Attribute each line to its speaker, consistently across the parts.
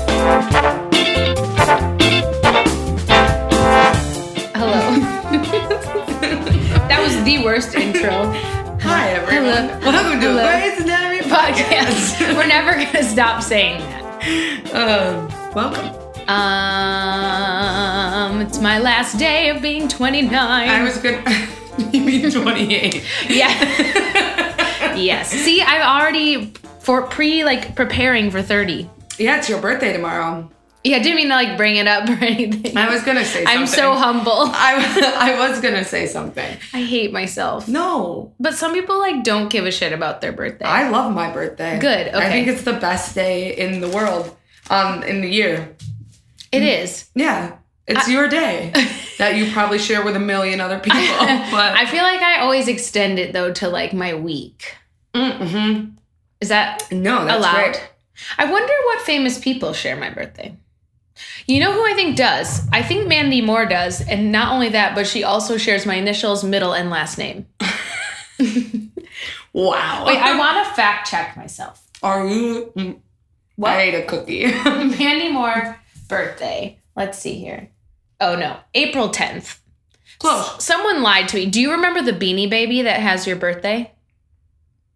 Speaker 1: the worst intro.
Speaker 2: Hi everyone.
Speaker 1: Hello.
Speaker 2: Welcome to
Speaker 1: Hello.
Speaker 2: Grey's Anatomy
Speaker 1: Podcast.
Speaker 2: podcast.
Speaker 1: We're never gonna stop saying that.
Speaker 2: um, welcome.
Speaker 1: Um, it's my last day of being 29.
Speaker 2: I was good. you mean 28?
Speaker 1: yeah. yes. See, I'm already for pre like preparing for 30.
Speaker 2: yeah, it's your birthday tomorrow.
Speaker 1: Yeah, I didn't mean to like bring it up or anything.
Speaker 2: I was gonna say. something.
Speaker 1: I'm so humble.
Speaker 2: I I was gonna say something.
Speaker 1: I hate myself.
Speaker 2: No,
Speaker 1: But some people like don't give a shit about their birthday.
Speaker 2: I love my birthday.
Speaker 1: Good, okay.
Speaker 2: I think it's the best day in the world, um, in the year.
Speaker 1: it is.
Speaker 2: Yeah, it's your day that you probably share with a million other people. But
Speaker 1: I feel like I always extend it though to like my week.
Speaker 2: mm-hmm.
Speaker 1: Is that
Speaker 2: no, that's
Speaker 1: allowed.
Speaker 2: great.
Speaker 1: I wonder what famous people share my birthday. You know who I think does? I think Mandy Moore does, and not only that, but she also shares my initials, middle, and last name.
Speaker 2: Wow.
Speaker 1: Wait, I want to fact check myself.
Speaker 2: Are you? mm, I ate a cookie.
Speaker 1: Mandy Moore birthday. Let's see here. Oh no, April 10th.
Speaker 2: Close.
Speaker 1: Someone lied to me. Do you remember the Beanie Baby that has your birthday?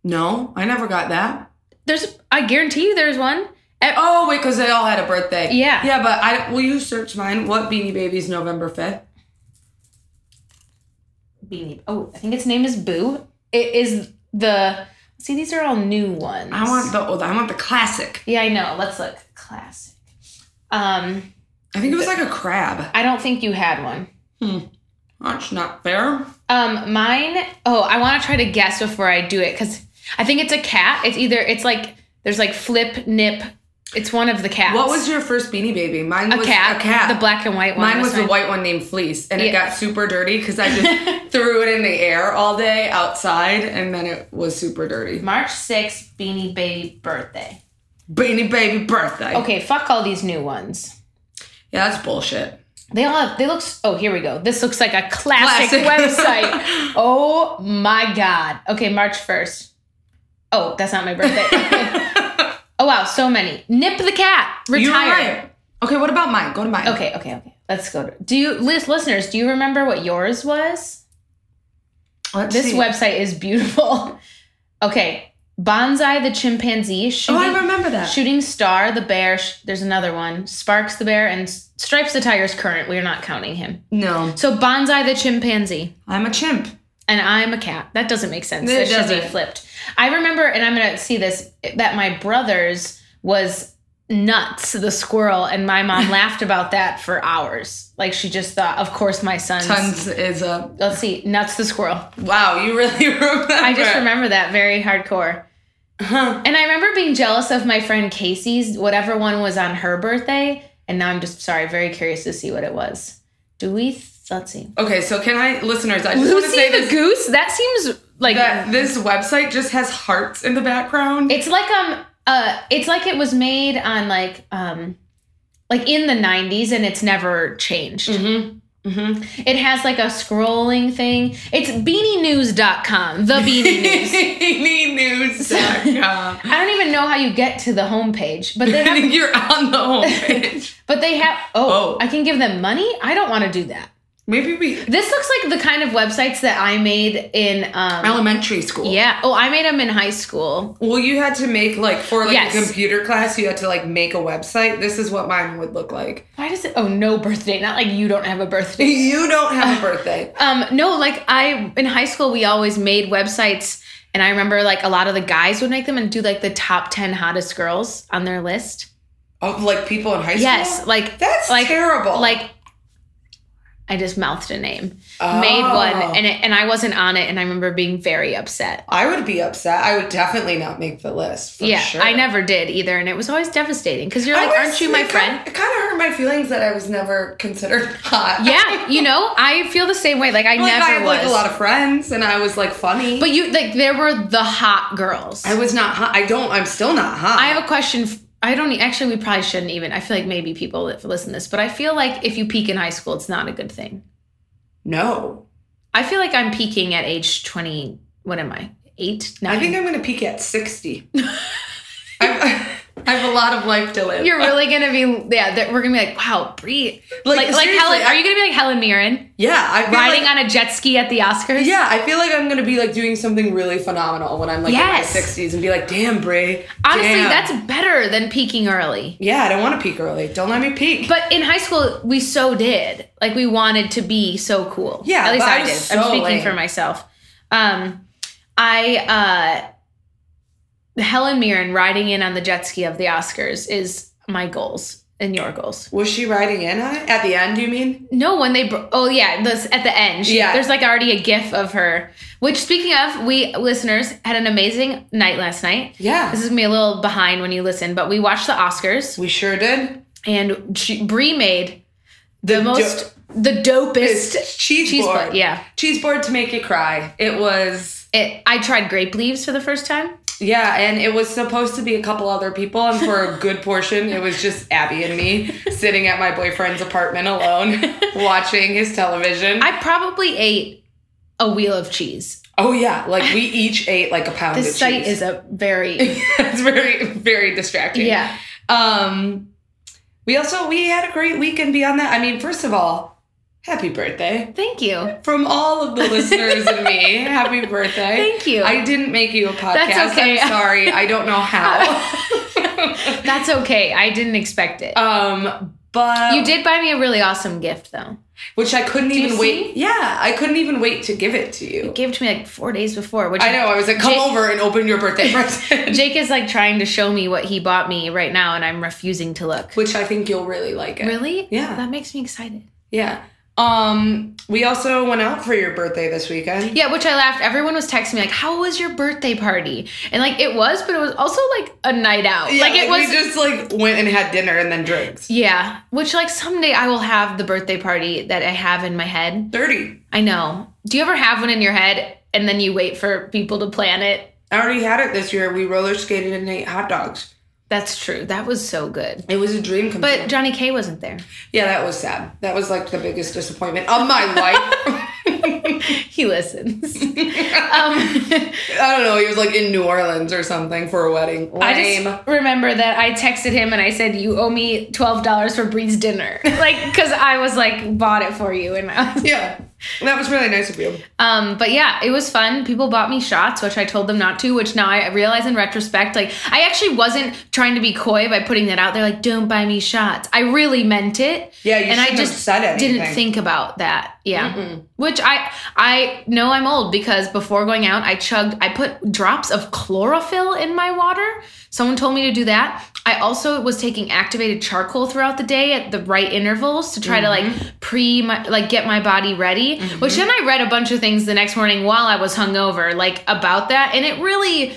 Speaker 2: No, I never got that.
Speaker 1: There's, I guarantee you, there's one. E, At-
Speaker 2: Oh wait, because they all had a birthday.
Speaker 1: Yeah.
Speaker 2: Yeah, but I will you search mine? What Beanie Baby's November fifth?
Speaker 1: Beanie. Oh, I think its name is Boo. It is the. See, these are all new ones.
Speaker 2: I want the old. I want the classic.
Speaker 1: Yeah, I know. Let's look. Classic. Um,
Speaker 2: I think it was like a crab.
Speaker 1: I don't think you had one.
Speaker 2: That's not fair.
Speaker 1: Um, mine. Oh, I want to try to guess before I do it because I think it's a cat. It's either it's like there's like flip nip. It's one of the cats.
Speaker 2: What was your first Beanie Baby? Mine
Speaker 1: a
Speaker 2: was
Speaker 1: cat?
Speaker 2: a cat.
Speaker 1: The black and white one.
Speaker 2: Mine was the
Speaker 1: fine.
Speaker 2: white one named Fleece, and it
Speaker 1: Yeah.
Speaker 2: got super dirty because I just threw it in the air all day outside, and then it was super dirty.
Speaker 1: March 6th, Beanie Baby birthday.
Speaker 2: Beanie Baby birthday.
Speaker 1: Okay, fuck all these new ones.
Speaker 2: Yeah, that's bullshit.
Speaker 1: They all have, they look, s- oh, here we go. This looks like a classic,
Speaker 2: Classic.
Speaker 1: website. oh my God. Okay, March 1st. Oh, that's not my birthday. Oh wow, so many. Nip the cat.
Speaker 2: You're
Speaker 1: Retire.
Speaker 2: right. Okay, what about mine? Go to mine.
Speaker 1: Okay, okay, okay. Let's go. To, do you list listeners? Do you remember what yours was?
Speaker 2: Let's
Speaker 1: This
Speaker 2: see.
Speaker 1: website is beautiful. Okay, bonsai the chimpanzee
Speaker 2: Oh,
Speaker 1: shooting.
Speaker 2: I remember that.
Speaker 1: Shooting Star, the bear, sh- there's another one. Sparks the bear, and S- Stripes the tiger's current. We're not counting him.
Speaker 2: No,
Speaker 1: So, Bonsai the chimpanzee.
Speaker 2: I'm a chimp.
Speaker 1: and I'm a cat. That doesn't make sense.
Speaker 2: It
Speaker 1: It should be
Speaker 2: doesn't.
Speaker 1: flipped. I remember, and I'm gonna see this that my brother's was nuts the squirrel, and my mom laughed about that for hours. Like she just thought, of course, my son's.
Speaker 2: Tons is a
Speaker 1: Let's see, nuts the squirrel.
Speaker 2: wow. You really remember?
Speaker 1: I just remember that very hardcore.
Speaker 2: Huh.
Speaker 1: And I remember being jealous of my friend Casey's, whatever one was on her birthday. And now I'm just sorry, very curious to see what it was. Do we? let's see.
Speaker 2: Okay, so can I, listeners? I just want to
Speaker 1: Lucy
Speaker 2: say
Speaker 1: the
Speaker 2: this,
Speaker 1: goose? That seems like
Speaker 2: that this website just has hearts in the background.
Speaker 1: It's like um uh it's like it was made on like um like in the 90s and it's never changed.
Speaker 2: mm-hmm. Mm-hmm.
Speaker 1: It has like a scrolling thing. It's beanienews.com, the beanie news.
Speaker 2: News.com.
Speaker 1: I don't even know how you get to the homepage, but they
Speaker 2: I
Speaker 1: have,
Speaker 2: think you're on the homepage.
Speaker 1: but they have oh,
Speaker 2: Oh.
Speaker 1: I can give them money? I don't want to do that.
Speaker 2: Maybe we
Speaker 1: This looks like the kind of websites that I made in um
Speaker 2: elementary school.
Speaker 1: yeah. Oh, I made them in high school.
Speaker 2: Well, you had to make like for like
Speaker 1: Yes.
Speaker 2: a computer class, you had to like make a website. This is what mine would look like.
Speaker 1: Why does it? Oh, no birthday. Not like you don't have a birthday.
Speaker 2: You don't have a birthday.
Speaker 1: Um, no, like I in high school we always made websites and I remember like a lot of the guys would make them and do like the top ten hottest girls on their list.
Speaker 2: Oh, like people in high school.
Speaker 1: Yes, like
Speaker 2: That's
Speaker 1: like,
Speaker 2: terrible.
Speaker 1: Like I just mouthed a name.
Speaker 2: Oh.
Speaker 1: Made one and it, and I wasn't on it and I remember being very upset.
Speaker 2: I would be upset. I would definitely not make the list. For
Speaker 1: yeah,
Speaker 2: Oh, sure.
Speaker 1: I never did either, and it was always devastating because you're
Speaker 2: I
Speaker 1: like,
Speaker 2: was-
Speaker 1: aren't you my
Speaker 2: it
Speaker 1: friend?
Speaker 2: Kind it kind of hurt my feelings that I was never considered hot.
Speaker 1: yeah, you know, I feel the same way. Like I
Speaker 2: like
Speaker 1: never
Speaker 2: I had
Speaker 1: was.
Speaker 2: like a lot of friends, and I was like funny.
Speaker 1: but you like there were the hot girls.
Speaker 2: I was not hot. I don't. I'm still not hot.
Speaker 1: I have a question. f- I don't e- actually. We probably shouldn't even. I feel like maybe people that listen to this, but I feel like if you peak in high school, it's not a good thing.
Speaker 2: no.
Speaker 1: I feel like I'm peaking at age twenty. What am I? Eight, nine.
Speaker 2: I think I'm going to peak at 60. I'm, I have a lot of life to live.
Speaker 1: You're really gonna be yeah. That we're gonna be like, wow, Brie.
Speaker 2: Like,
Speaker 1: Like, like, Helen,
Speaker 2: seriously,
Speaker 1: are you gonna be like Helen Mirren
Speaker 2: yeah, I feel
Speaker 1: riding
Speaker 2: like,
Speaker 1: on a jet ski at the Oscars?
Speaker 2: yeah, I feel like I'm gonna be like doing something really phenomenal when I'm like
Speaker 1: Yes.
Speaker 2: in my 60s and be like, damn, Brie.
Speaker 1: Honestly,
Speaker 2: damn."
Speaker 1: that's better than peaking early.
Speaker 2: yeah. I don't want to peak early. Don't let me peak.
Speaker 1: But in high school, we so did. Like we wanted to be so cool.
Speaker 2: Yeah,
Speaker 1: at least
Speaker 2: but I
Speaker 1: I,
Speaker 2: was
Speaker 1: did.
Speaker 2: so
Speaker 1: I'm speaking
Speaker 2: lame.
Speaker 1: for myself. Um, I uh, Helen Mirren riding in on the jet ski of the Oscars is my goals and your goals.
Speaker 2: was she riding in on it at the end? You mean?
Speaker 1: No, when they br- oh yeah, this at the end. She,
Speaker 2: Yeah.
Speaker 1: there's like already a gif of her. Which speaking of, we listeners had an amazing night last night.
Speaker 2: Yeah,
Speaker 1: This is gonna be a little behind when you listen, but we watched the Oscars
Speaker 2: we sure did.
Speaker 1: and she, Brie made the,
Speaker 2: do-
Speaker 1: most the dopest
Speaker 2: It's cheese,
Speaker 1: cheese
Speaker 2: board.
Speaker 1: board. Yeah,
Speaker 2: cheese board to make you cry. It was.
Speaker 1: it, I tried grape leaves for the first time.
Speaker 2: Yeah, and it was supposed to be a couple other people, and for a good portion, it was just Abby and me sitting at my boyfriend's apartment alone, watching his television.
Speaker 1: I probably ate a wheel of cheese.
Speaker 2: oh yeah, like we each ate like a pound
Speaker 1: This
Speaker 2: of
Speaker 1: site
Speaker 2: cheese.
Speaker 1: is a very
Speaker 2: it's very very distracting.
Speaker 1: yeah.
Speaker 2: Um, we also we had a great weekend beyond that. I mean, first of all, happy birthday
Speaker 1: Thank you.
Speaker 2: from all of the listeners and me. Happy birthday.
Speaker 1: Thank you.
Speaker 2: I didn't make you a podcast.
Speaker 1: okay.
Speaker 2: I'm sorry. I don't know how.
Speaker 1: That's okay. I didn't expect it.
Speaker 2: Um, but
Speaker 1: you did buy me a really awesome gift though.
Speaker 2: which I couldn't
Speaker 1: you
Speaker 2: even wait. Yeah, I couldn't even wait to give it to you.
Speaker 1: gave it to me like four days before, which
Speaker 2: I know. I was like, come
Speaker 1: Jake-
Speaker 2: over and open your birthday present,
Speaker 1: Jake is like trying to show me what he bought me right now, and I'm refusing to look.
Speaker 2: which I think you'll really like. It.
Speaker 1: Really?
Speaker 2: Yeah.
Speaker 1: That makes me excited.
Speaker 2: Yeah. Um, we also went out for your birthday this weekend.
Speaker 1: Yeah, which I laughed. Everyone was texting me like, "How was your birthday party?" And like it was, but it was also like a night out.
Speaker 2: Yeah,
Speaker 1: like it was.
Speaker 2: We just like went and had dinner and then drinks.
Speaker 1: yeah, which like someday I will have the birthday party that I have in my head.
Speaker 2: Thirty.
Speaker 1: I know. Do you ever have one in your head and then you wait for people to plan it?
Speaker 2: I already had it this year. We roller skated and ate hot dogs.
Speaker 1: That's true. That was so good.
Speaker 2: It was a dream come
Speaker 1: But
Speaker 2: true.
Speaker 1: Johnny K wasn't there.
Speaker 2: Yeah, that was sad. That was like the biggest disappointment of my life.
Speaker 1: He listens. um,
Speaker 2: I don't know. He was like in New Orleans or something for a wedding. Lame.
Speaker 1: I just remember that I texted him and I said, "You owe me twelve dollars for Bree's dinner," like because I was like bought it for you, and I was,
Speaker 2: Yeah, that was really nice of you.
Speaker 1: um, but yeah, it was fun. People bought me shots, which I told them not to. Which now I realize in retrospect, like I actually wasn't trying to be coy by putting that out there, like "Don't buy me shots." I really meant it.
Speaker 2: Yeah, you
Speaker 1: and I
Speaker 2: shouldn't have
Speaker 1: just
Speaker 2: said anything.
Speaker 1: didn't think about that. Yeah,
Speaker 2: Mm-hmm.
Speaker 1: which I I know I'm old because before going out, I chugged. I put drops of chlorophyll in my water. Someone told me to do that. I also was taking activated charcoal throughout the day at the right intervals to try to
Speaker 2: Mm-hmm.
Speaker 1: like pre my, like get my body ready. Which then I read a bunch of things the next morning while I was hungover, like about that, and it really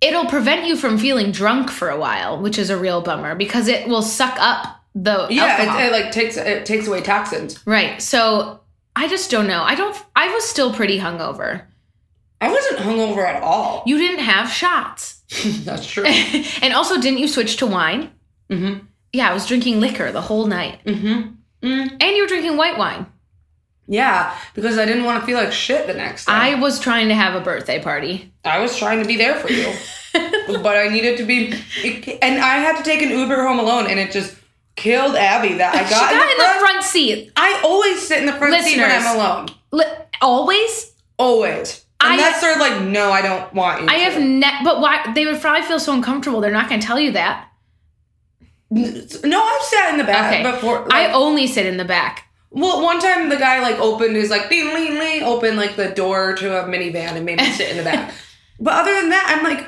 Speaker 1: it'll prevent you from feeling drunk for a while, which is a real bummer because it will suck up the alcohol.
Speaker 2: Yeah, it, it like takes it takes away toxins.
Speaker 1: right. So I just don't know. I don't. I was still pretty hungover.
Speaker 2: I wasn't hungover at all.
Speaker 1: You didn't have shots,
Speaker 2: That's true.
Speaker 1: and also didn't you switch to wine?
Speaker 2: Mhm.
Speaker 1: Yeah, I was drinking liquor the whole night,
Speaker 2: hmm
Speaker 1: and you were drinking white wine.
Speaker 2: Yeah, because I didn't want to feel like shit the next day.
Speaker 1: I was trying to have a birthday party.
Speaker 2: I was trying to be there for you, but I needed to be, and I had to take an Uber home alone, and it just killed Abby that I got,
Speaker 1: she got
Speaker 2: in, the front.
Speaker 1: front seat.
Speaker 2: I always sit in the front seat when
Speaker 1: Listeners.
Speaker 2: I'm alone.
Speaker 1: Li- always
Speaker 2: Always.
Speaker 1: I-
Speaker 2: Unless they're like, no, I don't want you.
Speaker 1: I have ne- but why they would probably feel so uncomfortable. They're not going to tell you that.
Speaker 2: have no. I've sat in the back
Speaker 1: Okay.
Speaker 2: before. like-
Speaker 1: I only sit in the back.
Speaker 2: Well, one time the guy like opened his like ding ling ling opened like the door to a minivan and made me sit in the back. but other than that, I'm like,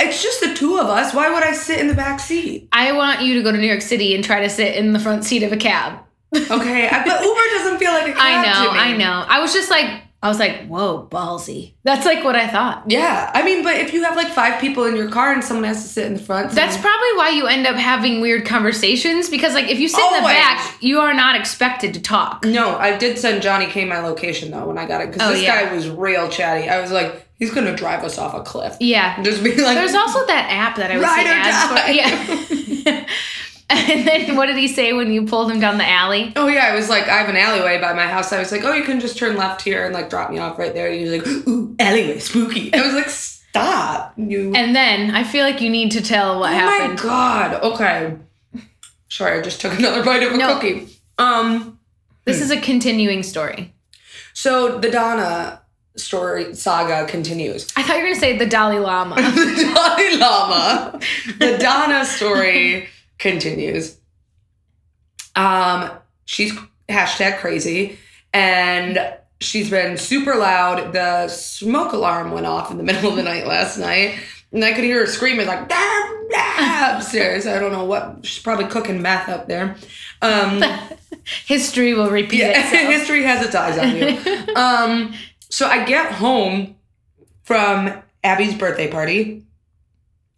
Speaker 2: it's just the two of us. Why would I sit in the back seat?
Speaker 1: I want you to go to New York City and try to sit in the front seat of a cab.
Speaker 2: Okay, I, but Uber doesn't feel like a cab
Speaker 1: I know,
Speaker 2: to me.
Speaker 1: I know. I was just like, I was like, whoa, ballsy. That's like what I thought.
Speaker 2: Yeah, I mean, but if you have like five people in your car and someone has to sit in the front,
Speaker 1: That's
Speaker 2: someone-
Speaker 1: probably why you end up having weird conversations because, like, if you sit in the
Speaker 2: Always.
Speaker 1: back, you are not expected to talk.
Speaker 2: no. I did send Johnny K my location though when I got it because
Speaker 1: Oh,
Speaker 2: this
Speaker 1: yeah.
Speaker 2: guy was real chatty. I was like, he's gonna drive us off a cliff.
Speaker 1: Yeah.
Speaker 2: Just be like,
Speaker 1: There's also that app that I was
Speaker 2: Ride
Speaker 1: seeing
Speaker 2: or die.
Speaker 1: ads for. Yeah. and then what did he say when you pulled him down the alley?
Speaker 2: Oh yeah, I was like, I have an alleyway by my house. I was like, oh, you can just turn left here and like drop me off right there. And he was like, ooh, alleyway, spooky. I was like, stop. You.
Speaker 1: And then I feel like you need to tell what
Speaker 2: oh
Speaker 1: happened.
Speaker 2: my god. Okay. Sorry, I just took another bite of a
Speaker 1: No.
Speaker 2: cookie. Um.
Speaker 1: This is a continuing story.
Speaker 2: So the Donna story saga continues.
Speaker 1: I thought you were gonna say the Dalai Lama.
Speaker 2: the Dalai Lama. The Donna story continues. Um, she's hashtag crazy, and she's been super loud. The smoke alarm went off in the middle of the night last night, and I could hear her screaming like "Ah, ah," upstairs. I don't know what she's probably cooking meth up there. Um,
Speaker 1: History will repeat
Speaker 2: yeah,
Speaker 1: itself.
Speaker 2: history has its eyes on you. um, so I get home from Abby's birthday party,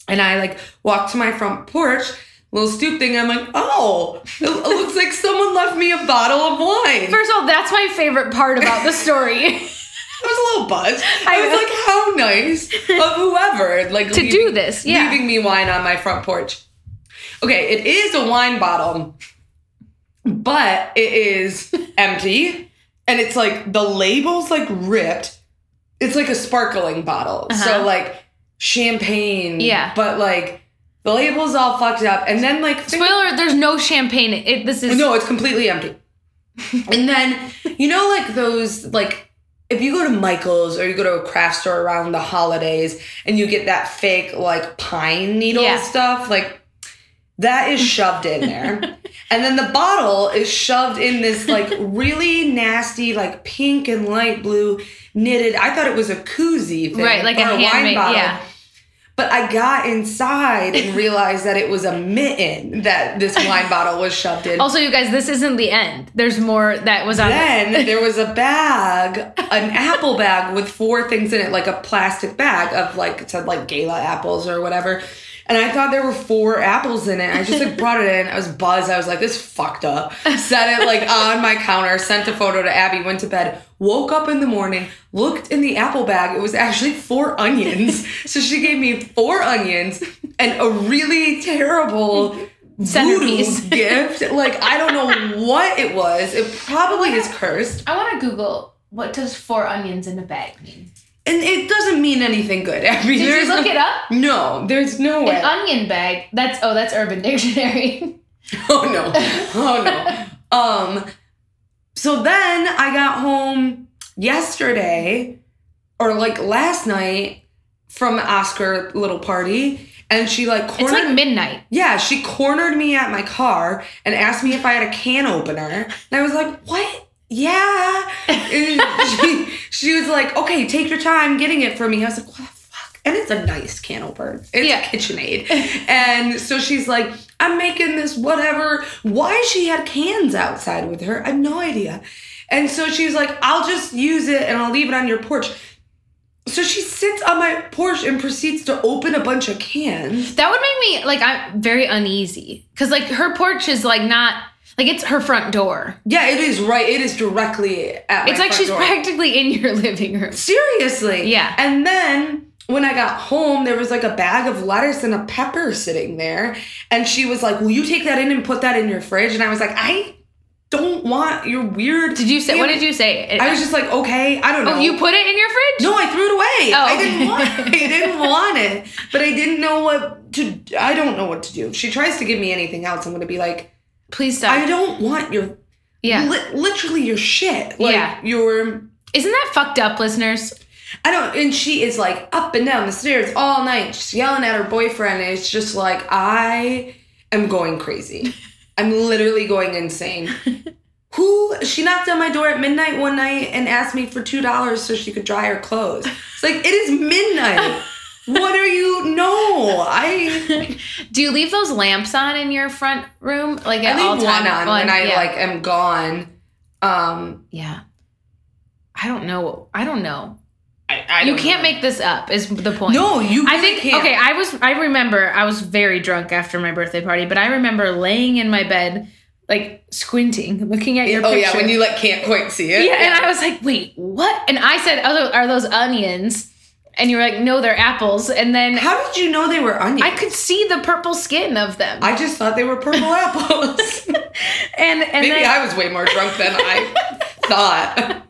Speaker 2: and I like walk to my front porch, little stoop thing. I'm like, oh, it looks like someone left me a bottle of wine.
Speaker 1: First of all, that's my favorite part about the story.
Speaker 2: I was a little buzzed. I
Speaker 1: I
Speaker 2: was
Speaker 1: know.
Speaker 2: like, how nice of whoever, like
Speaker 1: to do this. Yeah.
Speaker 2: leaving me wine on my front porch. Okay, it is a wine bottle, but it is empty and it's like the label's like ripped. It's like a sparkling bottle.
Speaker 1: Uh-huh.
Speaker 2: So like champagne.
Speaker 1: Yeah.
Speaker 2: But like the label's all fucked up. And then like think-
Speaker 1: Spoiler: There's no champagne. It, this is
Speaker 2: no, it's completely empty. and then you know, like those, like if you go to Michael's or you go to a craft store around the holidays and you get that fake like pine needle
Speaker 1: Yeah.
Speaker 2: stuff, like that is shoved in there. and then the bottle is shoved in this like really nasty, like pink and light blue knitted. I thought it was a koozie thing,
Speaker 1: right, like a
Speaker 2: or
Speaker 1: handmade. Yeah.
Speaker 2: but I got inside and realized that it was a mitten that this wine bottle was shoved in.
Speaker 1: Also, you guys, this isn't the end. There's more that was on.
Speaker 2: Then there was a bag, an apple bag with four things in it, like a plastic bag of like it said like gala apples or whatever. And I thought there were four apples in it. I just like brought it in. I was buzzed. I was like, this fucked up. Set it like on my counter, sent a photo to Abby, went to bed, woke up in the morning, looked in the apple bag. It was actually four onions. so she gave me four onions and a really terrible
Speaker 1: Centerpiece.
Speaker 2: voodoo gift. Like I don't know what it was. It probably is cursed,
Speaker 1: I want to Google what does four onions in a bag mean.
Speaker 2: and it doesn't mean anything good. I mean,
Speaker 1: Did
Speaker 2: there's
Speaker 1: you look
Speaker 2: no,
Speaker 1: it up?
Speaker 2: No, there's no way.
Speaker 1: An onion bag. That's oh, that's Urban Dictionary.
Speaker 2: oh no, oh no. Um, so then I got home yesterday, or like last night, from Oscar little party, and she like
Speaker 1: it's
Speaker 2: cornered
Speaker 1: like midnight.
Speaker 2: Yeah, she cornered me at my car and asked me if I had a can opener. And I was like, what? Yeah. And she, she was like, okay, take your time getting it for me. I was like, what the fuck? And it's a nice can opener. It's
Speaker 1: Yeah.
Speaker 2: a KitchenAid. And so she's like, I'm making this whatever. Why she had cans outside with her, I have no idea. And so she's like, I'll just use it and I'll leave it on your porch. So she sits on my porch and proceeds to open a bunch of cans.
Speaker 1: That would make me like I'm very uneasy because like her porch is like not like it's her front door.
Speaker 2: Yeah, it is right. It is directly at. my
Speaker 1: it's like
Speaker 2: front
Speaker 1: she's
Speaker 2: door.
Speaker 1: practically in your living room.
Speaker 2: Seriously.
Speaker 1: Yeah.
Speaker 2: And then when I got home, there was like a bag of lettuce and a pepper sitting there, and she was like, "Will you take that in and put that in your fridge?" And I was like, "I don't want your weird."
Speaker 1: Did you say what did you say?
Speaker 2: I was just like, "Okay, I don't know."
Speaker 1: oh, you put it in your fridge?
Speaker 2: No, I threw it away.
Speaker 1: Oh,
Speaker 2: I didn't
Speaker 1: okay.
Speaker 2: want. I didn't want it, but I didn't know what to. I don't know what to do. If she tries to give me anything else, I'm gonna be like,
Speaker 1: Please stop.
Speaker 2: "I don't want your
Speaker 1: yeah.
Speaker 2: li- literally your shit, like
Speaker 1: Yeah.
Speaker 2: your."
Speaker 1: Isn't that fucked up, listeners?
Speaker 2: I don't, and she is like up and down the stairs all night, just yelling at her boyfriend. And it's just like, I am going crazy. I'm literally going insane. Who, she knocked on my door at midnight one night and asked me for $2 so she could dry her clothes. It's like, it is midnight. what are you, no, I,
Speaker 1: Do you leave those lamps on in your front room? Like
Speaker 2: I
Speaker 1: at all
Speaker 2: leave
Speaker 1: time?
Speaker 2: one on when I
Speaker 1: yeah.
Speaker 2: like am gone. Um,
Speaker 1: Yeah. I don't know. I don't know.
Speaker 2: I, I
Speaker 1: you
Speaker 2: don't
Speaker 1: can't
Speaker 2: know.
Speaker 1: make this up. Is the point?
Speaker 2: no, you
Speaker 1: I
Speaker 2: really
Speaker 1: think
Speaker 2: can't.
Speaker 1: okay, I was I remember I was very drunk after my birthday party, but I remember laying in my bed like squinting, looking at your
Speaker 2: Oh
Speaker 1: picture.
Speaker 2: yeah, when you like can't quite see it.
Speaker 1: Yeah, and I was like, "Wait, what?" And I said, "Are those, are those onions?" And you were like, "No, they're apples." And then
Speaker 2: How did you know they were onions?
Speaker 1: I could see the purple skin of them.
Speaker 2: I just thought they were purple apples.
Speaker 1: and and
Speaker 2: Maybe
Speaker 1: then,
Speaker 2: I was way more drunk than I thought.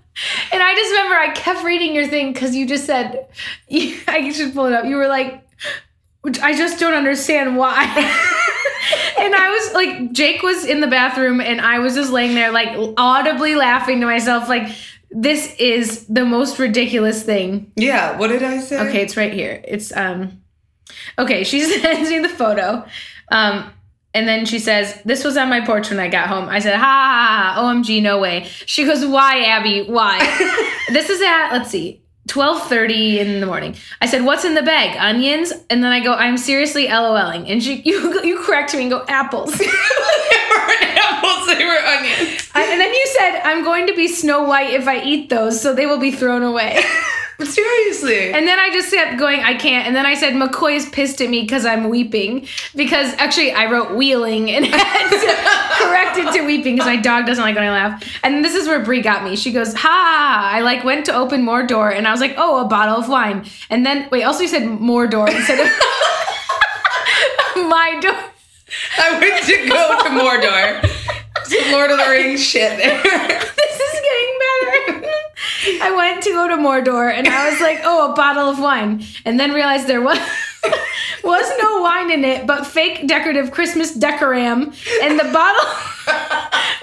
Speaker 1: And I just remember I kept reading your thing because you just said you, I should pull it up. You were like, I just don't understand why. and I was like, Jake was in the bathroom, and I was just laying there, like audibly laughing to myself, like, this is the most ridiculous thing.
Speaker 2: Yeah, what did I say?
Speaker 1: Okay, it's right here. It's, um, okay, she sends me the photo. Um, and then she says, This was on my porch when I got home. I said, Ha, ha, ha, ha, OMG, no way. She goes, Why, Abby? Why? this is at, let's see. 12:30 in the morning. I said, "What's in the bag? Onions?" And then I go, "I'm seriously LOLing." And she you you correct me and go, "Apples."
Speaker 2: they were apples, they were onions.
Speaker 1: I- and then you said, "I'm going to be Snow White if I eat those, so they will be thrown away."
Speaker 2: Seriously.
Speaker 1: And then I just kept going, I can't. And then I said, McCoy is pissed at me because I'm weeping. Because actually, I wrote wheeling and had to correct it to weeping because my dog doesn't like when I laugh. And this is where Brie got me. She goes, Ha! I like went to open more door and I was like, Oh, a bottle of wine. And then, wait, also you said more door instead of my door.
Speaker 2: I went to go to Mordor. Some Lord of the Rings shit there.
Speaker 1: This is getting better. I went to go to Mordor and I was like, oh, a bottle of wine. And then realized there was was no wine in it, but fake decorative Christmas decoram. And the bottle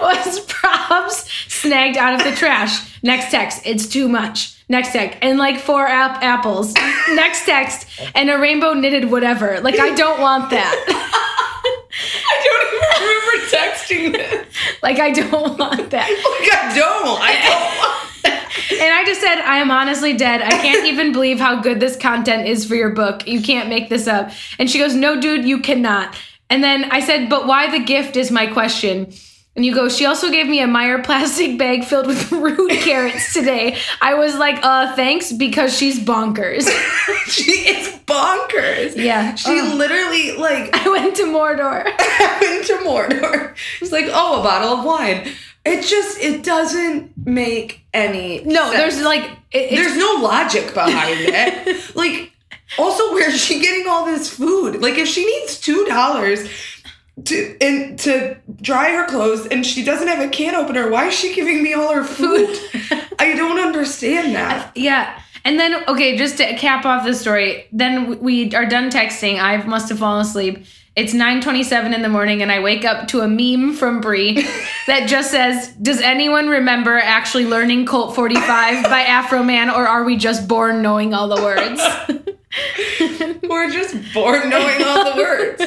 Speaker 1: was props snagged out of the trash. Next text, it's too much. Next text, and like four app- apples. Next text, and a rainbow knitted whatever. Like, I don't want that.
Speaker 2: I don't even remember texting this.
Speaker 1: Like, I don't want that.
Speaker 2: Like, I don't. I don't want
Speaker 1: And I just said, I am honestly dead. I can't even believe how good this content is for your book. You can't make this up. And she goes, No, dude, you cannot. And then I said, But why the gift is my question. And you go, She also gave me a Meyer plastic bag filled with root carrots today. I was like, Uh, thanks, because she's bonkers.
Speaker 2: She is bonkers.
Speaker 1: Yeah. Uh-huh.
Speaker 2: She
Speaker 1: Ugh.
Speaker 2: literally, like,
Speaker 1: I went to Mordor.
Speaker 2: went to Mordor. It's like, oh, a bottle of wine. It just, it doesn't make any
Speaker 1: No,
Speaker 2: sense.
Speaker 1: there's like, it, it's
Speaker 2: There's no logic behind it. like, also, where is she getting all this food? Like, if she needs two dollars to and to dry her clothes, and she doesn't have a can opener, why is she giving me all her food? I don't understand that.
Speaker 1: Yeah. And then, okay, just to cap off the story, then we are done texting. I must have fallen asleep. It's 9.27 in the morning, and I wake up to a meme from Brie that just says, does anyone remember actually learning Colt 45 by Afro Man, or are we just born knowing all the words? Oh,
Speaker 2: We're just bored knowing all the words.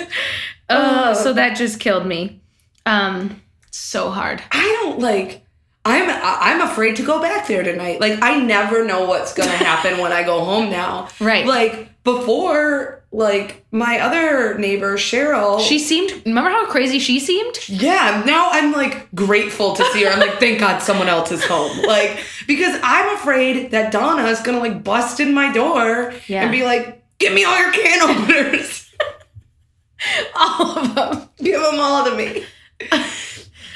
Speaker 1: oh, so that just killed me. Um, so hard.
Speaker 2: I don't like. I'm I- I'm afraid to go back there tonight. Like I never know what's gonna happen when I go home now.
Speaker 1: Right.
Speaker 2: Like before, like my other neighbor Cheryl.
Speaker 1: She seemed, remember how crazy she seemed?
Speaker 2: Yeah, now I'm like grateful to see her. I'm like, thank God someone else is home. Like, because I'm afraid that Donna is gonna like bust in my door
Speaker 1: Yeah.
Speaker 2: and be like, give me all your can openers.
Speaker 1: All of them.
Speaker 2: give them all to me.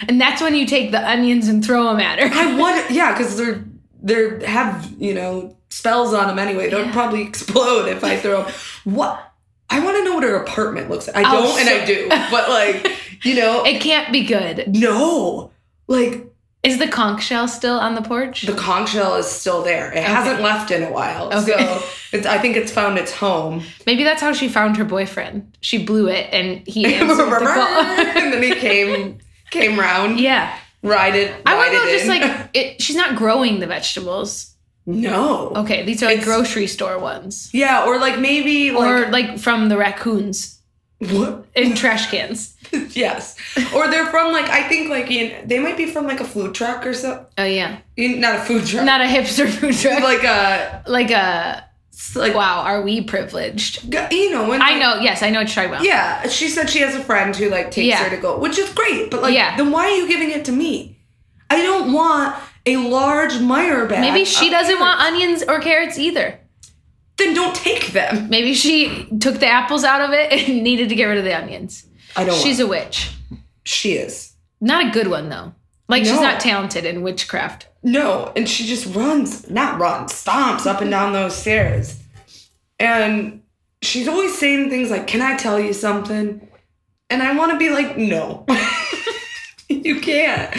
Speaker 1: And that's when you take the onions and throw them at her.
Speaker 2: I want, yeah, because they're they're have you know spells on them anyway. They'll probably explode if I throw them. What? I want to know what her apartment looks like. I
Speaker 1: Oh,
Speaker 2: don't, and I
Speaker 1: so-
Speaker 2: do, but like, you know,
Speaker 1: It can't be good.
Speaker 2: no, like
Speaker 1: Is the conch shell still on the porch?
Speaker 2: The conch shell is still there. It hasn't left in a while.
Speaker 1: Okay.
Speaker 2: So it's, I think it's found its home.
Speaker 1: Maybe that's how she found her boyfriend. She blew it and he answered the call.
Speaker 2: and then he came came round,
Speaker 1: yeah.
Speaker 2: ride it.
Speaker 1: I
Speaker 2: ride
Speaker 1: wonder
Speaker 2: it
Speaker 1: if just
Speaker 2: in.
Speaker 1: like it, she's not growing the vegetables.
Speaker 2: no.
Speaker 1: Okay, these are like
Speaker 2: It's-
Speaker 1: grocery store ones.
Speaker 2: Yeah, or like maybe
Speaker 1: or
Speaker 2: like
Speaker 1: like from the raccoons
Speaker 2: what?
Speaker 1: in trash cans.
Speaker 2: yes, or they're from like I think like in, they might be from like a food truck or so.
Speaker 1: Oh yeah.
Speaker 2: in- Not a food truck.
Speaker 1: Not a hipster food truck.
Speaker 2: like a
Speaker 1: Like a
Speaker 2: s- like
Speaker 1: wow, are we privileged?
Speaker 2: you know. When
Speaker 1: I know, yes, I know what you're talking about.
Speaker 2: Yeah, she said she has a friend who like takes
Speaker 1: Yeah.
Speaker 2: her to go, which is great. But like,
Speaker 1: Yeah.
Speaker 2: then why are you giving it to me? I don't want a large Meyer bag.
Speaker 1: Maybe she
Speaker 2: of
Speaker 1: doesn't want
Speaker 2: carrots.
Speaker 1: onions or carrots either.
Speaker 2: Then don't take them.
Speaker 1: Maybe she took the apples out of it and needed to get rid of the onions.
Speaker 2: I don't.
Speaker 1: She's
Speaker 2: She's
Speaker 1: a witch.
Speaker 2: she is
Speaker 1: Not a good one though. Like she's
Speaker 2: No.
Speaker 1: not talented in witchcraft.
Speaker 2: no, and she just runs, not runs, stomps up and down those stairs, and she's always saying things like, "Can I tell you something?" And I want to be like, "No, you can't."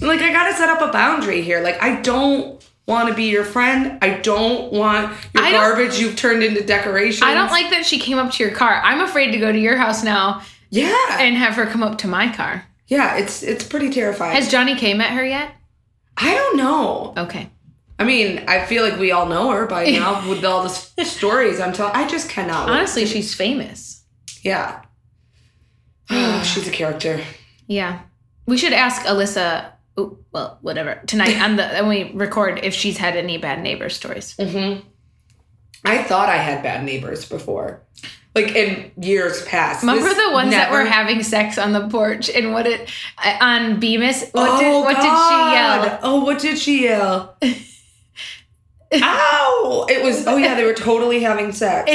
Speaker 2: Like I gotta set up a boundary here. Like I don't want to be your friend. I don't want your
Speaker 1: I don't-
Speaker 2: garbage you've turned into decorations.
Speaker 1: I don't like that she came up to your car. I'm afraid to go to your house now
Speaker 2: Yeah.
Speaker 1: and have her come up to my car.
Speaker 2: yeah, it's it's pretty terrifying.
Speaker 1: Has Johnny K met her yet?
Speaker 2: I don't know.
Speaker 1: Okay.
Speaker 2: I mean, I feel like we all know her by now with all the s- stories I'm telling. I just cannot. wait.
Speaker 1: Honestly, she's famous.
Speaker 2: Yeah. Oh, she's a character.
Speaker 1: Yeah. We should ask Alyssa, ooh, well, whatever, tonight on the, when we record if she's had any bad neighbor stories.
Speaker 2: hmm I thought I had bad neighbors before, like in years past.
Speaker 1: Remember
Speaker 2: This
Speaker 1: the ones that were
Speaker 2: never-
Speaker 1: having sex on the porch and what it, uh, on Bemis? What,
Speaker 2: oh,
Speaker 1: did, what did she
Speaker 2: God.
Speaker 1: yell?
Speaker 2: Oh, what did she yell? Ow! It was, oh yeah, they were totally having sex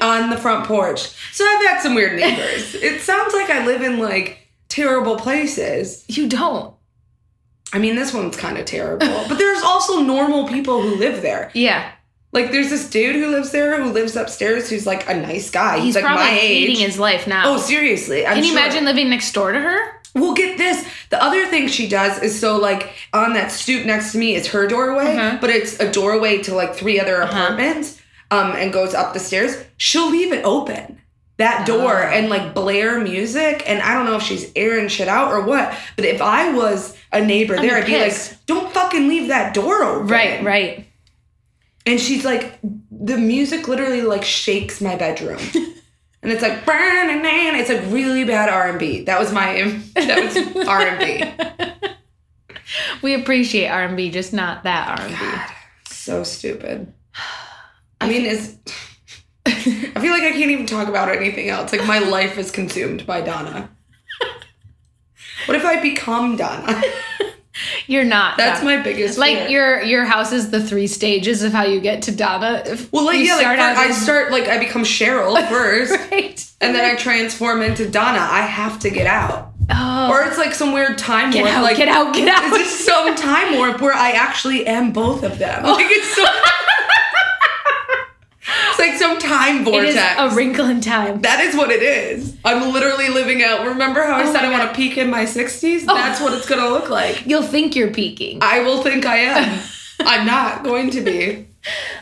Speaker 2: on the front porch. So I've had some weird neighbors. It sounds like I live in like terrible places.
Speaker 1: you don't.
Speaker 2: I mean, this one's kind of terrible, but there's also normal people who live there.
Speaker 1: Yeah.
Speaker 2: Like, there's this dude who lives there who lives upstairs who's like a nice guy.
Speaker 1: He's,
Speaker 2: He's, like
Speaker 1: probably
Speaker 2: my age.
Speaker 1: hating his life now.
Speaker 2: Oh, seriously. I'm
Speaker 1: Can you
Speaker 2: sure.
Speaker 1: imagine living next door to her?
Speaker 2: Well, get this. The other thing she does is so, like, on that stoop next to me is her doorway,
Speaker 1: Uh-huh.
Speaker 2: but it's a doorway to like three other
Speaker 1: Uh-huh.
Speaker 2: apartments um, and goes up the stairs. She'll leave it open, that door,
Speaker 1: Oh.
Speaker 2: and like blare music. And I don't know if she's airing shit out or what, but if I was a neighbor
Speaker 1: I'd
Speaker 2: there,
Speaker 1: be
Speaker 2: I'd be
Speaker 1: pissed.
Speaker 2: like, don't fucking leave that door open.
Speaker 1: Right, right.
Speaker 2: And she's like, the music literally like shakes my bedroom. and it's like, "Bah, nah, nah," and it's like really bad R&B. That was my, that was R&B.
Speaker 1: We appreciate R&B, just not that R&B.
Speaker 2: God, so stupid. I mean, it's, I feel like I can't even talk about anything else. Like my life is consumed by Donna. What if I become Donna?
Speaker 1: You're not.
Speaker 2: That's
Speaker 1: Donna.
Speaker 2: my biggest
Speaker 1: like
Speaker 2: fear.
Speaker 1: your your house is the three stages of how you get to Donna. If
Speaker 2: well, like
Speaker 1: you
Speaker 2: yeah, like
Speaker 1: start
Speaker 2: fir-
Speaker 1: out
Speaker 2: I
Speaker 1: as-
Speaker 2: start like I become Cheryl first,
Speaker 1: Right.
Speaker 2: and then I transform into Donna. I have to get out.
Speaker 1: Oh,
Speaker 2: Or it's like some weird time
Speaker 1: get
Speaker 2: warp.
Speaker 1: out,
Speaker 2: like
Speaker 1: get out, get out,
Speaker 2: It's just some time warp where I actually am both of them.
Speaker 1: Oh.
Speaker 2: Like it's so. it's like some time
Speaker 1: It
Speaker 2: vortex.
Speaker 1: is a wrinkle in time.
Speaker 2: that is what it is. I'm literally living out. Remember how I
Speaker 1: Oh
Speaker 2: said
Speaker 1: my Oh.
Speaker 2: I want to peak in my 60s? That's what it's gonna look like.
Speaker 1: You'll think you're peaking.
Speaker 2: I will think I am. I'm not going to be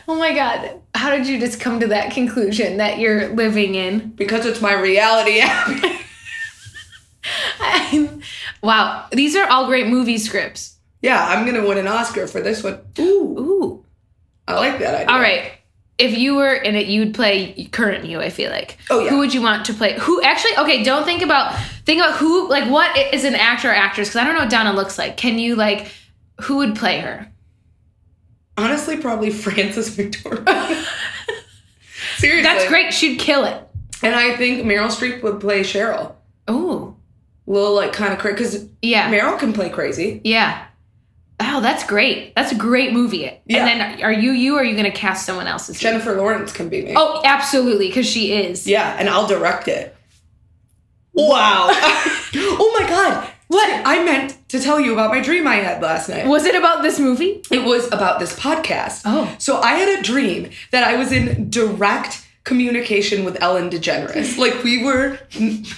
Speaker 1: oh my god. How did you just come to that conclusion that you're living in?
Speaker 2: because it's my reality.
Speaker 1: wow. These are all great movie scripts.
Speaker 2: yeah, I'm gonna win an Oscar for this one. Ooh,
Speaker 1: Ooh.
Speaker 2: I like that idea.
Speaker 1: All right. If you were in it, you'd play current you. I feel like.
Speaker 2: Oh, yeah.
Speaker 1: Who would you want to play? Who actually? Okay, don't think about think about who like what i- is an actor or actress because I don't know what Donna looks like. Can you like who would play her?
Speaker 2: Honestly, probably Frances McDormand. Seriously,
Speaker 1: That's great. She'd kill it.
Speaker 2: And I think Meryl Streep would play Cheryl.
Speaker 1: Oh
Speaker 2: Little like kind of crazy because
Speaker 1: yeah
Speaker 2: Meryl can play crazy.
Speaker 1: yeah. Oh, that's great. That's a great movie.
Speaker 2: Yeah.
Speaker 1: And then are you you or are you going to cast someone else's?
Speaker 2: Jennifer Lawrence can be me.
Speaker 1: oh, absolutely, because she is.
Speaker 2: yeah, and I'll direct it. Wow. oh my god.
Speaker 1: What?
Speaker 2: I meant to tell you about my dream I had last night.
Speaker 1: Was it about this movie?
Speaker 2: It was about this podcast.
Speaker 1: Oh.
Speaker 2: So I had a dream that I was in direct communication with Ellen DeGeneres. like we were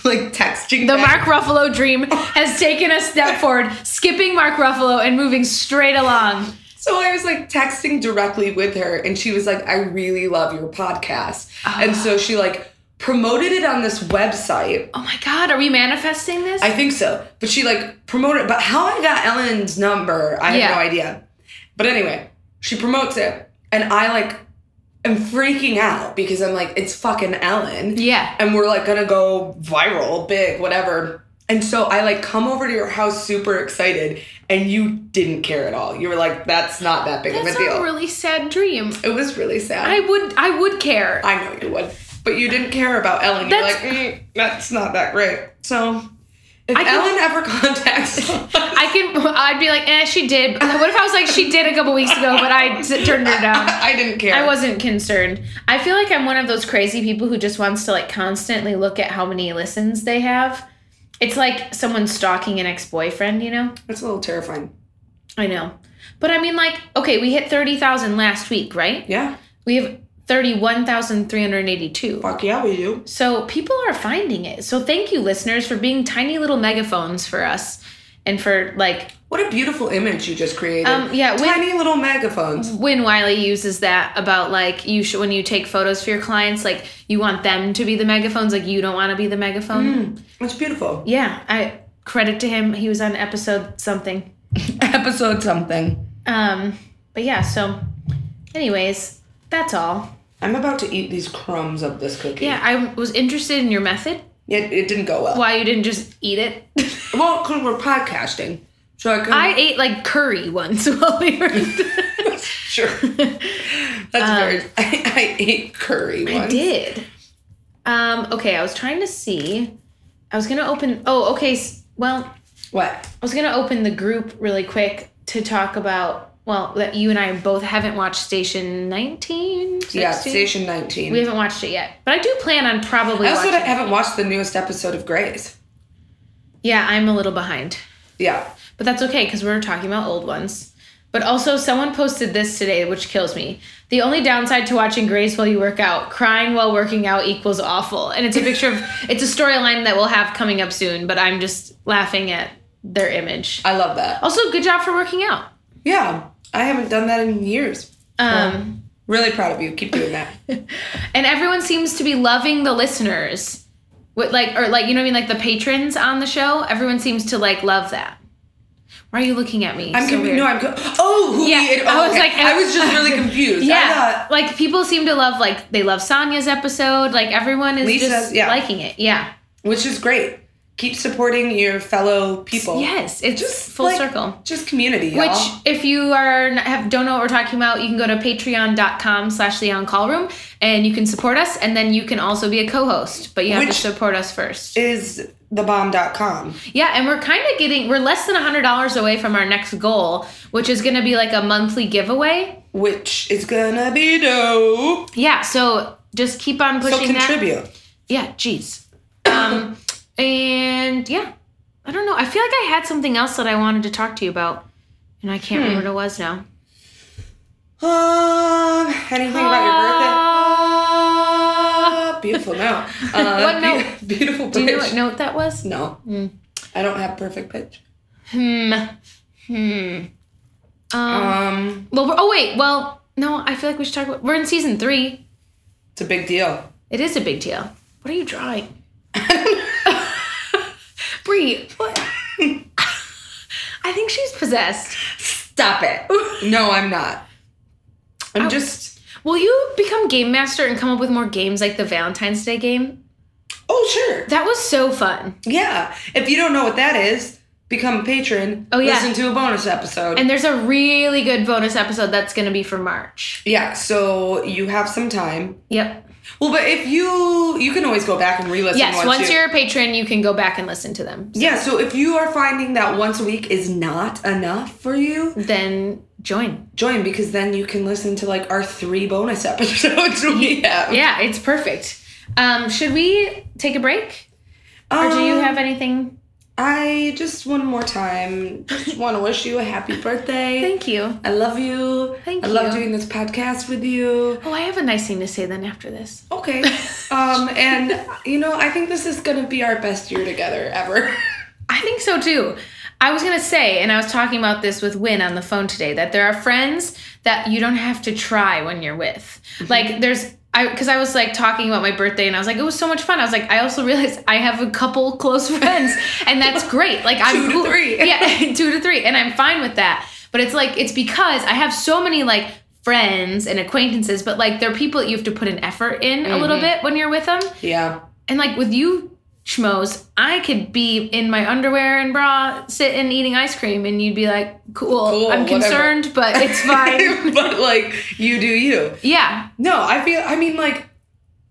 Speaker 2: like texting
Speaker 1: The
Speaker 2: back
Speaker 1: Mark Ruffalo dream has taken a step forward, skipping Mark Ruffalo and moving straight along.
Speaker 2: So I was like texting directly with her, and she was like, I really love your podcast. And so she like promoted it on this website.
Speaker 1: Oh my God, are we manifesting this?
Speaker 2: I think so. But she like promoted but how I got Ellen's number, I have
Speaker 1: Yeah.
Speaker 2: no idea. But anyway, she promotes it, and I like am freaking out because I'm like, it's fucking Ellen.
Speaker 1: yeah.
Speaker 2: And we're like gonna go viral, big, whatever. And so I like come over to your house super excited, and you didn't care at all. You were like, that's not that big
Speaker 1: That's
Speaker 2: of a deal.
Speaker 1: a really sad dream.
Speaker 2: It was really sad.
Speaker 1: I would I would care.
Speaker 2: I know you would, but you didn't care about Ellen. You're like,
Speaker 1: That's-
Speaker 2: mm, that's not that great. So, if
Speaker 1: I can-
Speaker 2: Ellen ever contacts, us,
Speaker 1: I can I'd be like, eh, she did. What if I was like, she did a couple weeks ago, but I t- turned her down.
Speaker 2: I didn't care.
Speaker 1: I wasn't concerned. I feel like I'm one of those crazy people who just wants to like constantly look at how many listens they have. It's like someone stalking an ex-boyfriend, you know?
Speaker 2: That's a little terrifying.
Speaker 1: I know. But I mean like, okay, we hit 30,000 last week, right?
Speaker 2: Yeah.
Speaker 1: We have 31,382.
Speaker 2: Fuck yeah, we do.
Speaker 1: So people are finding it. So thank you, listeners, for being tiny little megaphones for us and for like
Speaker 2: What a beautiful image you just created.
Speaker 1: Um, yeah, when-
Speaker 2: Tiny little megaphones.
Speaker 1: When Wiley uses that about like you should when you take photos for your clients, like you want them to be the megaphones, like you don't want to be the megaphone.
Speaker 2: It's beautiful.
Speaker 1: Yeah, I credit to him. He was on episode something.
Speaker 2: Episode something.
Speaker 1: Um, but yeah, so anyways, that's all.
Speaker 2: I'm about to eat these crumbs of this cookie.
Speaker 1: Yeah, I was interested in your method.
Speaker 2: It, it didn't go well.
Speaker 1: Why you didn't just eat it?
Speaker 2: Well, because we're podcasting. So I couldn't.
Speaker 1: I ate like curry once while we were.
Speaker 2: sure. That's very. I, I ate curry once.
Speaker 1: Um, I did. Um, okay, I was trying to see. I was gonna open. Oh, okay. s- Well,
Speaker 2: What?
Speaker 1: I was gonna open the group really quick to talk about. Well, that you and I both haven't watched Station 19.
Speaker 2: Yeah,
Speaker 1: 16?
Speaker 2: Station 19.
Speaker 1: We haven't watched it yet, but I do plan on probably.
Speaker 2: I also
Speaker 1: watching it.
Speaker 2: haven't watched the newest episode of Grays.
Speaker 1: Yeah, I'm a little behind.
Speaker 2: Yeah.
Speaker 1: But that's okay because we're talking about old ones. But also, someone posted this today, which kills me. The only downside to watching Grace while you work out, crying while working out equals awful. And it's a picture of, it's a storyline that we'll have coming up soon, but I'm just laughing at their image.
Speaker 2: I love that.
Speaker 1: Also, good job for working out.
Speaker 2: Yeah. I haven't done that in years.
Speaker 1: Um,
Speaker 2: Really proud of you. Keep doing that.
Speaker 1: and everyone seems to be loving the listeners. With like, or like, you know what I mean? Like the patrons on the show, everyone seems to like love that. Why are you looking at me?
Speaker 2: I'm
Speaker 1: So
Speaker 2: confused.
Speaker 1: weird.
Speaker 2: No, I'm. Co- oh, who
Speaker 1: Yeah,
Speaker 2: we ate-
Speaker 1: I
Speaker 2: oh,
Speaker 1: was
Speaker 2: okay.
Speaker 1: like-
Speaker 2: I was just really confused. I
Speaker 1: Yeah,
Speaker 2: thought,
Speaker 1: like people seem to love like they love Sonya's episode. Like everyone is
Speaker 2: Lisa's,
Speaker 1: just
Speaker 2: yeah.
Speaker 1: liking it. Yeah.
Speaker 2: which is great. Keep supporting your fellow people.
Speaker 1: Yes, it's
Speaker 2: Just
Speaker 1: full
Speaker 2: like,
Speaker 1: circle.
Speaker 2: Just community, y'all.
Speaker 1: Which, if you are not- have don't know what we're talking about, you can go to patreon.com slash the on call room and you can support us, and then you can also be a co-host, but you have
Speaker 2: Which-
Speaker 1: to support us first.
Speaker 2: is thebomb.com.
Speaker 1: Yeah, and we're kind of getting we're less than hundred dollars away from our next goal, which is going to be like a monthly giveaway.
Speaker 2: which is gonna be dope.
Speaker 1: Yeah, so just keep on
Speaker 2: So
Speaker 1: pushing that.
Speaker 2: contribute.
Speaker 1: yeah, geez. Um, and yeah, I don't know. I feel like I had something else that I wanted to talk to you about, and I can't remember what it was now.
Speaker 2: Um, anything about your birthday? Ah, Beautiful note. Uh,
Speaker 1: What
Speaker 2: be-
Speaker 1: note?
Speaker 2: Beautiful pitch.
Speaker 1: Do you know what Mm. note that was?
Speaker 2: No, I don't have perfect pitch.
Speaker 1: Hmm. Hmm. Um,
Speaker 2: Um,
Speaker 1: well, we're, oh wait. Well, no. I feel like we should talk about. We're in season three.
Speaker 2: it's a big deal.
Speaker 1: It is a big deal. What are you drawing? Bree, what? I think she's possessed.
Speaker 2: Stop it. No, I'm not. I'm just.
Speaker 1: Will you become game master and come up with more games like the Valentine's Day game?
Speaker 2: Oh sure.
Speaker 1: That was so fun.
Speaker 2: Yeah. If you don't know what that is, become a patron.
Speaker 1: Oh, yeah.
Speaker 2: Listen to a bonus episode.
Speaker 1: And there's a really good bonus episode that's going to be for March.
Speaker 2: yeah. So you have some time.
Speaker 1: Yep.
Speaker 2: Well, but if you you can always go back and re-listen.
Speaker 1: Yes, once
Speaker 2: you-
Speaker 1: you're a patron, you can go back and listen to them.
Speaker 2: Yeah, so if you are finding that once a week is not enough for you,
Speaker 1: Then join.
Speaker 2: join because then you can listen to like our three bonus episodes we have.
Speaker 1: Yeah, it's perfect. Um, should we take a break? Or do you
Speaker 2: Um,
Speaker 1: have anything?
Speaker 2: I just one more time just want to wish you a happy birthday.
Speaker 1: Thank you.
Speaker 2: I love you.
Speaker 1: Thank
Speaker 2: I love
Speaker 1: you.
Speaker 2: doing this podcast with you.
Speaker 1: Oh, I have a nice thing to say then after this.
Speaker 2: Okay. um and you know, I think this is going to be our best year together ever.
Speaker 1: I think so too. I was gonna say, and I was talking about this with Win on the phone today, that there are friends that you don't have to try when you're with.
Speaker 2: Mm-hmm.
Speaker 1: Like there's I because I was like talking about my birthday and I was like, it was so much fun. I was like, I also realized I have a couple close friends, and that's great. Like I'm
Speaker 2: Two to
Speaker 1: cool-
Speaker 2: three.
Speaker 1: Yeah, two to three. And I'm fine with that. But it's like it's because I have so many like friends and acquaintances, but like they're people that you have to put an effort in a
Speaker 2: Mm-hmm.
Speaker 1: little bit when you're with them.
Speaker 2: yeah.
Speaker 1: And like with you schmoes, I could be in my underwear and bra sitting eating ice cream and you'd be like, cool,
Speaker 2: Cool,
Speaker 1: I'm
Speaker 2: whatever."
Speaker 1: concerned, but it's fine.
Speaker 2: but like you do you.
Speaker 1: yeah.
Speaker 2: No, I feel. I mean, like,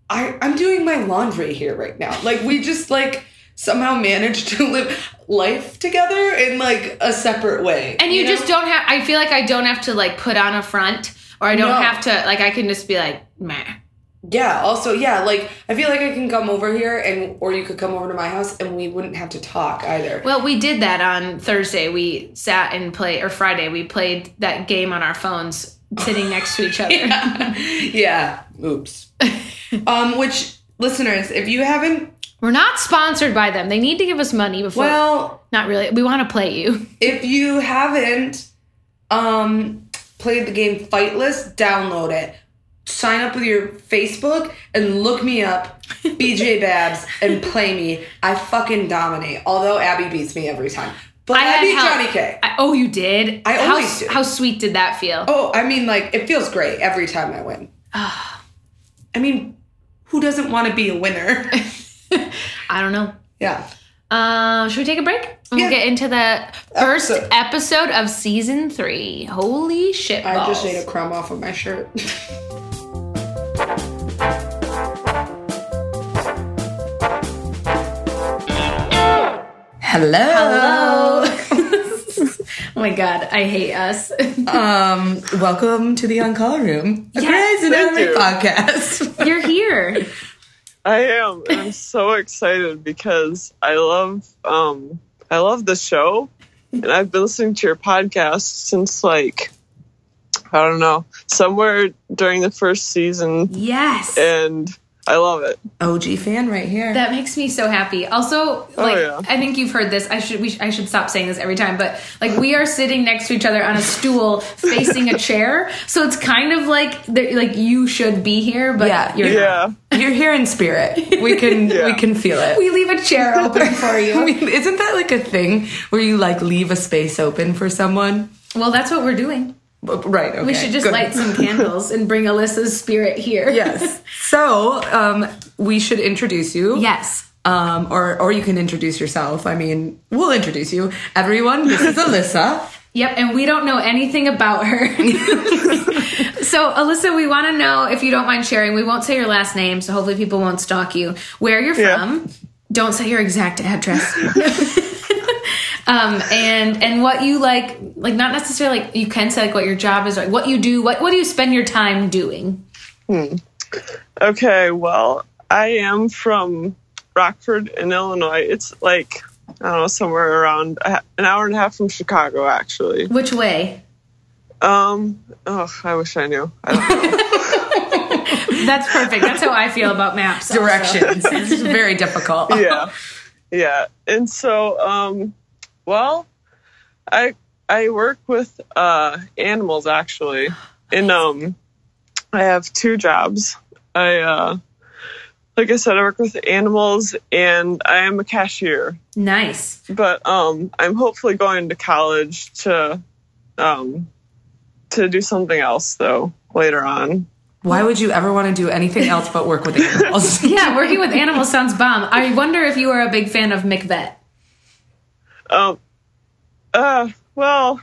Speaker 2: I I'm doing my laundry here right now. Like, we just like somehow managed to live life together in like a separate way.
Speaker 1: And you,
Speaker 2: know?
Speaker 1: just don't have I feel like I don't have to like put on a front or I don't
Speaker 2: No.
Speaker 1: have to like I can just be like, meh.
Speaker 2: yeah. Also, yeah. Like, I feel like I can come over here, and or you could come over to my house, and we wouldn't have to talk either.
Speaker 1: Well, we did that on Thursday. We sat and played or Friday, we played that game on our phones sitting next to each other.
Speaker 2: yeah. Oops. um, which listeners, if you haven't
Speaker 1: We're not sponsored by them. They need to give us money before.
Speaker 2: Well,
Speaker 1: not really. We want to play you.
Speaker 2: if you haven't um, played the game Fightless, download it. Sign up with your Facebook and look me up, BJ Babs, and play me. I fucking dominate. Although Abby beats me every time, but
Speaker 1: I
Speaker 2: I,
Speaker 1: had
Speaker 2: beat
Speaker 1: help.
Speaker 2: Johnny K.
Speaker 1: I, oh, you did.
Speaker 2: I
Speaker 1: how,
Speaker 2: always do.
Speaker 1: How sweet did that feel?
Speaker 2: Oh, I mean, like it feels great every time I win. I mean, who doesn't want to be a winner?
Speaker 1: I don't know.
Speaker 2: yeah.
Speaker 1: Um, should we take a break? And We'll
Speaker 2: Yeah.
Speaker 1: get into the first
Speaker 2: Episode.
Speaker 1: episode, of season three. Holy shit!
Speaker 2: I just
Speaker 1: balls.
Speaker 2: ate a crumb off of my shirt. Hello.
Speaker 1: Oh my god, I hate us.
Speaker 2: Um, welcome to the On Call Room, a
Speaker 1: Yes,
Speaker 2: Grey's
Speaker 3: thank
Speaker 2: Anatomy
Speaker 3: you.
Speaker 2: podcast.
Speaker 1: You're here.
Speaker 3: I am. and I'm so excited because I love um I love the show and I've been listening to your podcast since like I don't know, somewhere during the first season
Speaker 1: Yes.
Speaker 3: and I love it.
Speaker 2: OG fan right here.
Speaker 1: That makes me so happy. Also, like
Speaker 3: yeah.
Speaker 1: I think you've heard this. I should we sh- I should stop saying this every time, but like we are sitting next to each other on a stool facing a chair, so it's kind of like they're- like you should be here, but
Speaker 2: Oh, Yeah.
Speaker 1: you're not.
Speaker 3: Yeah.
Speaker 2: You're here in spirit. We can
Speaker 3: Yeah.
Speaker 2: we can feel it.
Speaker 1: We leave a chair open for
Speaker 2: I
Speaker 1: you.
Speaker 2: mean, isn't that like a thing where you like leave a space open for someone?
Speaker 1: well, that's what we're doing.
Speaker 2: Right. Okay.
Speaker 1: We should just
Speaker 2: good.
Speaker 1: light some candles and bring Alyssa's spirit here.
Speaker 2: Yes. So um, we should introduce you.
Speaker 1: Yes.
Speaker 2: Um, or or you can introduce yourself. I mean, we'll introduce you. Everyone, this is Alyssa.
Speaker 1: Yep, and we don't know anything about her. so, Alyssa, we want to know if you don't mind sharing. We won't say your last name, so hopefully people won't stalk you. Where you're
Speaker 3: Yeah.
Speaker 1: from. Don't say your exact address. um, and and what you like, like not necessarily like you can say like what your job is, like what you do, what what do you spend your time doing?
Speaker 3: Okay, well, I am from Rockford in Illinois. It's like I don't know, somewhere around a ha- an hour and a half from Chicago actually.
Speaker 1: Which way?
Speaker 3: Um oh, I wish I knew. I don't
Speaker 1: That's perfect. That's how I feel about maps. also.
Speaker 2: Directions. it's very difficult.
Speaker 3: yeah yeah and so um well i i work with uh animals actually and um i have two jobs i uh like i said i work with animals and i am a cashier
Speaker 1: Nice.
Speaker 3: but um i'm hopefully going to college to um to do something else though later on
Speaker 2: Why would you ever want to do anything else but work with animals?
Speaker 1: Yeah, working with animals sounds bomb. I wonder if you are a big fan of McVet.
Speaker 3: Um. Uh. Well,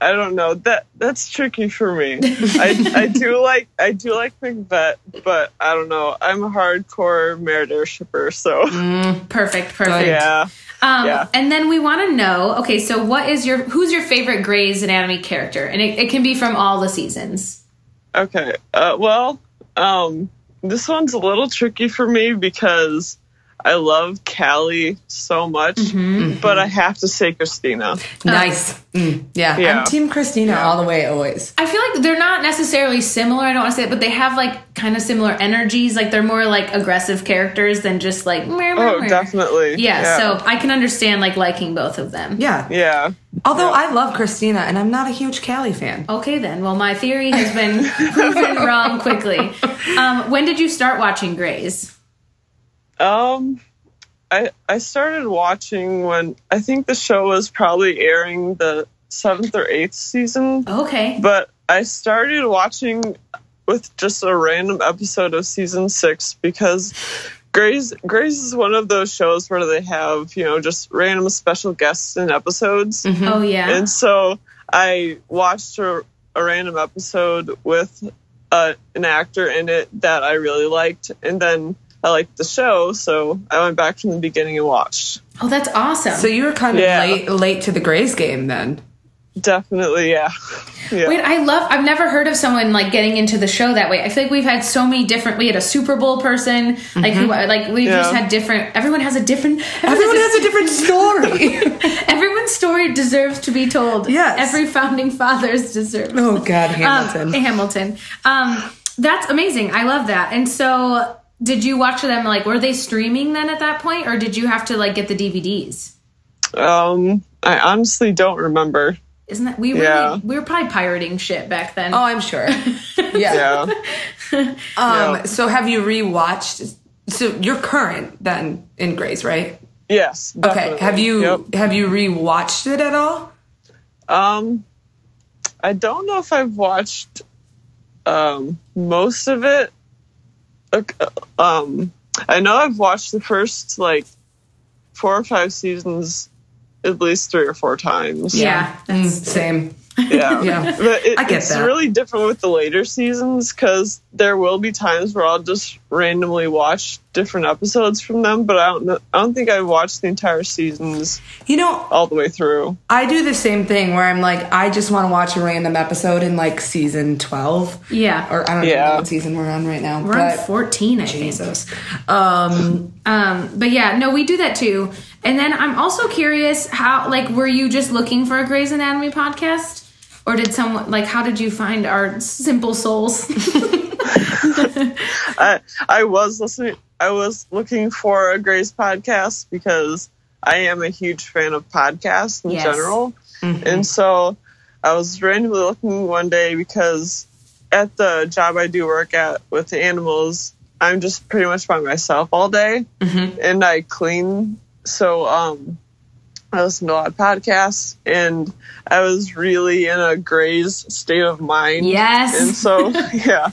Speaker 3: I don't know. That that's tricky for me. I I do like I do like McVet, but I don't know. I'm a hardcore merit air shipper, so
Speaker 1: Mm. Perfect, perfect.
Speaker 3: Oh, yeah.
Speaker 1: Um,
Speaker 3: Yeah.
Speaker 1: And then we want to know, okay, so what is your who's your favorite Grey's Anatomy character? And it, it can be from all the seasons.
Speaker 3: Okay. Uh. Well. Um. This one's a little tricky for me because I love Callie so much,
Speaker 1: Mm-hmm.
Speaker 3: but I have to say Christina.
Speaker 2: nice. Mm, yeah.
Speaker 3: Yeah.
Speaker 2: I'm Team Christina all the way, always.
Speaker 1: I feel like they're not necessarily similar. I don't want to say it, but they have like kind of similar energies. Like they're more like aggressive characters than just like. meh, meh,
Speaker 3: Oh,
Speaker 1: meh.
Speaker 3: definitely.
Speaker 1: Yeah, So I can understand like liking both of them.
Speaker 2: Yeah.
Speaker 3: Yeah.
Speaker 2: Although I love Christina and I'm not a huge Callie fan.
Speaker 1: Okay then. Well, my theory has been proven wrong quickly. Um, when did you start watching Grey's?
Speaker 3: Um, I I started watching when I think the show was probably airing the seventh or eighth season,
Speaker 1: Okay.
Speaker 3: but I started watching with just a random episode of season six because. Grey's, Grey's is one of those shows where they have, you know, just random special guests in episodes.
Speaker 1: Oh yeah.
Speaker 3: And so I watched a, a random episode with uh, an actor in it that I really liked. And then I liked the show, so I went back from the beginning and watched.
Speaker 1: oh, that's awesome.
Speaker 2: So you were kind of
Speaker 3: Yeah.
Speaker 2: late late to the Grays game then.
Speaker 3: Definitely, yeah. yeah.
Speaker 1: Wait, I love. I've never heard of someone like getting into the show that way. I feel like we've had so many different. We had a Super Bowl person, like who, like we've
Speaker 3: Yeah.
Speaker 1: just had different. Everyone has a different.
Speaker 2: Mm-hmm. Everyone has a different story.
Speaker 1: everyone's story deserves to be told.
Speaker 2: Yes.
Speaker 1: every founding fathers deserve.
Speaker 2: oh God,
Speaker 1: Um,
Speaker 2: Hamilton.
Speaker 1: Hamilton. Um, that's amazing. I love that. And so, Did you watch them like were they streaming then at that point or did you have to like get the DVDs?
Speaker 3: Um, I honestly don't remember.
Speaker 1: Isn't that we really
Speaker 3: Yeah.
Speaker 1: we were probably pirating shit back then.
Speaker 2: Oh, I'm sure. Yeah.
Speaker 3: Yeah.
Speaker 2: Um.
Speaker 3: Yeah.
Speaker 2: So have you rewatched? So you're current then in Grace, right?
Speaker 3: yes.
Speaker 2: Okay.
Speaker 3: definitely.
Speaker 2: Have you
Speaker 3: Yep.
Speaker 2: have you rewatched it at all?
Speaker 3: Um, I don't know if I've watched um, most of it. Ok- Um, I know I've watched the first like four or five seasons at least three or four times.
Speaker 1: yeah.
Speaker 2: Mm, same.
Speaker 3: yeah.
Speaker 2: Yeah.
Speaker 3: But it,
Speaker 2: I get
Speaker 3: it's
Speaker 2: that.
Speaker 3: really different with the later seasons because there will be times where I'll just randomly watch different episodes from them, but I don't know, I don't think I've watched the entire seasons
Speaker 2: You know,
Speaker 3: all the way through.
Speaker 2: I do the same thing where I'm like, I just want to watch a random episode in like season twelve.
Speaker 1: Yeah.
Speaker 2: Or I don't even know
Speaker 3: Yeah.
Speaker 2: what season we're on right now.
Speaker 1: we're
Speaker 2: but
Speaker 1: on 14, I think.
Speaker 2: Jesus. Um,
Speaker 1: Um, but yeah, no, we do that too. And then I'm also curious how, like, were you just looking for a Grey's Anatomy podcast? Or did someone, like, how did you find our simple souls?
Speaker 3: I I was listening. I was looking for a Grace podcast because I am a huge fan of podcasts in
Speaker 1: Yes.
Speaker 3: general, and so I was randomly looking one day because at the job I do work at with the animals, I'm just pretty much by myself all day, and I clean. So um, I listen to a lot of podcasts, and I was really in a Gray's state of mind and
Speaker 1: yes.
Speaker 3: so yeah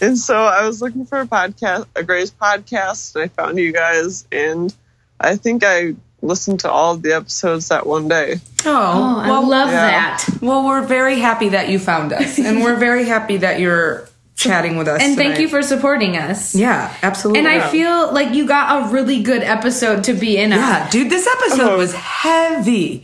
Speaker 3: and so i was looking for a podcast a grace podcast and i found you guys and i think i listened to all of the episodes that one day
Speaker 2: oh,
Speaker 1: Oh, I
Speaker 2: well,
Speaker 1: love
Speaker 3: yeah.
Speaker 1: that.
Speaker 2: Well, we're very happy that you found us, and we're very happy that you're chatting with us.
Speaker 1: And thank
Speaker 2: tonight.
Speaker 1: you for supporting us.
Speaker 2: Yeah, absolutely.
Speaker 1: And I
Speaker 3: Yeah.
Speaker 1: feel like you got a really good episode to be in. on.
Speaker 2: yeah, Ah, dude, this episode was heavy.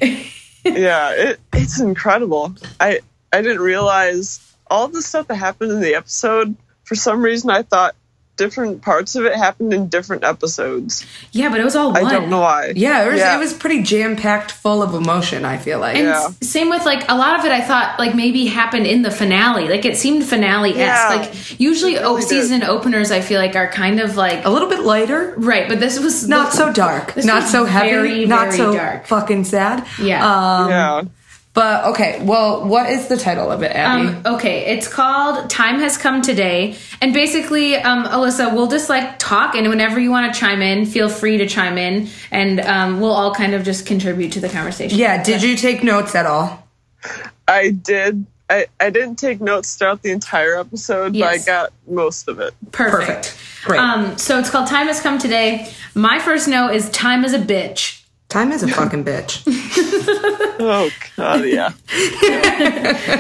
Speaker 3: yeah it, it's incredible i i didn't realize all the stuff that happened in the episode for some reason i thought different parts of it happened in different episodes
Speaker 1: Yeah, but it was all one.
Speaker 3: i don't know why
Speaker 2: Yeah, it was, It was pretty jam packed, full of emotion. I feel like.
Speaker 1: And
Speaker 3: Yeah.
Speaker 1: s- same with like a lot of it, I thought like maybe happened in the finale. Like it seemed finale esque.
Speaker 3: Yeah.
Speaker 1: Like usually o-
Speaker 3: did. Oh.
Speaker 1: season openers, I feel like are kind of like
Speaker 2: a little bit lighter,
Speaker 1: right, but this was
Speaker 2: not so dark,
Speaker 1: This
Speaker 2: not
Speaker 1: was
Speaker 2: so heavy,
Speaker 1: very,
Speaker 2: not
Speaker 1: very
Speaker 2: so
Speaker 1: dark.
Speaker 2: fucking sad.
Speaker 1: Yeah.
Speaker 2: Um,
Speaker 3: yeah
Speaker 2: But okay, well, what is the title of it, Abby?
Speaker 1: Um, okay, it's called Time Has Come Today. And basically, um, Alyssa, we'll just like talk, and whenever you want to chime in, feel free to chime in, and um, we'll all kind of just contribute to the conversation.
Speaker 2: yeah, did you take notes at all?
Speaker 3: i did I, I didn't take notes throughout the entire episode,
Speaker 1: Yes.
Speaker 3: but I got most of it.
Speaker 1: Perfect.
Speaker 2: Perfect. Great.
Speaker 1: Um, so it's called Time Has Come Today. My first note is Time is a Bitch.
Speaker 2: Time is a fucking bitch.
Speaker 3: Oh god, yeah.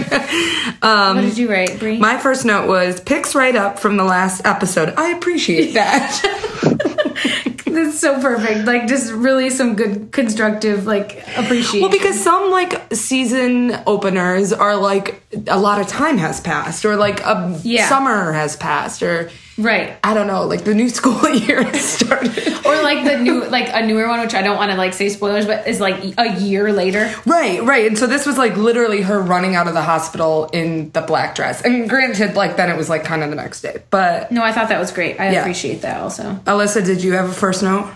Speaker 1: what did you write, Bree?
Speaker 2: Um, My first note was picks right up from the last episode. I appreciate that.
Speaker 1: That's so perfect. Like just really some good constructive like appreciation.
Speaker 2: Well, because some like season openers are like a lot of time has passed, or like a
Speaker 1: Yeah.
Speaker 2: summer has passed, or
Speaker 1: right.
Speaker 2: I don't know, like the new school year has started.
Speaker 1: Or like the new like a newer one which I don't want to like say spoilers but is like a year later.
Speaker 2: right, right. And so this was like literally her running out of the hospital in the black dress. And granted, like then it was like kind of the next day. But
Speaker 1: No, I thought that was great. I
Speaker 2: Yeah. Uh,
Speaker 1: appreciate that also.
Speaker 2: Alyssa, did you have a first note?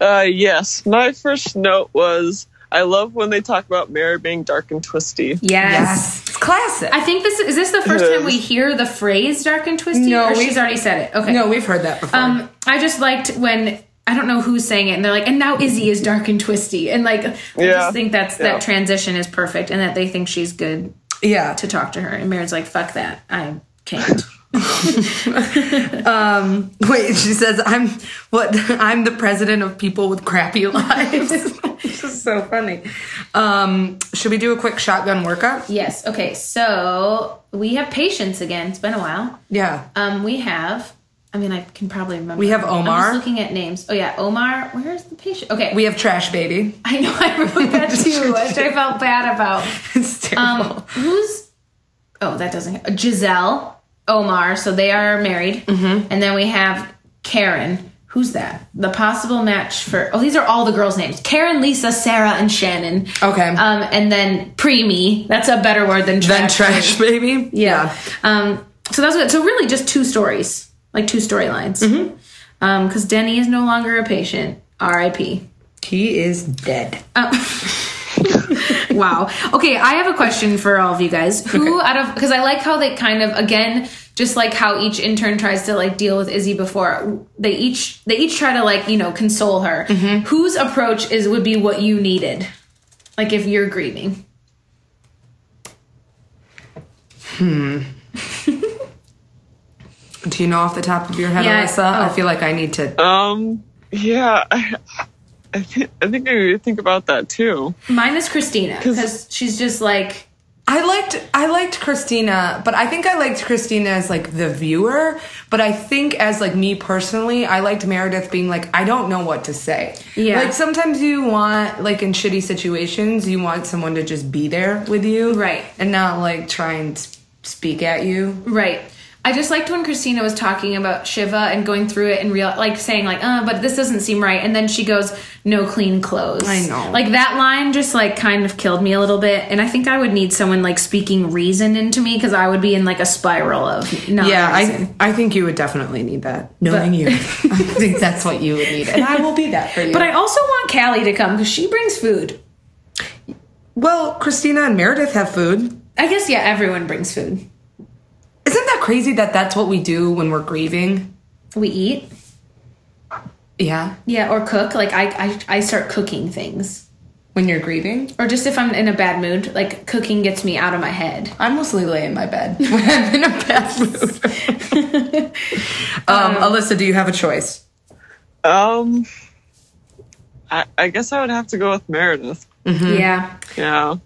Speaker 3: Uh, yes. My first note was I love when they talk about Mary being dark and twisty.
Speaker 1: Yes.
Speaker 2: It's classic.
Speaker 1: I think this is this the first
Speaker 3: It
Speaker 1: time we hear the phrase dark and twisty
Speaker 2: No,
Speaker 1: or
Speaker 2: we-
Speaker 1: she's already said it. Okay.
Speaker 2: no, we've heard that before.
Speaker 1: Um, I just liked when I don't know who's saying it, and they're like, and now Izzy is dark and twisty, and like I
Speaker 3: Yeah.
Speaker 1: just think that's
Speaker 3: Yeah.
Speaker 1: that transition is perfect, and that they think she's good
Speaker 2: yeah.
Speaker 1: to talk to her, and Mary's like, fuck that, I can't.
Speaker 2: Um, Wait, she says I'm what I'm the president of people with crappy lives. this is so funny. Um, should we do a quick shotgun workup?
Speaker 1: Yes. Okay. So we have patience again. It's been a while.
Speaker 2: Yeah. Uh,
Speaker 1: Um, we have. I mean, I can probably remember.
Speaker 2: We have
Speaker 1: I'm
Speaker 2: Omar.
Speaker 1: just looking at names. Oh yeah, Omar. Where's the patient? Okay.
Speaker 2: We have trash baby.
Speaker 1: I know I wrote that too, which I felt bad about.
Speaker 2: It's terrible.
Speaker 1: Um, who's? Oh, that doesn't. Giselle, Omar. So they are married. Mm-hmm. And then we have Karen. Who's that? The possible match for. Oh, these are all the girls' names: Karen, Lisa, Sarah, and Shannon.
Speaker 2: Okay.
Speaker 1: Um, and then preemie. That's a better word than
Speaker 2: then
Speaker 1: trash.
Speaker 2: trash baby.
Speaker 1: Yeah. Um, so that was good. So really just two stories, like two storylines. because Denny is no longer a patient. R.I.P.
Speaker 2: He is dead.
Speaker 1: Uh, wow. Okay, I have a question for all of you guys. Who out of because I like how they kind of again just like how each intern tries to like deal with Izzy before they each they each try to like you know console her. Whose approach is would be what you needed, like if you're grieving.
Speaker 2: Do you know off the top of your head,
Speaker 1: Yeah.
Speaker 2: Alyssa? I
Speaker 1: Oh.
Speaker 2: feel like I need to.
Speaker 3: Um, yeah, I, I, th- I think I need to think about that too.
Speaker 1: Mine is Christina because she's just like
Speaker 2: I liked I liked Christina, but I think I liked Christina as like the viewer. But I think as like me personally, I liked Meredith being like, I don't know what to say.
Speaker 1: Yeah.
Speaker 2: Like sometimes you want like in shitty situations, you want someone to just be there with you,
Speaker 1: Right.
Speaker 2: and not like try and s- speak at you.
Speaker 1: Right. I just liked when Christina was talking about Shiva and going through it and real like saying like, "Uh, but this doesn't seem right." And then she goes, "No clean clothes."
Speaker 2: I know.
Speaker 1: Like that line just like kind of killed me a little bit, and I think I would need someone like speaking reason into me because I would be in like a spiral of not
Speaker 2: Yeah,
Speaker 1: reason.
Speaker 2: I I think you would definitely need that. Knowing you, I think that's what you would need, and I will be that for you.
Speaker 1: but I also want Callie to come because she brings food.
Speaker 2: well, Christina and Meredith have food.
Speaker 1: I guess yeah, everyone brings food.
Speaker 2: Isn't that crazy that that's what we do when we're grieving?
Speaker 1: We eat,
Speaker 2: Yeah.
Speaker 1: yeah, or cook. Like I, I, I start cooking things,
Speaker 2: When you're grieving?
Speaker 1: or just if I'm in a bad mood, like cooking gets me out of my head.
Speaker 2: I mostly lay in my bed when I'm in a bad mood. um, Alyssa, do you have a choice?
Speaker 3: Um, I, I guess I would have to go with Meredith.
Speaker 2: Mm-hmm.
Speaker 1: Yeah.
Speaker 3: Yeah.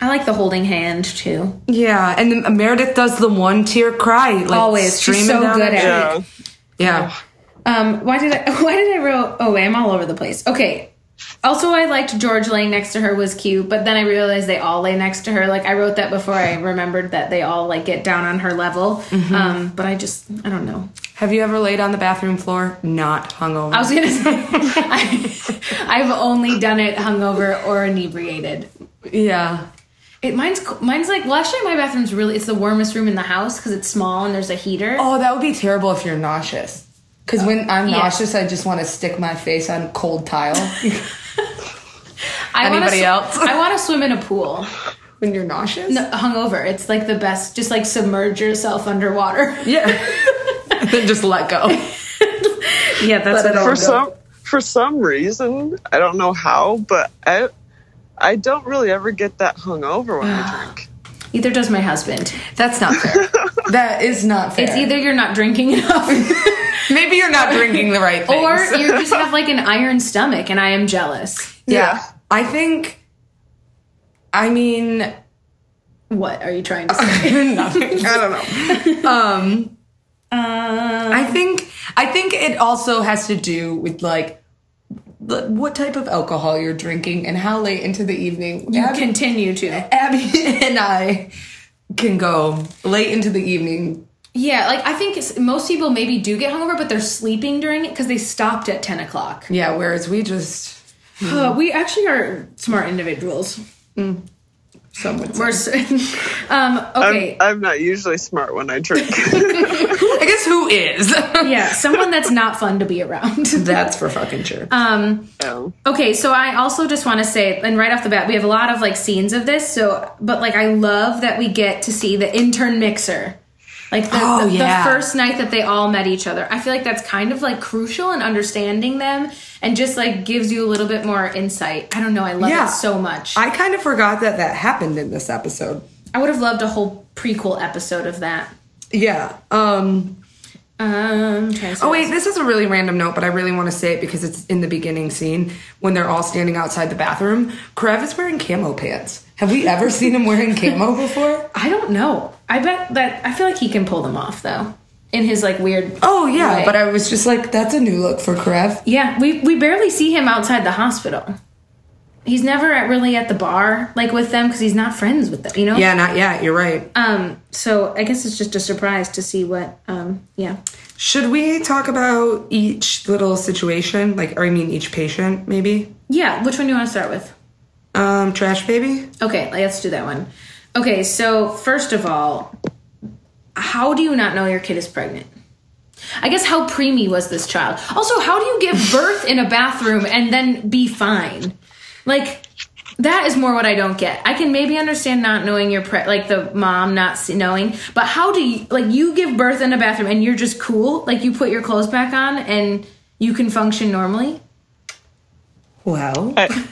Speaker 1: I like the holding hand too.
Speaker 2: Yeah, and then Meredith does the one tear cry. Like,
Speaker 1: Always. She's
Speaker 2: streaming
Speaker 1: so
Speaker 2: down
Speaker 1: good
Speaker 2: her
Speaker 1: at it.
Speaker 2: cheek.
Speaker 3: Yeah.
Speaker 2: Yeah.
Speaker 1: Um, why did I? Why did I wrote? Oh, I'm all over the place. Okay. Also, I liked George laying next to her was cute, but then I realized they all lay next to her. Like I wrote that before I remembered that they all like get down on her level.
Speaker 2: Mm-hmm.
Speaker 1: Um, but I just I don't know.
Speaker 2: Have you ever laid on the bathroom floor not hungover?
Speaker 1: I was gonna say I, I've only done it hungover or inebriated.
Speaker 2: yeah.
Speaker 1: It mine's co- mine's like well actually my bathroom's really it's the warmest room in the house because it's small and there's a heater.
Speaker 2: Oh, that would be terrible if you're nauseous. Because when I'm
Speaker 1: Yeah.
Speaker 2: nauseous, I just want to stick my face on cold tile.
Speaker 1: I wanna
Speaker 2: anybody
Speaker 1: sw-
Speaker 2: else?
Speaker 1: I want to swim in a pool.
Speaker 2: when you're nauseous?
Speaker 1: hungover. It's like the best. Just like submerge yourself underwater.
Speaker 2: Yeah. and then just let go.
Speaker 1: Yeah, that's
Speaker 2: what I-
Speaker 3: for
Speaker 2: Oh, no.
Speaker 3: some for some reason i don't know how but i i don't really ever get that hungover when i drink
Speaker 1: either does my husband.
Speaker 2: That's not fair. that is not fair.
Speaker 1: It's either you're not drinking enough,
Speaker 2: Maybe you're not drinking the right things.
Speaker 1: or you just have like an iron stomach, and I am jealous.
Speaker 2: yeah.
Speaker 3: Yeah.
Speaker 2: I think. I mean,
Speaker 1: What are you trying to say?
Speaker 2: nothing. I don't know. Um, I think I think it also has to do with like the, what type of alcohol you're drinking and how late into the evening.
Speaker 1: You
Speaker 2: Abby,
Speaker 1: continue to.
Speaker 2: Abby and I can go late into the evening.
Speaker 1: Yeah, like I think it's, most people maybe do get hungover, but they're sleeping during it because they stopped at ten o'clock.
Speaker 2: Yeah, whereas we just
Speaker 1: Uh, we actually are smart individuals.
Speaker 2: some would say.
Speaker 1: Mm. We're s- um, okay.
Speaker 3: I'm, I'm not usually smart when i drink
Speaker 2: I guess who is?
Speaker 1: yeah, someone that's not fun to be around.
Speaker 2: That's for fucking sure.
Speaker 3: Um,
Speaker 1: Okay, so I also just want to say, and right off the bat, we have a lot of like scenes of this. So, but like, I love that we get to see the intern mixer, like the,
Speaker 2: Oh,
Speaker 1: the- the
Speaker 2: yeah.
Speaker 1: first night that they all met each other. I feel like that's kind of like crucial in understanding them, and just like gives you a little bit more insight. I don't know, I love
Speaker 2: Yeah.
Speaker 1: it so much. I,
Speaker 2: I kind of forgot that that happened in this episode.
Speaker 1: would have loved a whole prequel episode of that.
Speaker 2: Yeah. Um,
Speaker 1: Um,
Speaker 2: oh wait, this is a really random note, but I really want to say it because it's in the beginning scene when they're all standing outside the bathroom. Karev is wearing camo pants. Have we ever seen him wearing camo before?
Speaker 1: I don't know. I bet that I feel like he can pull them off though, in his like weird.
Speaker 2: Oh yeah,
Speaker 1: way.
Speaker 2: but I was just like, that's a new look for Karev.
Speaker 1: Yeah, we, we barely see him outside the hospital. He's never at, really at the bar like with them because he's not friends with them, you know.
Speaker 2: Yeah, not yet. You're right.
Speaker 1: Um. So I guess it's just a surprise to see what. Um. Yeah.
Speaker 2: Should we talk about each little situation? Like, or I mean, each patient, maybe.
Speaker 1: Yeah. Which one do you want to start with?
Speaker 2: Um, trash baby.
Speaker 1: Okay, let's do that one. Okay. So first of all, how do you not know your kid is pregnant? I guess how preemie was this child? Also, how do you give birth in a bathroom and then be fine? Like that is more what I don't get. I can maybe understand not knowing your pre- like the mom not s- knowing, but how do you like you give birth in a bathroom and you're just cool? Like you put your clothes back on and you can function normally?
Speaker 2: Well,
Speaker 3: I,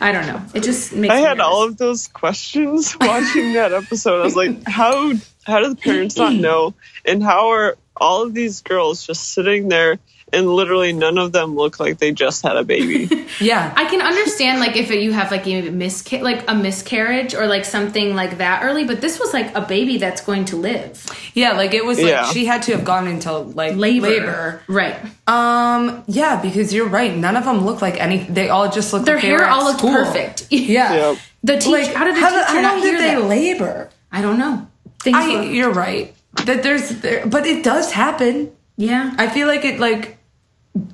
Speaker 1: I don't know. It just makes
Speaker 3: I
Speaker 1: me
Speaker 3: had
Speaker 1: nervous.
Speaker 3: all of those questions watching that episode. I was like, how how do the parents not know? And how are all of these girls just sitting there and literally none of them look like they just had a baby?
Speaker 2: yeah.
Speaker 1: I can understand like if you have like a misca- like a miscarriage or like something like that early, but this was like a baby that's going to live
Speaker 2: Yeah, like it was like
Speaker 3: Yeah.
Speaker 2: she had to have gone into like
Speaker 1: labor.
Speaker 2: labor.
Speaker 1: Right.
Speaker 2: Um, yeah, because you're right. None of them look like any. They all just look.
Speaker 1: Their
Speaker 2: like they
Speaker 1: hair
Speaker 2: were at
Speaker 1: all looked
Speaker 2: school.
Speaker 1: perfect.
Speaker 2: Yeah.
Speaker 3: Yep.
Speaker 1: The teacher.
Speaker 2: Like
Speaker 1: how did the teacher
Speaker 2: how
Speaker 1: not
Speaker 2: long
Speaker 1: hear
Speaker 2: did they
Speaker 1: that?
Speaker 2: labor?
Speaker 1: I don't know. Things
Speaker 2: I.
Speaker 1: were-
Speaker 2: You're right. That there's there, but it does happen.
Speaker 1: yeah.
Speaker 2: I feel like it like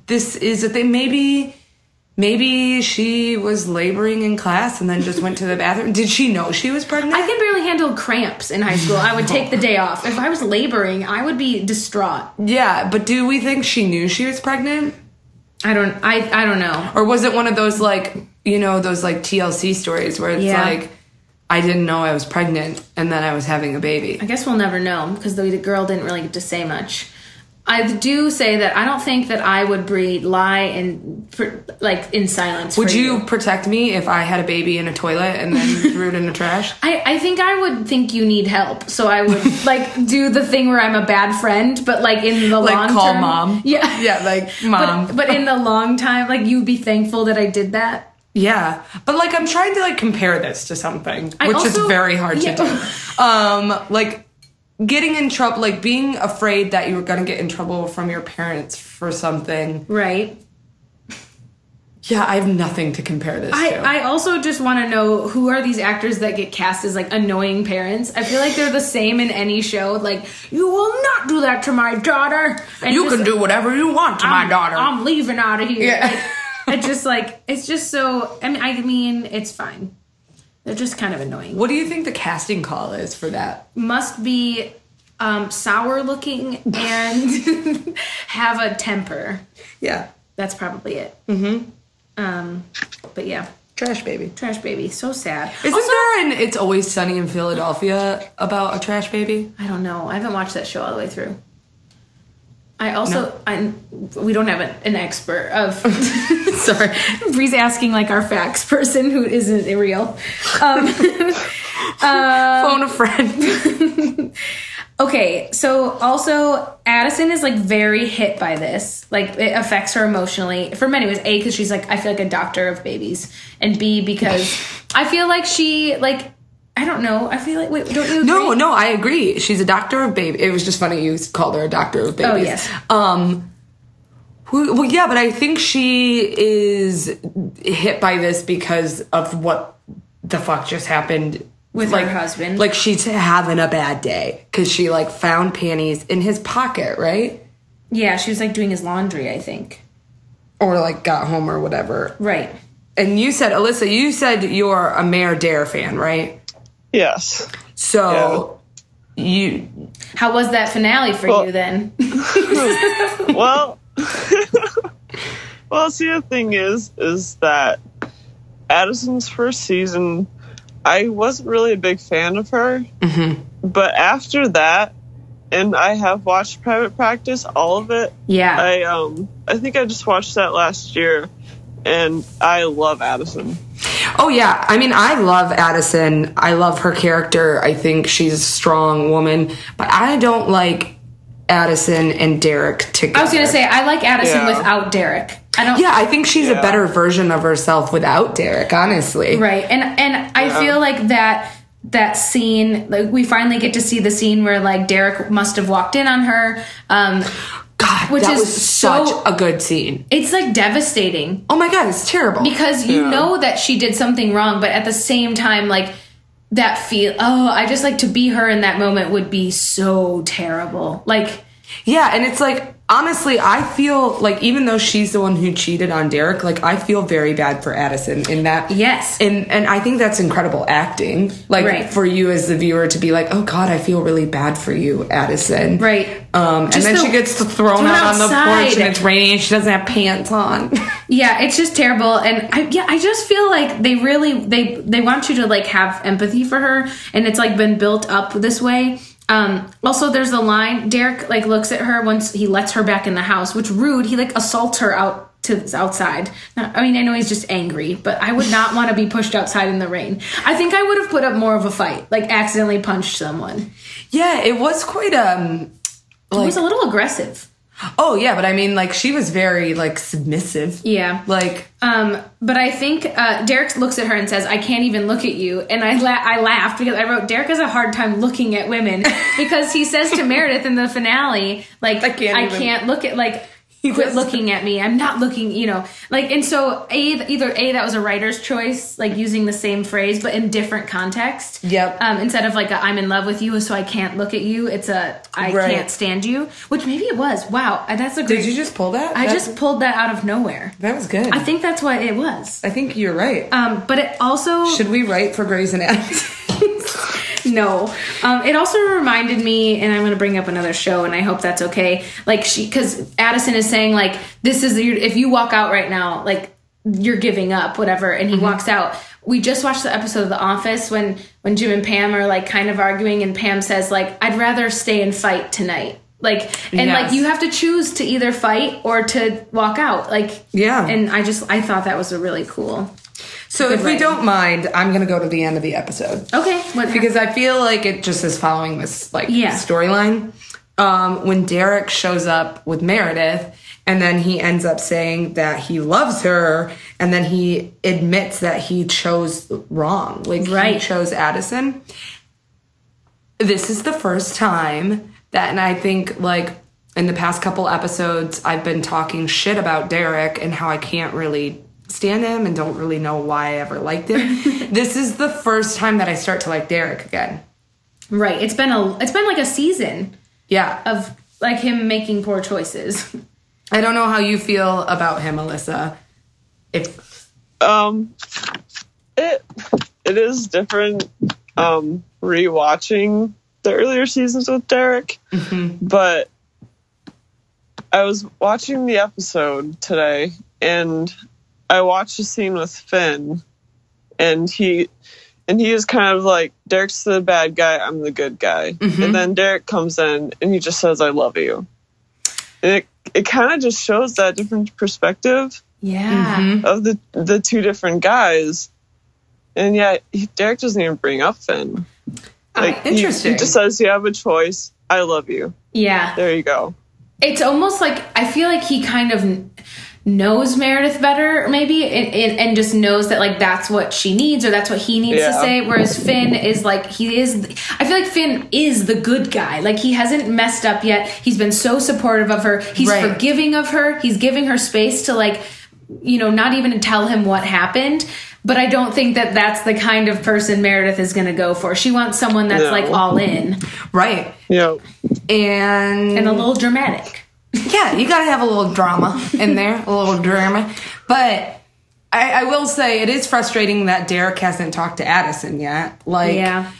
Speaker 2: this is a thing. Maybe maybe she was laboring in class and then just went to the bathroom. Did she know she was pregnant?
Speaker 1: I can barely handle cramps in high school. I would take the day off. If I was laboring, I would be distraught.
Speaker 2: yeah, but do we think she knew she was pregnant?
Speaker 1: I don't. I. I don't know.
Speaker 2: Or was it one of those like you know, those like TLC stories where it's
Speaker 1: Yeah.
Speaker 2: like I didn't know I was pregnant and then I was having a baby.
Speaker 1: I guess we'll never know because the girl didn't really get to say much. I do say that I don't think that I would breed lie and pr- like in silence.
Speaker 2: Would
Speaker 1: for
Speaker 2: you protect me if I had a baby in a toilet and then threw it in the trash?
Speaker 1: I, I think I would think you need help, so I would like do the thing where I'm a bad friend, but like in the
Speaker 2: Like
Speaker 1: long
Speaker 2: call
Speaker 1: term-
Speaker 2: mom.
Speaker 1: Yeah,
Speaker 2: Yeah, like mom.
Speaker 1: But, but in the long time, like you'd be thankful that I did that.
Speaker 2: Yeah, but like I'm trying to like compare this to something,
Speaker 1: I
Speaker 2: which is
Speaker 1: also-
Speaker 2: very hard
Speaker 1: Yeah.
Speaker 2: to do. Um, like getting in trouble, like being afraid that you were gonna get in trouble from your parents for something.
Speaker 1: Right.
Speaker 2: Yeah, I have nothing to compare this to.
Speaker 1: I, I also just want to know who are these actors that get cast as like annoying parents? I feel like they're the same in any show. Like, you will not do that to my daughter. And
Speaker 2: you
Speaker 1: just,
Speaker 2: can do whatever you want to
Speaker 1: I'm,
Speaker 2: my daughter.
Speaker 1: I'm leaving out of here.
Speaker 2: Yeah.
Speaker 1: Like, it's just like it's just so. I mean, I mean, it's fine. They're just kind of annoying.
Speaker 2: what do you think the casting call is for that?
Speaker 1: Must be um, sour looking and have a temper.
Speaker 2: Yeah,
Speaker 1: That's probably it. Mm-hmm. Um, but yeah,
Speaker 2: trash baby.
Speaker 1: trash baby, so sad.
Speaker 2: Isn't there an "It's Always Sunny in Philadelphia" about a trash baby?
Speaker 1: I don't know. I haven't watched that show all the way through. I also, I, we don't have an, an expert of. sorry, Bree's asking like our facts person who isn't real. Um,
Speaker 2: Phone a friend.
Speaker 1: okay, so also Addison is like very hit by this. Like it affects her emotionally for many ways. A because she's like I feel like a doctor of babies, and B because I feel like she like I don't know. I feel like wait, don't you? Agree?
Speaker 2: No, no, I agree. She's a doctor of baby. It was just funny you called her a doctor of babies.
Speaker 1: yes.
Speaker 2: Um. who- Well, yeah, but I think she is hit by this because of what the fuck just happened
Speaker 1: With her
Speaker 2: like,
Speaker 1: husband.
Speaker 2: Like she's having a bad day because she like found panties in his pocket, right?
Speaker 1: Yeah, she was like doing his laundry. I think.
Speaker 2: Or like got home or whatever.
Speaker 1: Right.
Speaker 2: And you said, Alyssa, you said you're a Mayor Dare fan, right?
Speaker 3: yes.
Speaker 2: So you
Speaker 1: How was that finale for
Speaker 3: Well-
Speaker 1: you then?
Speaker 3: well, well, see, the thing is, is that Addison's first season, I wasn't really a big fan of her. But after that, and I have watched Private Practice, all of it.
Speaker 1: Yeah.
Speaker 3: I um, I think I just watched that last year, and I love Addison.
Speaker 2: Oh yeah, I mean I love Addison. I love her character. I think she's a strong woman, but I don't like Addison and Derek together.
Speaker 1: I was gonna say I like Addison
Speaker 3: Yeah.
Speaker 1: without Derek. I don't.
Speaker 2: yeah, I think she's a
Speaker 3: Yeah.
Speaker 2: better version of herself without Derek, honestly.
Speaker 1: Right. And and I feel like that that scene like we finally get to see the scene where like Derek must have walked in on her. Um,
Speaker 2: God,
Speaker 1: Which
Speaker 2: that
Speaker 1: is
Speaker 2: was
Speaker 1: so-
Speaker 2: such a good scene.
Speaker 1: it's like devastating
Speaker 2: Oh my god, it's terrible.
Speaker 1: because you know that she did something wrong, but at the same time like that feel. Oh, I just like to be her in that moment would be so terrible. Like
Speaker 2: Yeah, and it's like honestly, I feel like even though she's the one who cheated on Derek, like I feel very bad for Addison in that.
Speaker 1: Yes.
Speaker 2: and and I think that's incredible acting, like
Speaker 1: Right.
Speaker 2: for you as the viewer to be like, oh God, I feel really bad for you, Addison.
Speaker 1: Right.
Speaker 2: Um, and
Speaker 1: Just
Speaker 2: then
Speaker 1: the-
Speaker 2: she gets thrown,
Speaker 1: thrown
Speaker 2: out on the porch
Speaker 1: outside.
Speaker 2: and it's raining and she doesn't have pants on.
Speaker 1: Yeah, it's just terrible, and I, yeah, I just feel like they really they they want you to like have empathy for her, and it's like been built up this way. Um, also, there's the line Derek like looks at her once he lets her back in the house, which rude. He like assaults her out to outside. Now, I mean, I know he's just angry, but I would not want to be pushed outside in the rain. I think I would have put up more of a fight, like accidentally punched someone.
Speaker 2: yeah, it was quite um.
Speaker 1: It was a little aggressive.
Speaker 2: Oh yeah, but I mean, like she was very like submissive.
Speaker 1: Yeah.
Speaker 2: Like
Speaker 1: Um, but I think uh, Derek looks at her and says, "I can't even look at you." And I la- I laughed because I wrote Derek has a hard time looking at women because he says to Meredith in the finale, like I
Speaker 2: can't
Speaker 1: can't,
Speaker 2: even-
Speaker 1: look at like quit
Speaker 2: does.
Speaker 1: looking at me. I'm not looking, you know, like and so a either a that was a writer's choice, like using the same phrase but in different context.
Speaker 2: Yep.
Speaker 1: Um, instead of like i I'm in love with you, so I can't look at you. It's a I
Speaker 2: Right.
Speaker 1: can't stand you, which maybe it was. Wow, that's a great.
Speaker 2: Did you just pull that?
Speaker 1: I
Speaker 2: That-
Speaker 1: just pulled that out of nowhere.
Speaker 2: that was good. I
Speaker 1: I
Speaker 2: think,
Speaker 1: think that's what it was.
Speaker 2: you're right.
Speaker 1: Um, but it also
Speaker 2: Should we write for Grey's Anatomy?
Speaker 1: no. Um, it also reminded me, and I'm going to bring up another show, and I hope that's okay. Like she, because Addison is saying like this is your- if you walk out right now, like you're giving up, whatever, and he
Speaker 2: Mm-hmm.
Speaker 1: walks out. We just watched the episode of The Office when when Jim and Pam are like kind of arguing, and Pam says like I'd rather stay and fight tonight. Like and
Speaker 2: Yes.
Speaker 1: like you have to choose to either fight or to walk out. Like
Speaker 2: Yeah.
Speaker 1: And I just I thought that was a really cool.
Speaker 2: so if we
Speaker 1: writing.
Speaker 2: don't mind, I'm gonna go to the end of the episode.
Speaker 1: Okay, what,
Speaker 2: because I feel like it just is following this like
Speaker 1: Yeah.
Speaker 2: storyline. Um, when Derek shows up with Meredith, and then he ends up saying that he loves her, and then he admits that he chose wrong, like he
Speaker 1: Right.
Speaker 2: chose Addison. This is the first time that, and I think like in the past couple episodes, I've been talking shit about Derek and how I can't really stand him and don't really know why I ever liked him. this is the first time that I start to like Derek again.
Speaker 1: Right. It's been a it's been like a season
Speaker 2: Yeah.
Speaker 1: of like him making poor choices.
Speaker 2: I don't know how you feel about him, Alyssa. If
Speaker 3: Um, it it is different. Um, rewatching the earlier seasons with Derek, but I was watching the episode today, and I watched a scene with Finn, and he and he is kind of like Derek's the bad guy, I'm the good guy, and then Derek comes in and he just says, "I love you," and it it kind of just shows that different perspective
Speaker 1: Yeah.
Speaker 3: of the the two different guys, and yet he- Derek doesn't even bring up Finn.
Speaker 1: Ah,
Speaker 3: Like he-
Speaker 2: interesting.
Speaker 3: he, just uh, says you have a choice. I love you.
Speaker 1: Yeah.
Speaker 3: There you go.
Speaker 1: It's almost like I feel like he kind of kn- knows Meredith better maybe and, and, and just knows that like that's what she needs or that's what he needs to
Speaker 3: Yeah.
Speaker 1: say whereas Finn is like he is I feel like Finn is the good guy like he hasn't messed up yet he's been so supportive of her he's
Speaker 2: Right.
Speaker 1: forgiving of her he's giving her space to like you know not even tell him what happened but I don't think that that's the kind of person Meredith is going to go for she wants someone that's
Speaker 3: No.
Speaker 1: like all in
Speaker 2: right.
Speaker 3: You know,
Speaker 2: And,
Speaker 1: and a little dramatic
Speaker 2: yeah, you gotta have a little drama in there, a little drama. But I, I will say it is frustrating that Derek hasn't talked to Addison yet. Like
Speaker 1: yeah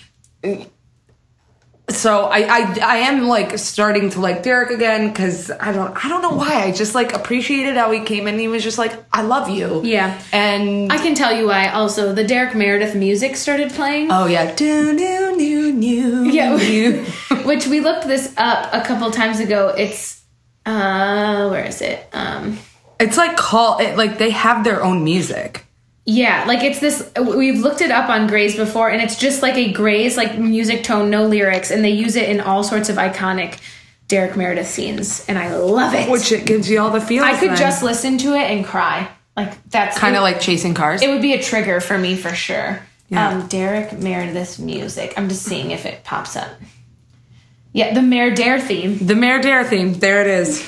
Speaker 2: so I, I I am like starting to like Derek again because I don't I don't know why. I just like appreciated how he came in he was just like, I love you.
Speaker 1: Yeah.
Speaker 2: And
Speaker 1: I can tell you why. Also, the Derek Meredith music started playing.
Speaker 2: Oh yeah. Do do do do
Speaker 1: Yeah.
Speaker 2: do.
Speaker 1: Which we looked this up a couple times ago. It's uh where is it? Um
Speaker 2: It's like call it like they have their own music.
Speaker 1: yeah, like it's this we've looked it up on Grays before and it's just like a Grays like music tone, no lyrics and they use it in all sorts of iconic Derek Meredith scenes and I love it.
Speaker 2: Which it gives you all the feels.
Speaker 1: I could
Speaker 2: then.
Speaker 1: just listen to it and cry. Like that's
Speaker 2: kind of like chasing cars.
Speaker 1: it would be a trigger for me for sure.
Speaker 2: Yeah.
Speaker 1: Um, Derek Meredith's music. I'm just seeing if it pops up. Yeah, the Mayor Dare theme.
Speaker 2: the Mayor Dare theme. There it is.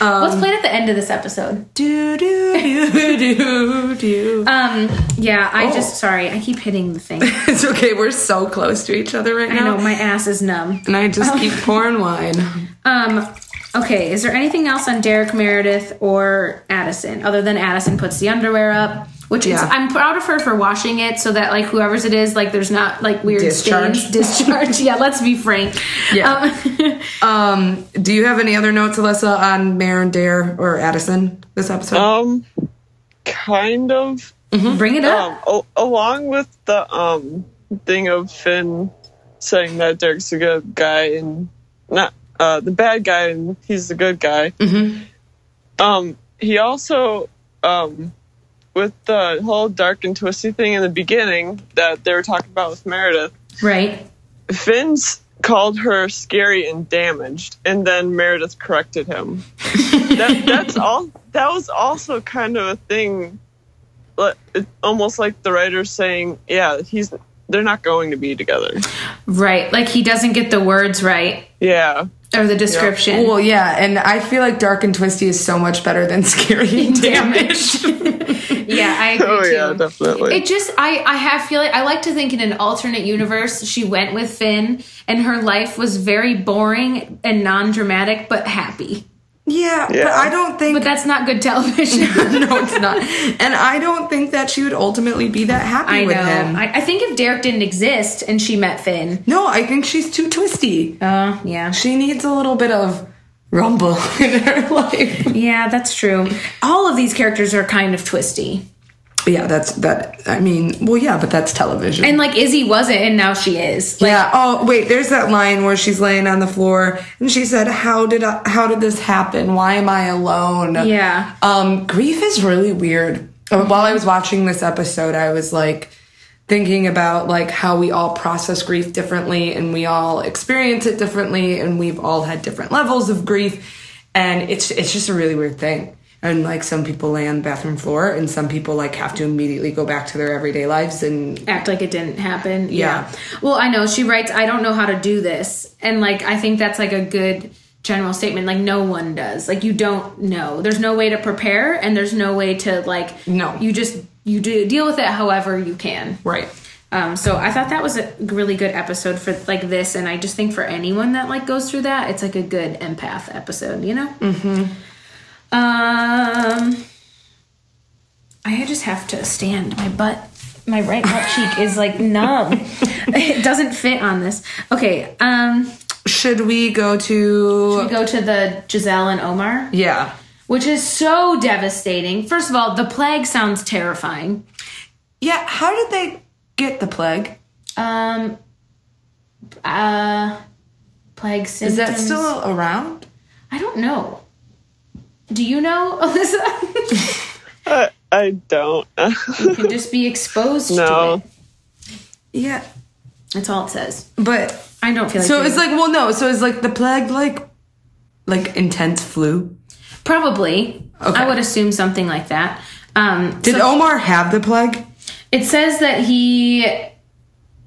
Speaker 1: Let's play it at the end of this episode.
Speaker 2: do do do do do.
Speaker 1: Um, yeah, I
Speaker 2: Oh.
Speaker 1: just sorry, I keep hitting the thing.
Speaker 2: It's okay. We're so close to each other right
Speaker 1: I
Speaker 2: now.
Speaker 1: know my ass is numb.
Speaker 2: And I just keep pouring wine.
Speaker 1: Um,
Speaker 4: Okay, is there anything else on Derek Meredith or Addison other than Addison puts the underwear up? Which is,
Speaker 2: Yeah.
Speaker 4: I'm proud of her for washing it so that like whoever's it is, like there's not like weird
Speaker 2: Discharge.
Speaker 4: stains. Discharge. yeah, let's be frank.
Speaker 2: Yeah.
Speaker 4: Um,
Speaker 2: Um, do you have any other notes, Alyssa, on Mare and Dare or Addison this episode?
Speaker 3: Um, kind of.
Speaker 4: bring it up.
Speaker 3: Um, o- along with the um thing of Finn saying that Derek's a good guy and not uh the bad guy and he's the good guy. Um, he also um with the whole dark and twisty thing in the beginning that they were talking about with Meredith.
Speaker 1: Oh.
Speaker 4: Right.
Speaker 3: Finn's called her scary and damaged, and then Meredith corrected him. that, that's all. That was also kind of a thing, like- it's almost like the writer saying, "Yeah, he's they're not going to be together."
Speaker 4: Right. Like he doesn't get the words right
Speaker 3: Yeah,
Speaker 4: or the description.
Speaker 1: Oh,
Speaker 2: well, yeah, and I feel like Dark and Twisty is so much better than Scary and Damaged.
Speaker 1: Yeah, I agree
Speaker 3: oh
Speaker 1: too.
Speaker 3: yeah, definitely.
Speaker 1: It just I I have feel like I like to think in an alternate universe she went with Finn and her life was very boring and non-dramatic but happy.
Speaker 2: yeah, but
Speaker 3: Yeah.
Speaker 2: I don't think
Speaker 1: But that's not good television.
Speaker 2: no, it's not. And I don't think that she would ultimately be that happy
Speaker 1: I know.
Speaker 2: with him.
Speaker 1: I, I think if Derek didn't exist and she met Finn,
Speaker 2: no, I think she's too twisty.
Speaker 1: uh, yeah,
Speaker 2: She needs a little bit of rumble in her life.
Speaker 1: yeah, that's true. All of these characters are kind of twisty,
Speaker 2: Yeah, that's that. I mean, well, yeah, but that's television.
Speaker 1: and like Izzy wasn't, and now she is. Like,
Speaker 2: yeah. Oh, wait. There's that line where she's laying on the floor and she said, "How did I, how did this happen? Why am I alone?"
Speaker 1: Yeah.
Speaker 2: Um, grief is really weird. Uh, While I was watching this episode, I was like thinking about like how we all process grief differently and we all experience it differently and we've all had different levels of grief and it's it's just a really weird thing. And like some people lay on the bathroom floor and some people like have to immediately go back to their everyday lives and
Speaker 1: act like it didn't happen.
Speaker 2: Yeah.
Speaker 1: Well, I know she writes, I don't know how to do this. And like I think that's like a good general statement. Like no one does. Like you don't know. There's no way to prepare and there's no way to like
Speaker 2: No.
Speaker 1: You just you do deal with it however you can.
Speaker 2: right.
Speaker 1: Um so I thought that was a really good episode for like this and I just think for anyone that like goes through that, it's like a good empath episode, you know? Mm-hmm. Um I just have to stand. My butt, my right butt cheek is like numb. it doesn't fit on this. Okay, um,
Speaker 2: Should we go to?
Speaker 1: we go to the Giselle and Omar,
Speaker 2: yeah.
Speaker 1: which is so devastating. First of all, the plague sounds terrifying.
Speaker 2: Yeah. How did they get the plague?
Speaker 1: Um, uh, plague symptoms.
Speaker 2: Is that still around?
Speaker 1: I don't know. Do you know, Alyssa?
Speaker 3: I, I don't.
Speaker 1: you can just be exposed
Speaker 3: No.
Speaker 1: to it.
Speaker 2: Yeah.
Speaker 1: That's all it says.
Speaker 2: But
Speaker 1: I don't feel like
Speaker 2: so
Speaker 1: doing
Speaker 2: it's like well no so it's like the plague like like intense flu.
Speaker 1: Probably.
Speaker 2: Okay.
Speaker 1: I would assume something like that. Um,
Speaker 2: Did
Speaker 1: so
Speaker 2: Omar have the plague?
Speaker 1: it says that he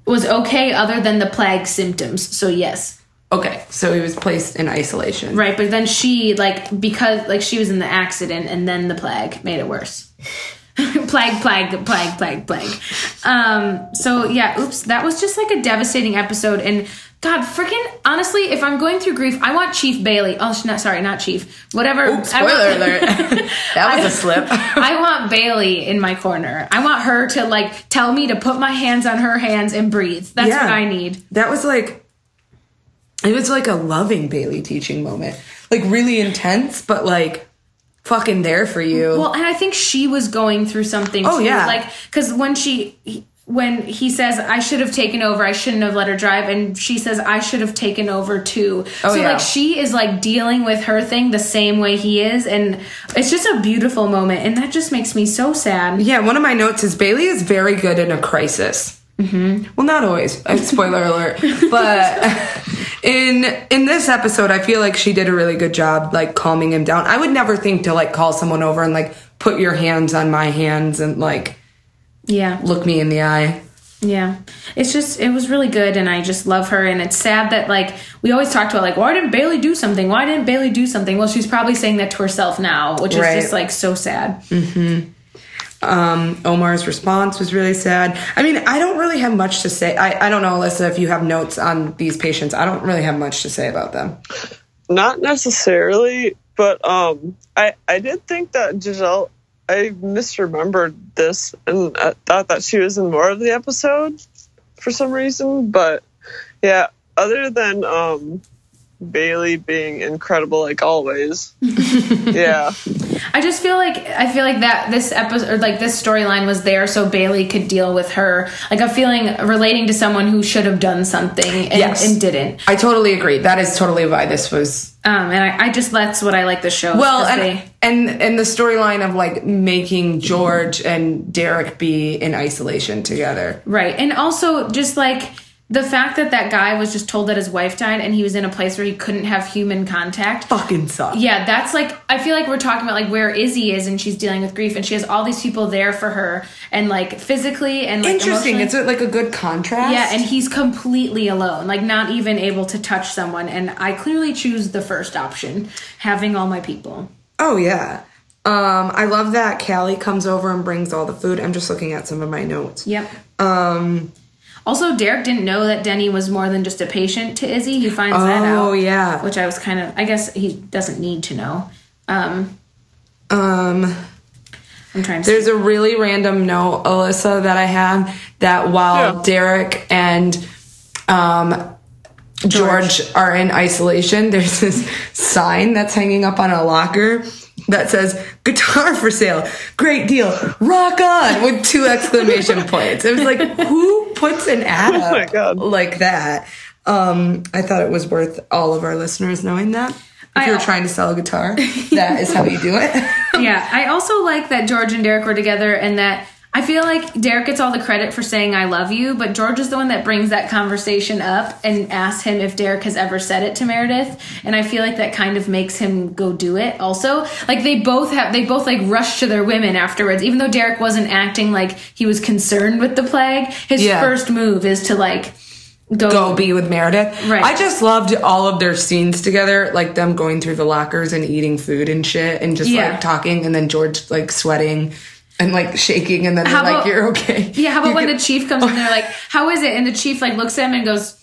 Speaker 1: was okay other than the plague symptoms. So yes.
Speaker 2: Okay, so he was placed in isolation.
Speaker 1: Right, but then she like because like she was in the accident and then the plague made it worse. plague, plague, plague, plague, plague. Um so yeah, oops, that was just like a devastating episode and God, freaking honestly, if I'm going through grief, I want Chief Bailey. Oh, sh- not sorry, not Chief. Whatever.
Speaker 2: Oops,
Speaker 1: I want-
Speaker 2: spoiler alert. that was a slip.
Speaker 1: I want Bailey in my corner. I want her to like tell me to put my hands on her hands and breathe. That's
Speaker 2: Yeah.
Speaker 1: what I need.
Speaker 2: That was like it was like a loving Bailey teaching moment. Like really intense, but like fucking there for you.
Speaker 1: Well, and I think she was going through something
Speaker 2: Oh,
Speaker 1: too.
Speaker 2: yeah.
Speaker 1: Like cuz when she he- when he says I should have taken over, I shouldn't have let her drive and she says I should have taken over too.
Speaker 2: Oh,
Speaker 1: so
Speaker 2: yeah.
Speaker 1: like she is like dealing with her thing the same way he is and it's just a beautiful moment and that just makes me so sad.
Speaker 2: Yeah, one of my notes is Bailey is very good in a crisis. Mm-hmm. Well, not always. Uh, Spoiler alert. But in in this episode, I feel like she did a really good job, like calming him down. I would never think to like call someone over and like put your hands on my hands and like
Speaker 1: Yeah.
Speaker 2: look me in the eye.
Speaker 1: Yeah. It's just it was really good and I just love her and it's sad that like we always talked about like why didn't Bailey do something? Why didn't Bailey do something? Well, she's probably saying that to herself now, which
Speaker 2: Right.
Speaker 1: is just like so sad.
Speaker 2: Um, Omar's response was really sad. I mean, I don't really have much to say. I, I don't know, Alyssa, if you have notes on these patients. I don't really have much to say about them.
Speaker 3: Not necessarily, but um, I I did think that Giselle. I misremembered this and I thought that she was in more of the episode for some reason. But yeah, other than um, Bailey being incredible like always, yeah,
Speaker 1: I just feel like I feel like that this episode or like this storyline was there so Bailey could deal with her like a feeling relating to someone who should have done something and,
Speaker 2: Yes.
Speaker 1: and didn't.
Speaker 2: I totally agree. That is totally why this was
Speaker 1: Um, and I, I just that's what I like the show.
Speaker 2: well,
Speaker 1: is
Speaker 2: and,
Speaker 1: they-
Speaker 2: and and the storyline of like making George and Derek be in isolation together.
Speaker 1: right, and also just like the fact that that guy was just told that his wife died and he was in a place where he couldn't have human contact.
Speaker 2: Fucking sucks.
Speaker 1: Yeah, that's like I feel like we're talking about like where Izzy is and she's dealing with grief and she has all these people there for her and like physically and like
Speaker 2: Interesting.
Speaker 1: emotionally.
Speaker 2: It's a, like a good contrast.
Speaker 1: yeah, and he's completely alone, like not even able to touch someone. And I clearly choose the first option, having all my people.
Speaker 2: oh yeah. Um, I love that Callie comes over and brings all the food. I'm just looking at some of my notes.
Speaker 1: Yep. Um. Also, Derek didn't know that Denny was more than just a patient to Izzy. He finds that out.
Speaker 2: Oh, yeah.
Speaker 1: Which I was kind of. I guess he doesn't need to know. Um.
Speaker 2: Um,
Speaker 1: I'm trying to.
Speaker 2: There's a really random note, Alyssa, that I have that while
Speaker 3: Yeah.
Speaker 2: Derek and um, George. are in isolation, there's this sign that's hanging up on a locker that says guitar for sale great deal rock on with two exclamation points it was like who puts an ad up
Speaker 3: Oh my God.
Speaker 2: like that um, i thought it was worth all of our listeners knowing that if
Speaker 1: I-
Speaker 2: you're trying to sell a guitar that is how you do it
Speaker 1: yeah, I also like that George and Derek were together and that I feel like Derek gets all the credit for saying I love you, but George is the one that brings that conversation up and asks him if Derek has ever said it to Meredith. And I feel like that kind of makes him go do it also. Like they both have they both like rush to their women afterwards. Even though Derek wasn't acting like he was concerned with the plague, his
Speaker 2: Yeah.
Speaker 1: first move is to like go,
Speaker 2: go be with Meredith.
Speaker 1: Right.
Speaker 2: I just loved all of their scenes together, like them going through the lockers and eating food and shit and just
Speaker 1: Yeah.
Speaker 2: like talking and then George like sweating and like shaking and then they're
Speaker 1: How
Speaker 2: like,
Speaker 1: about-
Speaker 2: You're okay.
Speaker 1: Yeah, how about
Speaker 2: You
Speaker 1: when
Speaker 2: can-
Speaker 1: the chief comes in they're like, How is it? And the chief like looks at him and goes,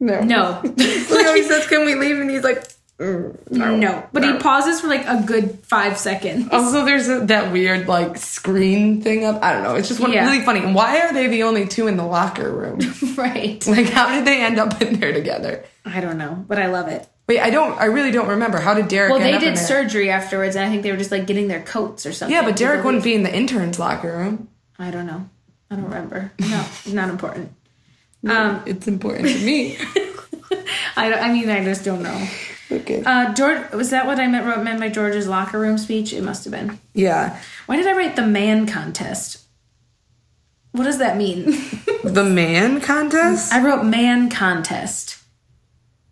Speaker 2: No.
Speaker 1: No.
Speaker 2: no, he says, Can we leave? And he's like, "Mm, no.
Speaker 1: No, but he pauses for like a good five seconds.
Speaker 2: Also, there's a, that weird like screen thing up. I don't know. It's just one,
Speaker 1: Yeah.
Speaker 2: really funny. And Why are they the only two in the locker room?
Speaker 1: Right.
Speaker 2: like, how did they end up in there together?
Speaker 1: I don't know, but I love it.
Speaker 2: Wait, I don't. I really don't remember. How did Derek?
Speaker 1: Well,
Speaker 2: end
Speaker 1: they
Speaker 2: up in
Speaker 1: did
Speaker 2: there?
Speaker 1: surgery afterwards, and I think they were just like getting their coats or something.
Speaker 2: Yeah, but
Speaker 1: to
Speaker 2: Derek
Speaker 1: relieve-
Speaker 2: wouldn't be in the interns' locker room.
Speaker 1: I don't know. I don't remember. No, it's not important. Um,
Speaker 2: It's important to me.
Speaker 1: I, don't- I mean, I just don't know.
Speaker 2: okay.
Speaker 1: Uh, George, was that what I meant, wrote- meant by George's locker room speech? It must have been.
Speaker 2: yeah.
Speaker 1: Why did I write the man contest? What does that mean?
Speaker 2: The man contest?
Speaker 1: I wrote man contest.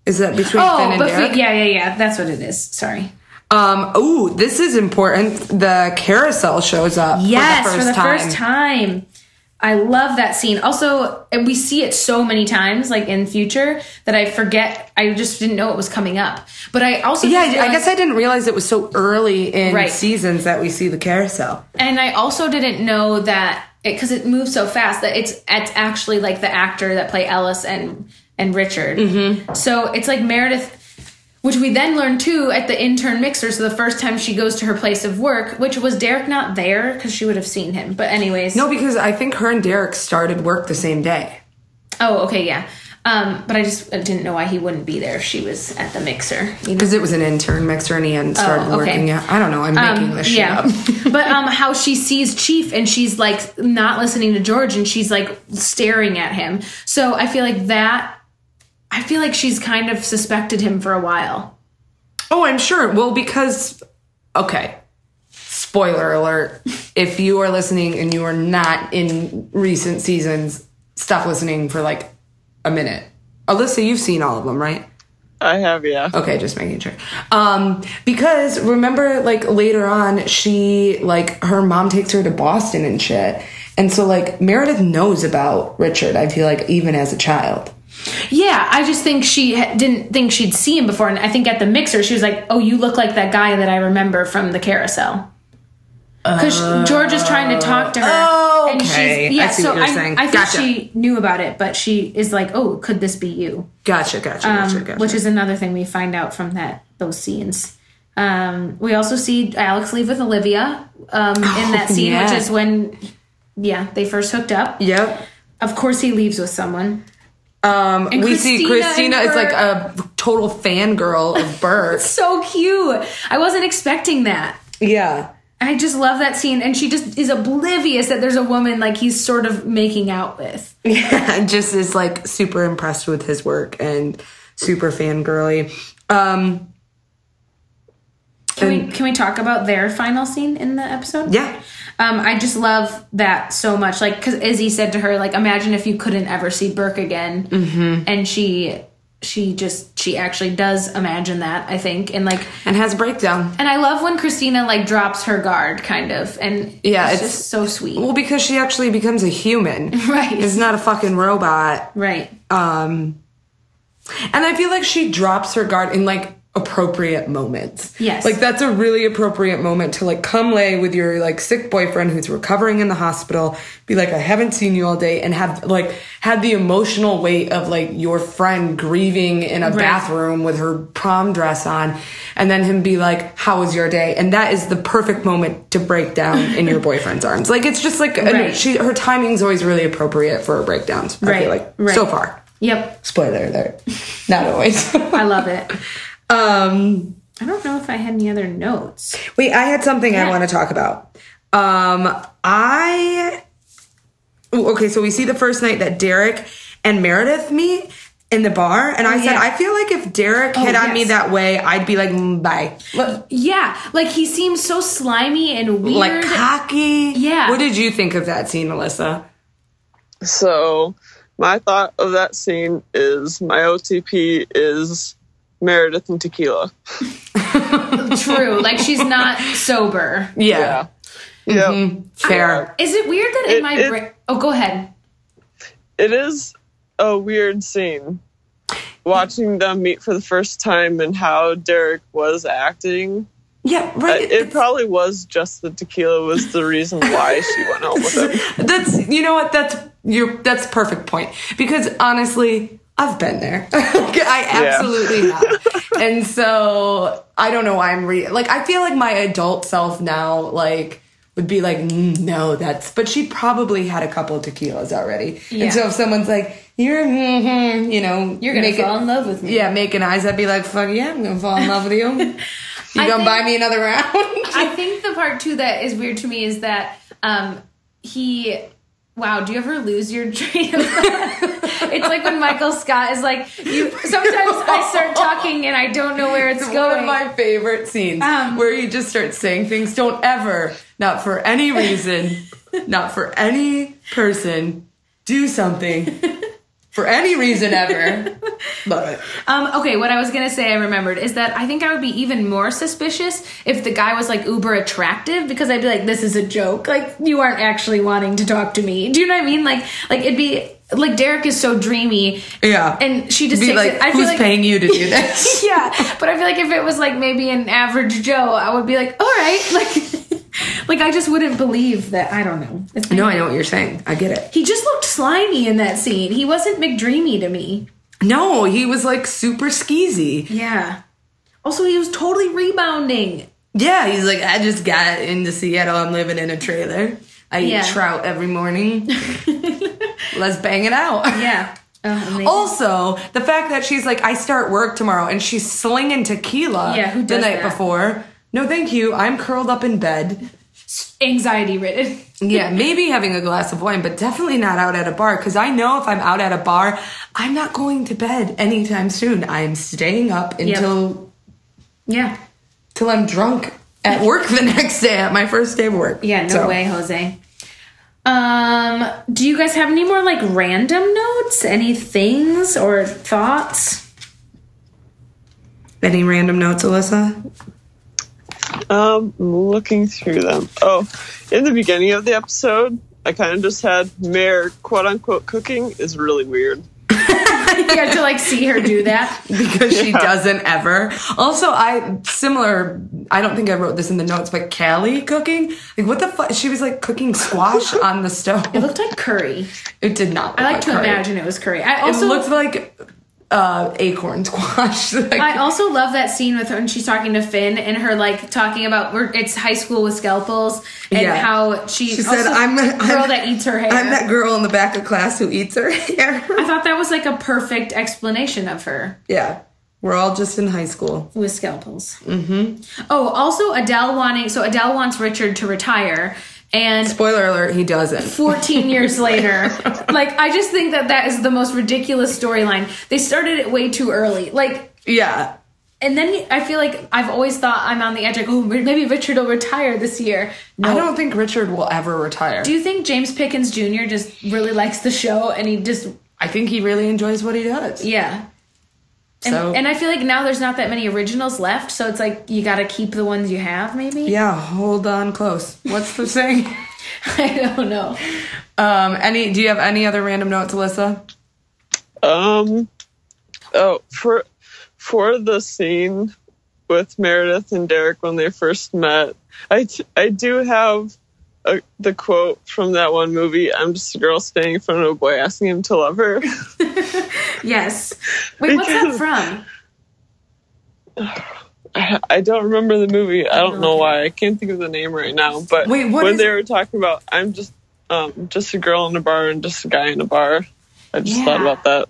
Speaker 2: Is that between Finn
Speaker 1: Oh,
Speaker 2: and
Speaker 1: but
Speaker 2: Derek?
Speaker 1: yeah, yeah, yeah. That's what it is. Sorry.
Speaker 2: Um, ooh, this is important. The carousel shows up.
Speaker 1: Yes,
Speaker 2: for the first time.
Speaker 1: first time. I love that scene. Also, and we see it so many times, like in future, that I forget. I just didn't know it was coming up. But I also
Speaker 2: Yeah,
Speaker 1: just
Speaker 2: I guess
Speaker 1: realized-
Speaker 2: I didn't realize it was so early in
Speaker 1: Right.
Speaker 2: seasons that we see the carousel.
Speaker 1: and I also didn't know that because it, moves so fast that it's it's actually like the actor that play Ellis and and Richard.
Speaker 2: Mm-hmm.
Speaker 1: So it's like Meredith. Which we then learned too at the intern mixer. So the first time she goes to her place of work, which was Derek not there because she would have seen him. But anyways,
Speaker 2: No, because I think her and Derek started work the same day.
Speaker 1: Oh, okay, yeah. Um, but I just didn't know why he wouldn't be there if she was at the mixer. You know? Oh,
Speaker 2: Because it was an intern mixer and he hadn't started
Speaker 1: okay. Um,
Speaker 2: working yet. I don't know. I'm making this shit
Speaker 1: yeah.
Speaker 2: up.
Speaker 1: but um, how she sees Chief and she's like not listening to George and she's like staring at him. So I feel like that. I feel like she's kind of suspected him for a while.
Speaker 2: Oh, I'm sure. Well, because okay. Spoiler alert. If you are listening and you are not in recent seasons, stop listening for like a minute. Alyssa, you've seen all of them, right?
Speaker 3: I have yeah.
Speaker 2: Okay, just making sure. Um, because remember, like later on, she like her mom takes her to Boston and shit, and so like Meredith knows about Richard. I feel like even as a child.
Speaker 1: Yeah, I just think she ha- didn't think she'd see him before, and I think at the mixer she was like, "Oh, you look like that guy that I remember from the carousel." because George is trying to talk to her.
Speaker 2: Uh, Oh, okay.
Speaker 1: yeah,
Speaker 2: I see
Speaker 1: so
Speaker 2: what you're
Speaker 1: I,
Speaker 2: saying.
Speaker 1: I think
Speaker 2: Gotcha.
Speaker 1: she knew about it, but she is like, "Oh, could this be you?"
Speaker 2: Gotcha, gotcha,
Speaker 1: Um,
Speaker 2: gotcha, gotcha.
Speaker 1: Which is another thing we find out from that those scenes. Um, we also see Alex leave with Olivia um, in that scene,
Speaker 2: yeah.
Speaker 1: which is when yeah they first hooked up.
Speaker 2: yep.
Speaker 1: Of course, he leaves with someone.
Speaker 2: Um, we see
Speaker 1: Christina
Speaker 2: Christina
Speaker 1: and
Speaker 2: is like a
Speaker 1: Bert.
Speaker 2: total fangirl of Bert.
Speaker 1: So cute. I wasn't expecting that.
Speaker 2: yeah.
Speaker 1: I just love that scene, and she just is oblivious that there's a woman like he's sort of making out with.
Speaker 2: Yeah, just is like super impressed with his work and super fangirly. Um,
Speaker 1: Can we can we talk about their final scene in the episode?
Speaker 2: yeah.
Speaker 1: Um, I just love that so much. Like, because Izzy said to her, like, imagine if you couldn't ever see Burke again, mm-hmm. and she she just she actually does imagine that. I think, and like,
Speaker 2: And has a breakdown.
Speaker 1: and I love when Christina like drops her guard, kind of, and
Speaker 2: Yeah,
Speaker 1: it's,
Speaker 2: it's-
Speaker 1: just so sweet,
Speaker 2: Well, because she actually becomes a human.
Speaker 1: Right.
Speaker 2: It's not a fucking robot.
Speaker 1: right?
Speaker 2: Um, and I feel like she drops her guard in like appropriate moments.
Speaker 1: Yes.
Speaker 2: Like that's a really appropriate moment to like come lay with your like sick boyfriend who's recovering in the hospital, be like, I haven't seen you all day, and have like had the emotional weight of like your friend grieving in a bathroom with her prom dress on, and then him be like, How was your day? And that is the perfect moment to break down in your boyfriend's arms. Like it's just like and
Speaker 1: Right.
Speaker 2: she her timing's always really appropriate for her breakdowns. I
Speaker 1: Right,
Speaker 2: feel like
Speaker 1: right.
Speaker 2: so far.
Speaker 1: Yep,
Speaker 2: Spoiler alert. Not always.
Speaker 1: I love it.
Speaker 2: um
Speaker 1: I don't know if I had any other notes.
Speaker 2: Wait, I had something I
Speaker 1: Yeah.
Speaker 2: want to talk about. Um, I Ooh, okay, so we see the first night that Derek and Meredith meet in the bar, and I said,
Speaker 1: Oh, yeah. Oh,
Speaker 2: I feel like if Derek hit on me
Speaker 1: yes.
Speaker 2: that way, I'd be like, "Mm, bye, L-
Speaker 1: Yeah, like he seems so slimy and weird.
Speaker 2: like cocky.
Speaker 1: Yeah.
Speaker 2: What did you think of that scene, Alyssa?
Speaker 3: So, my thought of that scene is my OTP is Meredith and tequila.
Speaker 1: True, like she's not sober.
Speaker 2: Yeah.
Speaker 3: Yeah.
Speaker 2: Fair.
Speaker 1: Is it weird that in
Speaker 3: It-
Speaker 1: my
Speaker 3: it-
Speaker 1: brain? Oh, go ahead.
Speaker 3: It is a weird scene. Watching them meet for the first time and how Derek was acting.
Speaker 2: Yeah.
Speaker 3: Uh,
Speaker 2: Right.
Speaker 3: It probably was just the tequila was the reason why she went out with him.
Speaker 2: that's you know what that's your that's perfect point because honestly i've been there i absolutely have and so i don't know why i'm re like i feel like my adult self now like would be like "Mm, no that's but she probably had a couple of tequilas already
Speaker 1: Yeah.
Speaker 2: and so if someone's like you're hmm you know
Speaker 1: You're gonna
Speaker 2: make
Speaker 1: fall
Speaker 2: it,
Speaker 1: in love with me.
Speaker 2: yeah making eyes i'd be like fuck yeah i'm gonna fall in love with you you
Speaker 1: I
Speaker 2: gonna
Speaker 1: think-
Speaker 2: buy me another round
Speaker 1: I think the part too that is weird to me is that um he. Wow, do you ever lose your train of thought? it's like when Michael Scott is like, you. Sometimes I start talking and I don't know where it's
Speaker 2: One of
Speaker 1: going.
Speaker 2: my favorite scenes
Speaker 1: Um,
Speaker 2: where you just start saying things. Don't ever, not for any reason, not for any person, do something for any reason ever. Love it.
Speaker 1: Um, okay, what I was gonna say I remembered is that I think I would be even more suspicious if the guy was like uber attractive because I'd be like, this is a joke. Like you aren't actually wanting to talk to me. Do you know what I mean? Like, like it'd be like Derek is so dreamy,
Speaker 2: Yeah.
Speaker 1: and she just
Speaker 2: be
Speaker 1: takes
Speaker 2: like,
Speaker 1: it. I feel
Speaker 2: who's
Speaker 1: like,
Speaker 2: paying you to do this?
Speaker 1: yeah, but I feel like if it was like maybe an average Joe, I would be like, all right, like, like I just wouldn't believe that. I don't know. It's-
Speaker 2: no, I know what you're saying. I get it.
Speaker 1: He just looked slimy in that scene. He wasn't McDreamy to me.
Speaker 2: No, he was like super skeezy.
Speaker 1: Yeah. Also, he was totally rebounding.
Speaker 2: Yeah, he's like, I just got into Seattle. I'm living in a trailer. I
Speaker 1: Yeah.
Speaker 2: eat trout every morning. Let's bang it out.
Speaker 1: Yeah. oh,
Speaker 2: Also, the fact that she's like, I start work tomorrow, and she's slinging tequila
Speaker 1: Yeah, who
Speaker 2: the
Speaker 1: does
Speaker 2: night
Speaker 1: that?
Speaker 2: before. No, thank you. I'm curled up in bed.
Speaker 1: anxiety ridden.
Speaker 2: Yeah, maybe having a glass of wine, but definitely not out at a bar. Because I know if I'm out at a bar, I'm not going to bed anytime soon. I'm staying up until
Speaker 1: Yeah.
Speaker 2: till I'm drunk at work the next day at my first day of work.
Speaker 1: Yeah. No
Speaker 2: So,
Speaker 1: way, Jose. Um, do you guys have any more like random notes? Any things or thoughts?
Speaker 2: Any random notes, Alyssa?
Speaker 3: Um, looking through them. Oh, in the beginning of the episode, I kind of just had Mayor, quote unquote, cooking is really weird.
Speaker 1: you have to like see her do that.
Speaker 2: because she doesn't ever. Also, I similar. I don't think I wrote this in the notes, but Callie cooking. Like what the fuck? She was like cooking squash on the stove.
Speaker 1: It looked like curry.
Speaker 2: It did not. Look
Speaker 1: I like to
Speaker 2: curry.
Speaker 1: imagine it was curry. I
Speaker 2: It
Speaker 1: also
Speaker 2: looked like uh, acorn squash. Like,
Speaker 1: I also love that scene with her when she's talking to Finn and her like talking about we're, it's high school with scalpels and
Speaker 2: Yeah.
Speaker 1: how she,
Speaker 2: she said,
Speaker 1: also-
Speaker 2: "I'm
Speaker 1: the
Speaker 2: that
Speaker 1: girl that eats her hair."
Speaker 2: I'm that girl in the back of class who eats her hair."
Speaker 1: I thought that was like a perfect explanation of her
Speaker 2: yeah, we're all just in high school.
Speaker 1: with scalpels. Mm-hmm. Oh, also Adele wanting so Adele wants Richard to retire, and
Speaker 2: Spoiler alert: He doesn't.
Speaker 1: 14 years later. Like, I just think that that is the most ridiculous storyline. They started it way too early. Like,
Speaker 2: Yeah,
Speaker 1: and then I feel like I've always thought I'm on the edge, like, oh, maybe Richard will retire this year.
Speaker 2: I don't think Richard will ever retire.
Speaker 1: Do you think James Pickens Jr. just really likes the show and he just,
Speaker 2: I think he really enjoys what he does.
Speaker 1: yeah. And,
Speaker 2: So
Speaker 1: and I feel like now there's not that many originals left, so it's like you gotta keep the ones you have, maybe?
Speaker 2: yeah, hold on close. What's the saying?
Speaker 1: I don't know.
Speaker 2: Um, any? Do you have any other random notes, Alyssa?
Speaker 3: Um. Oh, for for the scene with Meredith and Derek when they first met, I t- I do have a, the quote from that one movie. I'm just a girl standing in front of a boy asking him to love her.
Speaker 1: Yes. Wait, what's that
Speaker 3: Because-
Speaker 1: from?
Speaker 3: I don't remember the movie. I don't know why. I can't think of the name right now. But
Speaker 2: Wait, what
Speaker 3: when
Speaker 2: is-
Speaker 3: they were talking about, I'm just um just a girl in a bar and just a guy in a bar. I just thought
Speaker 1: Yeah.
Speaker 3: about that.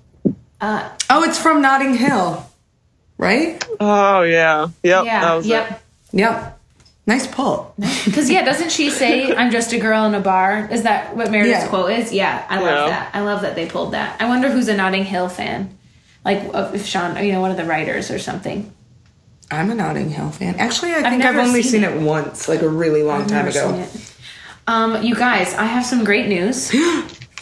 Speaker 1: Uh,
Speaker 2: Oh, it's from Notting Hill, right?
Speaker 3: Oh yeah, yep, that
Speaker 1: yeah,
Speaker 3: was
Speaker 1: yep.
Speaker 3: it.
Speaker 2: Yep. Nice pull.
Speaker 1: Because yeah, doesn't she say, "I'm just a girl in a bar"? Is that what Meredith's
Speaker 2: Yeah.
Speaker 1: quote is? Yeah, I love
Speaker 3: Yeah.
Speaker 1: that. I love that they pulled that. I wonder who's a Notting Hill fan, like of- if Sean, you know, one of the writers or something.
Speaker 2: I'm a Notting Hill fan. Actually, I think I've,
Speaker 1: never
Speaker 2: only
Speaker 1: seen
Speaker 2: seen it. once, like a really long time
Speaker 1: Never seen
Speaker 2: ago.
Speaker 1: it. Um, you guys, I have some great news.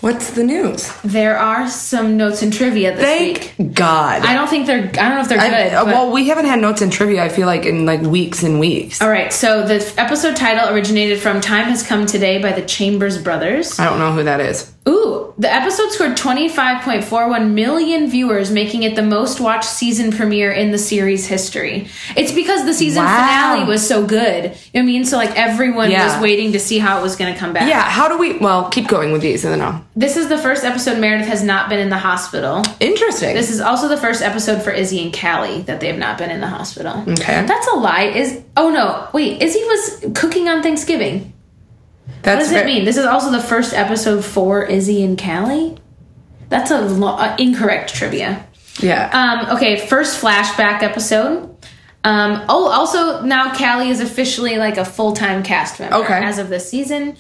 Speaker 2: What's the news?
Speaker 1: There are some notes and trivia this week.
Speaker 2: Thank God.
Speaker 1: I don't think they're. I don't know if they're
Speaker 2: I-
Speaker 1: good.
Speaker 2: uh,
Speaker 1: but-
Speaker 2: well, we haven't had notes and trivia. I feel like in like weeks and weeks.
Speaker 1: all right. So the episode title originated from "Time Has Come Today" by the Chambers Brothers.
Speaker 2: I don't know who that is.
Speaker 1: Ooh, the episode scored 25.41 million viewers, making it the most watched season premiere in the series history. It's because the season
Speaker 2: Wow.
Speaker 1: finale was so good. You know what I mean? So, like, everyone
Speaker 2: Yeah.
Speaker 1: was waiting to see how it was going to come back.
Speaker 2: Yeah. How do we? Well, keep going with these, and then I'll.
Speaker 1: This is the first episode Meredith has not been in the hospital.
Speaker 2: Interesting.
Speaker 1: This is also the first episode for Izzy and Callie that they have not been in the hospital.
Speaker 2: Okay.
Speaker 1: That's a lie. Is Oh, no. Wait, Izzy was cooking on Thanksgiving.
Speaker 2: That's
Speaker 1: What does it mean? This is also the first episode for Izzy and Callie? That's a lo- uh, incorrect trivia.
Speaker 2: Yeah.
Speaker 1: Um, okay, first flashback episode. Um, oh, also now Callie is officially like a full time cast member
Speaker 2: Okay.
Speaker 1: as of this season.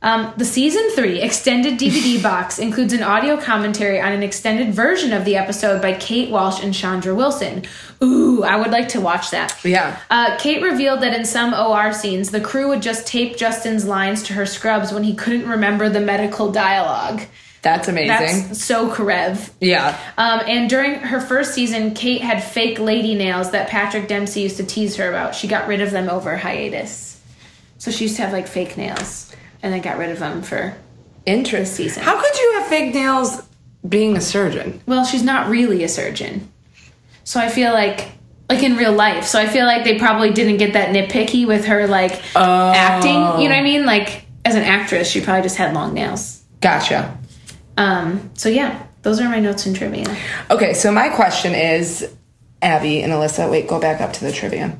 Speaker 1: Um, the season three extended DVD box includes an audio commentary on an extended version of the episode by Kate Walsh and Chandra Wilson. Ooh, I would like to watch that.
Speaker 2: yeah.
Speaker 1: Uh, Kate revealed that in some OR scenes, the crew would just tape Justin's lines to her scrubs when he couldn't remember the medical dialogue.
Speaker 2: That's amazing.
Speaker 1: That's so Karev.
Speaker 2: yeah.
Speaker 1: Um, and during her first season, Kate had fake lady nails that Patrick Dempsey used to tease her about. She got rid of them over hiatus. So she used to have like fake nails and then got rid of them for.
Speaker 2: Interesting.
Speaker 1: season.
Speaker 2: How could you have fake nails being a surgeon?
Speaker 1: Well, she's not really a surgeon. So I feel like. Like in real life. So I feel like they probably didn't get that nitpicky with her like acting. You know what I mean? Like as an actress, she probably just had long nails.
Speaker 2: Gotcha.
Speaker 1: Um, so yeah, those are my notes and trivia.
Speaker 2: Okay, so my question is Abby and Alyssa, wait, go back up to the trivia.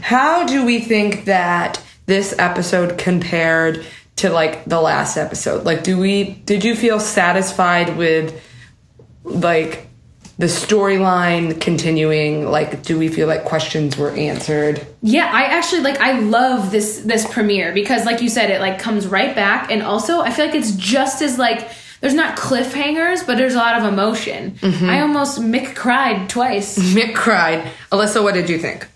Speaker 2: How do we think that this episode compared to like the last episode? Like do we did you feel satisfied with like the storyline continuing? Like do we feel like questions were answered?
Speaker 1: Yeah, I actually like I love this this premiere because like you said it like comes right back and also I feel like it's just as like there's not cliffhangers but there's a lot of emotion. I almost Mick cried twice.
Speaker 2: Mick cried. Alyssa, what did you think?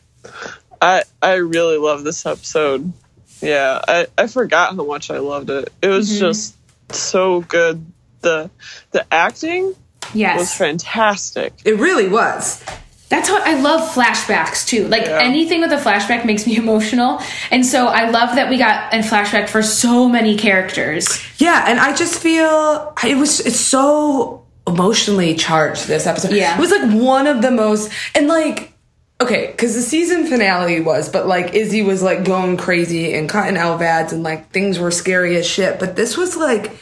Speaker 3: I I really love this episode. Yeah, I I forgot how much I loved it. It was
Speaker 1: Mm-hmm.
Speaker 3: just so good. The the acting was
Speaker 1: Yes.
Speaker 3: fantastic.
Speaker 2: It really was.
Speaker 1: That's how I love flashbacks too. Like
Speaker 3: Yeah.
Speaker 1: anything with a flashback makes me emotional. And so I love that we got a flashback for so many characters.
Speaker 2: Yeah, and I just feel it was it's so emotionally charged this episode.
Speaker 1: Yeah.
Speaker 2: It was like one of the most and like okay, cuz the season finale was, but like Izzy was like going crazy and cotton Elvads and like things were scary as shit, but this was like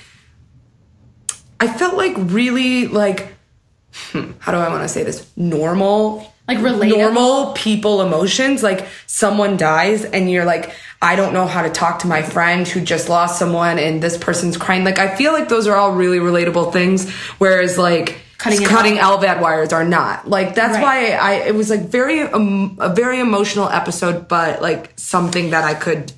Speaker 2: I felt like really like hmm, how do I want to say this? Normal
Speaker 1: Like relatable.
Speaker 2: normal people emotions like someone dies and you're like i don't know how to talk to my friend who just lost someone and this person's crying like i feel like those are all really relatable things whereas like
Speaker 1: Cutting
Speaker 2: cutting,
Speaker 1: it
Speaker 2: cutting lvad wires are not like that's
Speaker 1: Right.
Speaker 2: why i it was like very um, a very emotional episode but like something that i could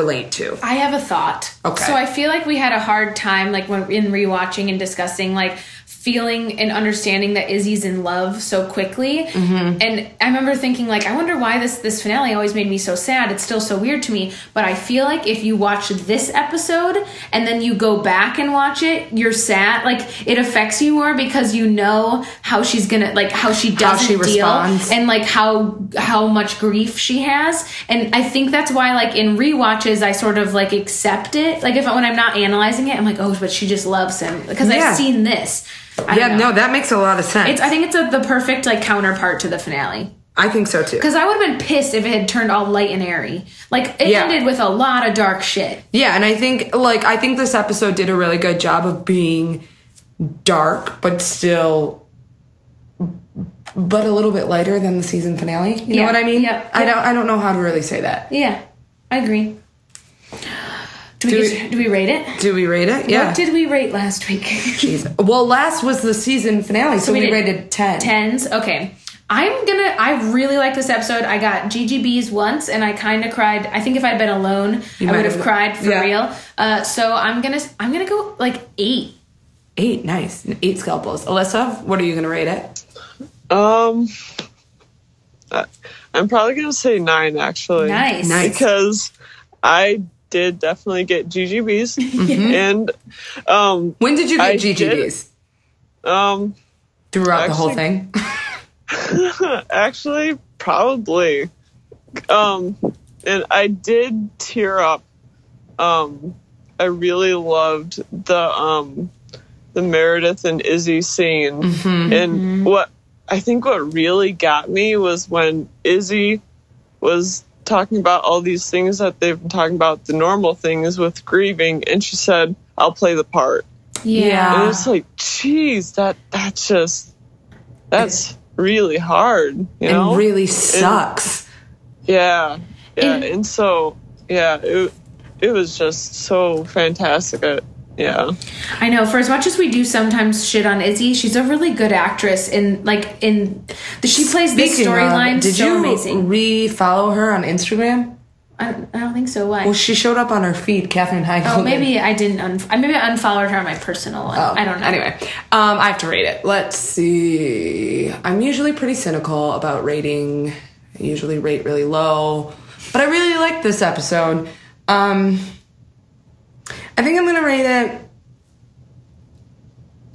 Speaker 2: relate to
Speaker 1: I have a thought.
Speaker 2: Okay.
Speaker 1: So I feel like we had a hard time, like when in rewatching and discussing, like feeling and understanding that Izzy's in love so quickly.
Speaker 2: Mm-hmm.
Speaker 1: And I remember thinking, like, I wonder why this this finale always made me so sad. It's still so weird to me. But I feel like if you watch this episode and then you go back and watch it, you're sad. Like it affects you more because you know how she's gonna, like, how she doesn't
Speaker 2: she
Speaker 1: deal
Speaker 2: responds.
Speaker 1: and like how how much grief she has and i think that's why like in rewatches i sort of like accept it like if when i'm not analyzing it i'm like oh but she just loves him because
Speaker 2: Yeah.
Speaker 1: i've seen this I
Speaker 2: yeah
Speaker 1: don't know.
Speaker 2: no that makes a lot of sense
Speaker 1: it's i think it's a, the perfect like counterpart to the finale
Speaker 2: i think so too
Speaker 1: because i would have been pissed if it had turned all light and airy like it
Speaker 2: Yeah.
Speaker 1: ended with a lot of dark shit
Speaker 2: Yeah, and I think like I think this episode did a really good job of being dark but still but a little bit lighter than the season finale. You
Speaker 1: Yeah,
Speaker 2: know what I mean?
Speaker 1: yep,
Speaker 2: I don't I don't know how to really say that.
Speaker 1: yeah i agree do we,
Speaker 2: Do
Speaker 1: get- do we rate it
Speaker 2: Do we rate it? Yeah.
Speaker 1: what did we rate last week
Speaker 2: Jeez. Well, last was the season finale, so,
Speaker 1: we
Speaker 2: we,
Speaker 1: did
Speaker 2: rated 10.
Speaker 1: tens. Okay. I'm gonna. I really like this episode. I got GGBs once, and I kind of cried. I think if I'd been alone, I
Speaker 2: might
Speaker 1: would have
Speaker 2: have-
Speaker 1: cried for
Speaker 2: yeah.
Speaker 1: real. Uh, so I'm gonna. I'm gonna go like eight.
Speaker 2: 8, nice. 8 scalpels. Alyssa, what are you going to rate it?
Speaker 3: Um, I- I'm probably gonna say nine actually.
Speaker 1: Nice.
Speaker 2: Nice.
Speaker 3: because I did definitely get GGBs
Speaker 1: Mm-hmm.
Speaker 3: and um
Speaker 2: When did you
Speaker 3: I
Speaker 2: get
Speaker 3: did-
Speaker 2: GGBs?
Speaker 3: um
Speaker 2: Throughout the whole
Speaker 3: Actually-
Speaker 2: thing?
Speaker 3: actually probably um and I did tear up um I really loved the um the Meredith and Izzy scene and what I think what really got me was when Izzy was talking about all these things that they've been talking about the normal things with grieving and she said I'll play the part
Speaker 2: Yeah.
Speaker 3: and it's like, geez, that that's just that's really hard, you know?
Speaker 2: And really sucks.
Speaker 3: yeah, yeah.
Speaker 1: And-
Speaker 3: And, so, yeah, it it was just so fantastic. Uh, yeah,
Speaker 1: I know. For as much as we do sometimes shit on Izzy, she's a really good actress. In like in she plays this
Speaker 2: Speaking of,
Speaker 1: storyline
Speaker 2: Did
Speaker 1: so
Speaker 2: you
Speaker 1: amazing.
Speaker 2: re-follow her on Instagram?
Speaker 1: I, don't, I don't think so. Why?
Speaker 2: Well, she showed up on her feed, Catherine Heigl.
Speaker 1: oh, maybe I didn't. Un- I- maybe I unfollowed her on my personal one.
Speaker 2: Oh.
Speaker 1: I don't know.
Speaker 2: Anyway, um, I have to rate it. Let's see. I'm usually pretty cynical about rating. I usually rate really low, but I really like this episode. Um, I think I'm gonna rate it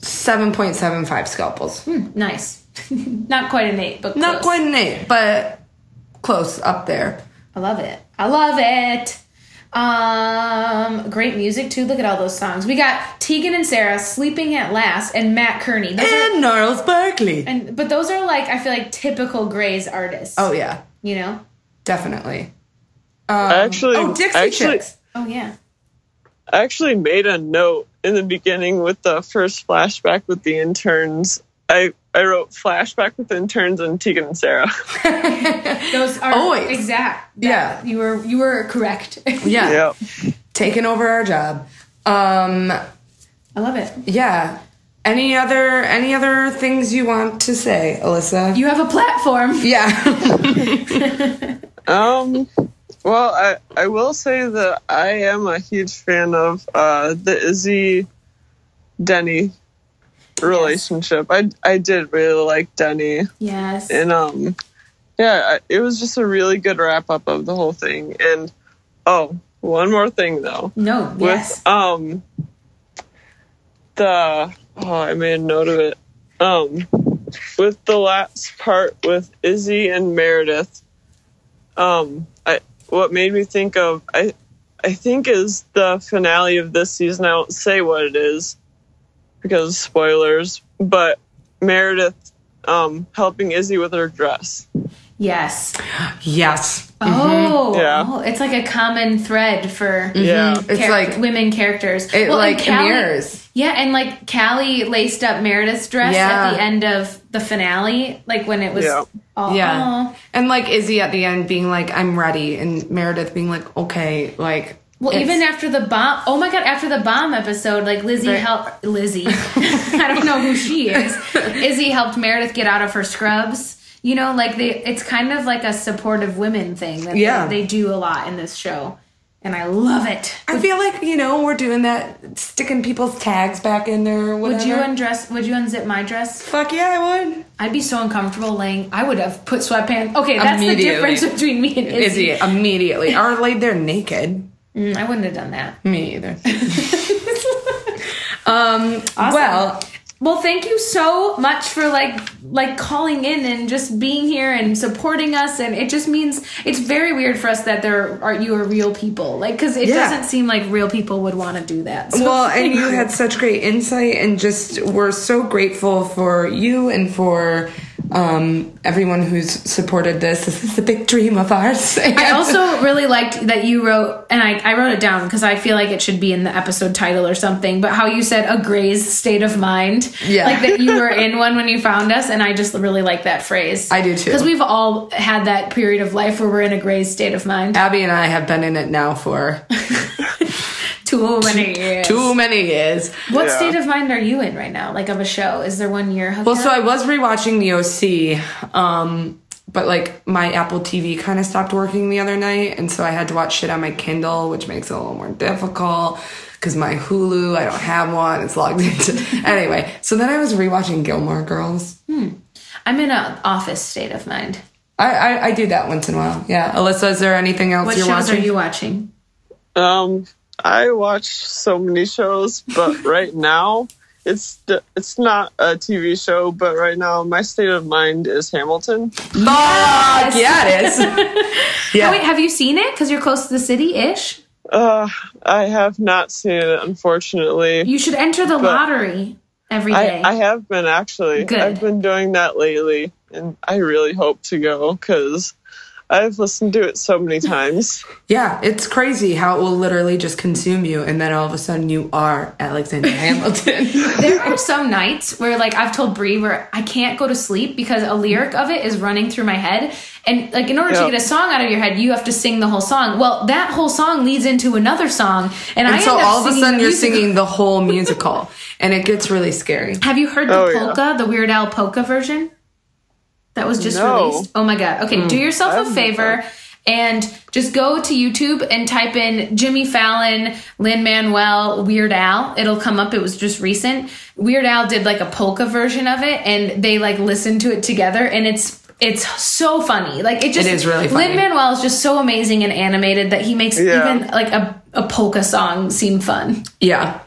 Speaker 2: 7.75 scalpels.
Speaker 1: Nice. Not quite an eight, but
Speaker 2: Not
Speaker 1: Hmm, close.
Speaker 2: quite an eight, but close up there.
Speaker 1: I love it. I love it. Um, great music too. Look at all those songs. We got Tegan and Sarah sleeping at last, and Matt Kearney. Those are,
Speaker 2: And Gnarls Barkley.
Speaker 1: and but those are like I feel like typical Grays artists.
Speaker 2: Oh yeah,
Speaker 1: you know.
Speaker 2: definitely.
Speaker 3: I actually,
Speaker 2: Oh, Dixie
Speaker 3: I actually,
Speaker 2: Chicks.
Speaker 1: Oh yeah.
Speaker 3: I actually made a note in the beginning with the first flashback with the interns. I I wrote flashback with interns and Tegan and Sarah.
Speaker 1: Those are
Speaker 2: Always.
Speaker 1: exact. That-
Speaker 2: Yeah.
Speaker 1: You were you were correct.
Speaker 2: Yeah.
Speaker 3: yeah,
Speaker 2: taking over our job. Um,
Speaker 1: I love it.
Speaker 2: yeah. Any other any other things you want to say, Alyssa?
Speaker 1: You have a platform.
Speaker 2: yeah.
Speaker 3: Um, well, I, I will say that I am a huge fan of uh, the Izzy Denny relationship. I I did really like Denny,
Speaker 1: Yes.
Speaker 3: and um, yeah, I, it was just a really good wrap up of the whole thing. And oh, one more thing though,
Speaker 1: no.
Speaker 3: with
Speaker 1: Yes.
Speaker 3: um, the oh, I made a note of it. Um, with the last part with Izzy and Meredith, um, I what made me think of I, I think is the finale of this season. I won't say what it is because spoilers, but Meredith um, helping Izzy with her dress.
Speaker 1: Yes.
Speaker 2: Yes. Mm-hmm.
Speaker 1: Oh,
Speaker 3: Yeah. Mm-hmm.
Speaker 1: oh, it's like a common thread for
Speaker 3: Yeah.
Speaker 2: It's
Speaker 1: char-
Speaker 2: like-
Speaker 1: women characters.
Speaker 2: It
Speaker 1: Well, and
Speaker 2: like
Speaker 1: Callie-
Speaker 2: mirrors.
Speaker 1: Yeah, and like Callie laced up Meredith's dress
Speaker 2: Yeah.
Speaker 1: at the end of the finale, like when it was
Speaker 3: Yeah.
Speaker 1: all
Speaker 2: Yeah.
Speaker 1: oh.
Speaker 2: And like Izzy at the end being like, I'm ready. And Meredith being like, okay, like.
Speaker 1: Well,
Speaker 2: it's-
Speaker 1: even after the bomb, oh my god! After the bomb episode, like Lizzie helped Lizzie. I don't know who she is. Izzy helped Meredith get out of her scrubs. You know, like they, it's kind of like a supportive women thing that they-
Speaker 2: Yeah.
Speaker 1: they, do a lot in this show, and I love it.
Speaker 2: I feel like, you know, we're doing that, sticking people's tags back in there or whatever.
Speaker 1: Would you undress? Would you unzip my dress?
Speaker 2: Fuck yeah, I would.
Speaker 1: I'd be so uncomfortable laying. I would have put sweatpants. Okay, that's the
Speaker 2: Immediately.
Speaker 1: difference between me and Izzy.
Speaker 2: Izzy immediately. or laid there naked.
Speaker 1: Mm, I wouldn't have done that.
Speaker 2: Me either. um, Well,
Speaker 1: Well, thank you so much for like like calling in and just being here and supporting us. And it just means it's very weird for us that there are you are real people, like because it
Speaker 2: Yeah.
Speaker 1: doesn't seem like real people would want to do that. So
Speaker 2: well, and
Speaker 1: thank
Speaker 2: you had such great insight, and just we're so grateful for you and for um, everyone who's supported this. This is the big dream of ours.
Speaker 1: I also really liked that you wrote, and I, I wrote it down because I feel like it should be in the episode title or something, but how you said a Gray's state of mind.
Speaker 2: Yeah.
Speaker 1: Like that you were in one when you found us, and I just really like that phrase.
Speaker 2: I do too.
Speaker 1: Because we've all had that period of life where we're in a Gray's state of mind.
Speaker 2: Abby and I have been in it now for
Speaker 1: Too many years.
Speaker 2: too many years.
Speaker 1: What
Speaker 3: Yeah.
Speaker 1: state of mind are you in right now? Like of a show? Is there one year?
Speaker 2: Well, so I was rewatching The OC, um, but like my Apple TV kind of stopped working the other night, and so I had to watch shit on my Kindle, which makes it a little more difficult because my Hulu, I don't have one, it's logged into. anyway, so then I was rewatching Gilmore Girls.
Speaker 1: I'm in an office state of mind.
Speaker 2: I, I, I do that once in a while. Yeah, Alyssa, is there anything else
Speaker 1: What
Speaker 2: you're
Speaker 1: shows
Speaker 2: watching?
Speaker 1: are you watching?
Speaker 3: Um, I watch so many shows, but right now it's it's not a TV show. But right now, my state of mind is Hamilton.
Speaker 2: Fuck Uh, yeah, it is. yeah.
Speaker 1: Oh, wait, have you seen it? Because you're close to the city ish.
Speaker 3: Uh, I have not seen it, unfortunately.
Speaker 1: You should enter the lottery every day.
Speaker 3: I, I have been actually.
Speaker 1: Good.
Speaker 3: I've been doing that lately, and I really hope to go because I've listened to it so many times.
Speaker 2: Yeah, it's crazy how it will literally just consume you, and then all of a sudden you are Alexander Hamilton.
Speaker 1: there are some nights where, like, I've told Brie where I can't go to sleep because a lyric of it is running through my head. And, like, in order
Speaker 3: Yeah.
Speaker 1: to get a song out of your head, you have to sing the whole song. Well, that whole song leads into another song. And, I
Speaker 2: And so
Speaker 1: end up
Speaker 2: all of a
Speaker 1: singing
Speaker 2: sudden
Speaker 1: the
Speaker 2: you're
Speaker 1: musical.
Speaker 2: singing the whole musical, and it gets really scary.
Speaker 1: Have you heard the
Speaker 3: Oh, yeah.
Speaker 1: polka, the Weird Al polka version? That was just
Speaker 3: No. Hmm.
Speaker 1: released. Oh my god. Okay, do yourself a favor and just go to YouTube and type in Jimmy Fallon, Lin Manuel, Weird Al. It'll come up. It was just recent. Weird Al did like a polka version of it and they like listened to it together and it's it's so funny. Like it just
Speaker 2: It is really funny.
Speaker 1: Lin Manuel is just so amazing and animated that he makes
Speaker 3: Yeah.
Speaker 1: even like a, a polka song seem fun.
Speaker 2: Yeah.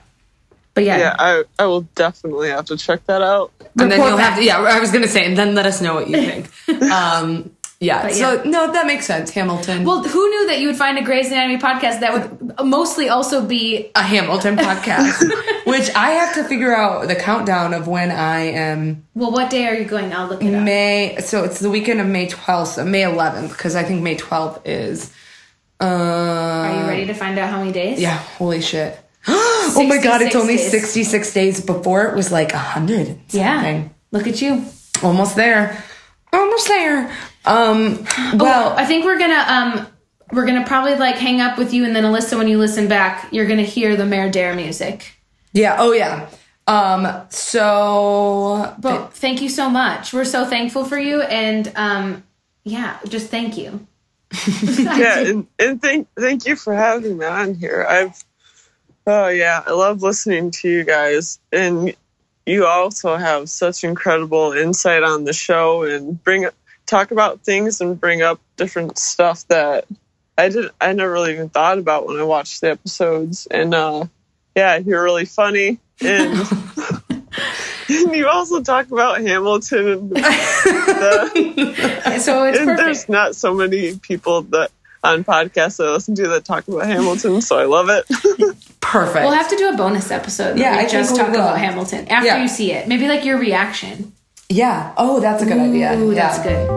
Speaker 1: But
Speaker 3: Yeah, I I will definitely have to check that out.
Speaker 2: And then
Speaker 1: Report
Speaker 2: you'll have to,
Speaker 1: back.
Speaker 2: yeah, I was going to say, and then let us know what you think. Um, yeah. So,
Speaker 1: yeah.
Speaker 2: no, that makes sense. Hamilton.
Speaker 1: Well, who knew that you would find a Grey's Anatomy podcast that would mostly also be
Speaker 2: a Hamilton podcast, which I have to figure out the countdown of when I am
Speaker 1: well? What day are you going? I'll look it up.
Speaker 2: May. So it's the weekend of May 12th, uh, May 11th, because I think May 12th is. Uh,
Speaker 1: Are you ready to find out how many days?
Speaker 2: Yeah, holy shit. oh my god, it's
Speaker 1: 66
Speaker 2: only
Speaker 1: days.
Speaker 2: 66 days before it was like 100 and
Speaker 1: yeah.
Speaker 2: something.
Speaker 1: Look at you.
Speaker 2: Almost there. Almost there. Um well,
Speaker 1: Well, Oh, I think we're gonna um we're gonna probably like hang up with you and then Alyssa when you listen back, you're gonna hear the Mayor Dare music.
Speaker 2: yeah, oh yeah. Um so
Speaker 1: But thank you so much. We're so thankful for you and um yeah, just thank you.
Speaker 3: Yeah, and, and thank thank you for having me on here. I've oh yeah, I love listening to you guys, and you also have such incredible insight on the show and bring talk about things and bring up different stuff that I didn't I never really even thought about when I watched the episodes. And uh, yeah, you're really funny and. And you also talk about Hamilton and the,
Speaker 1: So it's
Speaker 3: and there's
Speaker 1: perfect.
Speaker 3: not so many people that on podcasts I listen to that talk about Hamilton, so I love it.
Speaker 2: Perfect.
Speaker 1: We'll have to do a bonus episode.
Speaker 2: Yeah,
Speaker 1: where we
Speaker 2: I think
Speaker 1: just
Speaker 2: we
Speaker 1: talk
Speaker 2: will.
Speaker 1: about Hamilton after
Speaker 2: Yeah.
Speaker 1: you see it. Maybe like your reaction.
Speaker 2: yeah. Oh, that's a good idea.
Speaker 1: Ooh,
Speaker 2: yeah.
Speaker 1: that's good.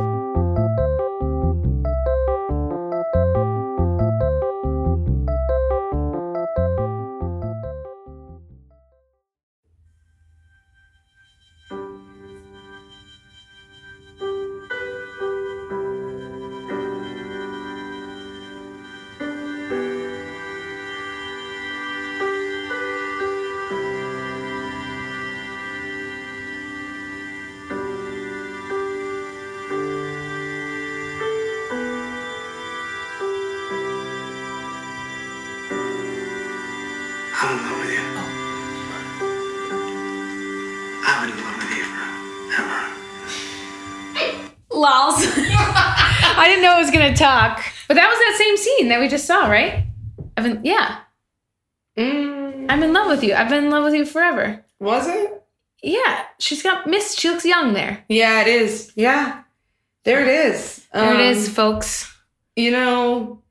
Speaker 5: I'm in love with you. I've been in love with you forever.
Speaker 4: Lols.
Speaker 1: I didn't know it was gonna talk, but that was that same scene that we just saw, right? I've been, yeah,
Speaker 2: Mm,
Speaker 1: I'm in love with you. I've been in love with you forever.
Speaker 2: was it?
Speaker 1: Yeah, she's got Miss. She looks young there.
Speaker 2: Yeah, it is. Yeah. There it is.
Speaker 1: There it
Speaker 2: Um,
Speaker 1: is, folks.
Speaker 2: You know,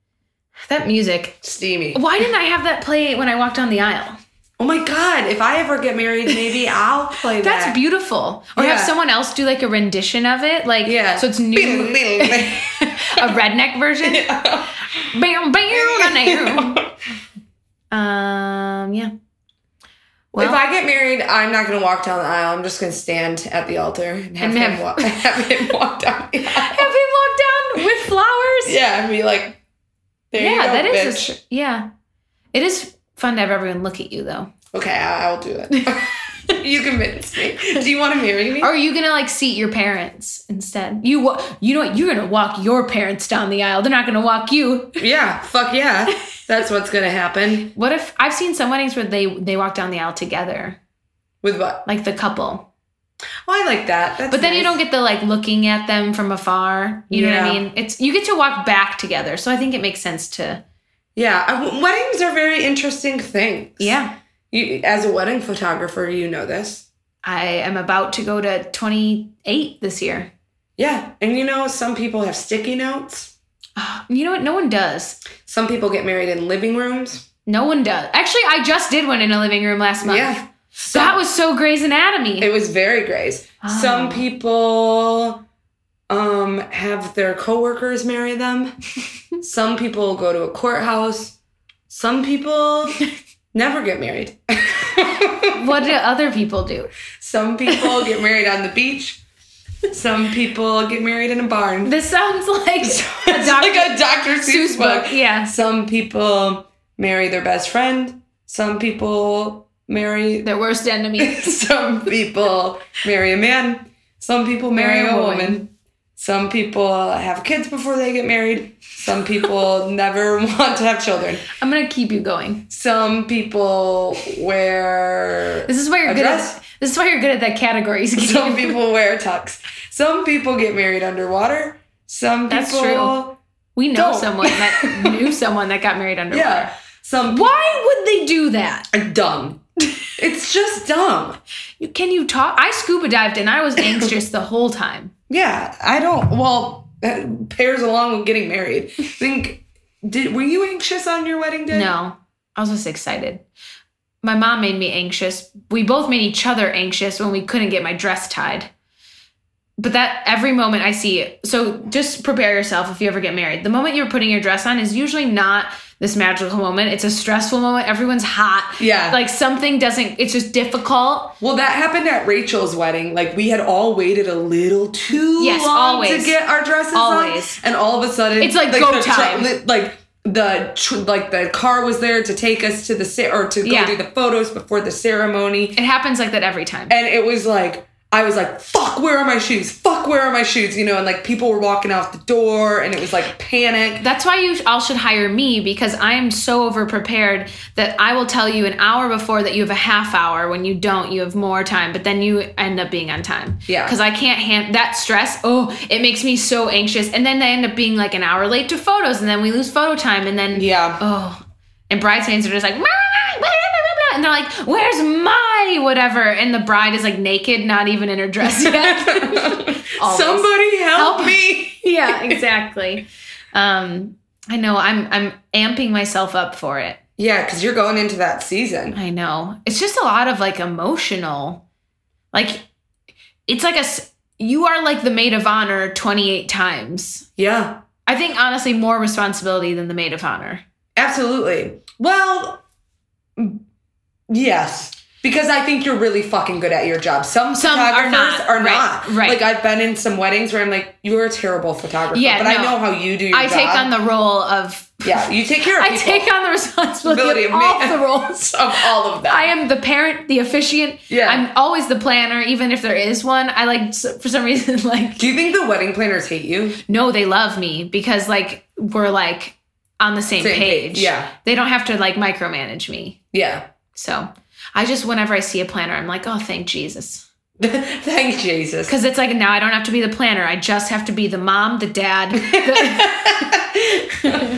Speaker 1: That music.
Speaker 2: steamy.
Speaker 1: Why didn't I have that play when I walked down the aisle?
Speaker 2: Oh my god, if I ever get married, maybe I'll play that.
Speaker 1: That's beautiful. Or have
Speaker 2: Yeah.
Speaker 1: someone else do like a rendition of it, like
Speaker 2: Yeah.
Speaker 1: So it's new, a redneck version. Bam, bam, bam, bam. Um, yeah. Well,
Speaker 2: if I get married, I'm not gonna walk down the aisle. I'm just gonna stand at the altar and have,
Speaker 1: And
Speaker 2: him,
Speaker 1: have-
Speaker 2: walk, have him walk down the aisle.
Speaker 1: have him walk down with flowers.
Speaker 2: Yeah, and be like, there you
Speaker 1: yeah,
Speaker 2: go,
Speaker 1: that is.
Speaker 2: bitch.
Speaker 1: a, yeah, it is fun to have everyone look at you though.
Speaker 2: Okay, I, I'll do it. you convinced me. Do you want to marry me?
Speaker 1: Or are you gonna like seat your parents instead? You wa- you know what? You're gonna walk your parents down the aisle. They're not gonna walk you.
Speaker 2: yeah, fuck yeah. That's what's gonna happen
Speaker 1: What if I've seen some weddings where they they walk down the aisle together,
Speaker 2: with what?
Speaker 1: like the couple.
Speaker 2: Oh, I like that. That's
Speaker 1: But then you
Speaker 2: nice.
Speaker 1: don't get the like looking at them from afar. You know what I
Speaker 2: Yeah.
Speaker 1: mean? It's you get to walk back together. So I think it makes sense to
Speaker 2: Yeah, I- w- weddings are very interesting things.
Speaker 1: yeah.
Speaker 2: You, as a wedding photographer, you know this.
Speaker 1: I am about to go to 28 this year.
Speaker 2: Yeah, and you know, some people have sticky notes.
Speaker 1: You know what? No one does.
Speaker 2: Some people get married in living rooms.
Speaker 1: No one does. Actually, I just did one in a living room last month.
Speaker 2: Yeah,
Speaker 1: that was so Grey's Anatomy.
Speaker 2: it was very Grace.
Speaker 1: Oh.
Speaker 2: Some people um have their coworkers marry them. some people go to a courthouse. Some people never get married.
Speaker 1: what do other people do?
Speaker 2: some people get married on the beach. Some people get married in a barn.
Speaker 1: This sounds like a
Speaker 2: It's
Speaker 1: Dr.
Speaker 2: like a Dr. Seuss
Speaker 1: Seuss
Speaker 2: book.
Speaker 1: book. Yeah.
Speaker 2: Some people marry their best friend. Some people marry.
Speaker 1: Their worst enemy.
Speaker 2: some people marry a man. Some people marry,
Speaker 1: Marry
Speaker 2: a,
Speaker 1: a
Speaker 2: woman.
Speaker 1: woman.
Speaker 2: Some people have kids before they get married. Some people never want to have children.
Speaker 1: I'm going to keep you going.
Speaker 2: Some people wear.
Speaker 1: This is why you're
Speaker 2: A
Speaker 1: good
Speaker 2: dress?
Speaker 1: at This is why you're good at that categories game.
Speaker 2: Some people wear tucks. Some people get married underwater. Some people.
Speaker 1: That's true. we know
Speaker 2: don't.
Speaker 1: someone that knew someone that got married underwater.
Speaker 2: Yeah. Some
Speaker 1: Why would they do that?
Speaker 2: dumb. it's just dumb.
Speaker 1: You- Can you talk? I scuba dived and I was anxious the whole time.
Speaker 2: Yeah, I don't. Well, that pairs along with getting married. Think, did were you anxious on your wedding day?
Speaker 1: No, I was just excited. My mom made me anxious. We both made each other anxious when we couldn't get my dress tied. But that every moment I see it. So just prepare yourself if you ever get married. The moment you're putting your dress on is usually not this magical moment. It's a stressful moment. Everyone's hot.
Speaker 2: Yeah.
Speaker 1: Like something doesn't, it's just difficult.
Speaker 2: Well, that happened at Rachel's wedding. Like we had all waited a little too
Speaker 1: Yes,
Speaker 2: long
Speaker 1: always.
Speaker 2: to get our dresses
Speaker 1: Always.
Speaker 2: on, and all of a sudden
Speaker 1: It's like go
Speaker 2: the tra-
Speaker 1: time.
Speaker 2: li- like the tr- like the car was there to take us to the ce- or to go
Speaker 1: Yeah.
Speaker 2: do the photos before the ceremony,
Speaker 1: It happens like that every time.
Speaker 2: and it was like. I was like, fuck, where are my shoes? Fuck, where are my shoes? You know, and like people were walking out the door and it was like panic.
Speaker 1: That's why you all should hire me because I am so overprepared that I will tell you an hour before that you have a half hour. When you don't, you have more time, but then you end up being on time.
Speaker 2: Yeah.
Speaker 1: Because I can't hand that stress. Oh, it makes me so anxious. And then I end up being like an hour late to photos and then we lose photo time. And then,
Speaker 2: Yeah.
Speaker 1: oh, and bridesmaids are just like, "Mah, mah, blah, blah, blah, blah," and they're like, where's my whatever? And the bride is like naked, not even in her dress yet. Always.
Speaker 2: Somebody help,
Speaker 1: Help.
Speaker 2: me.
Speaker 1: yeah, exactly. Um, I know I'm I'm amping myself up for it.
Speaker 2: Yeah, because you're going into that season.
Speaker 1: I know. It's just a lot of like emotional. Like it's like a s- you are like the maid of honor 28 times.
Speaker 2: Yeah,
Speaker 1: I think honestly more responsibility than the maid of honor.
Speaker 2: absolutely. Well, mm, yes. Because I think you're really fucking good at your job. Some,
Speaker 1: Some are
Speaker 2: photographers
Speaker 1: not.
Speaker 2: are
Speaker 1: Right,
Speaker 2: not.
Speaker 1: right.
Speaker 2: Like I've been in some weddings where I'm like, you're a terrible photographer.
Speaker 1: Yeah,
Speaker 2: but
Speaker 1: no.
Speaker 2: I know how you do your
Speaker 1: I
Speaker 2: job.
Speaker 1: take on the role of
Speaker 2: Yeah, you take care of
Speaker 1: I
Speaker 2: people.
Speaker 1: take on the responsibility
Speaker 2: Ability
Speaker 1: of,
Speaker 2: of me.
Speaker 1: all the roles.
Speaker 2: of all of that.
Speaker 1: I am the parent, the officiant.
Speaker 2: Yeah.
Speaker 1: I'm always the planner, even if there is one. I like s- for some reason like
Speaker 2: Do you think the wedding planners hate you?
Speaker 1: no, they love me because like we're like on the same,
Speaker 2: Same page,
Speaker 1: page.
Speaker 2: yeah.
Speaker 1: They don't have to like micromanage me.
Speaker 2: Yeah.
Speaker 1: So I just, whenever I see a planner, I'm like, oh, thank Jesus.
Speaker 2: Thank Jesus.
Speaker 1: Because it's like now I don't have to be the planner. I just have to be the mom, the dad. the-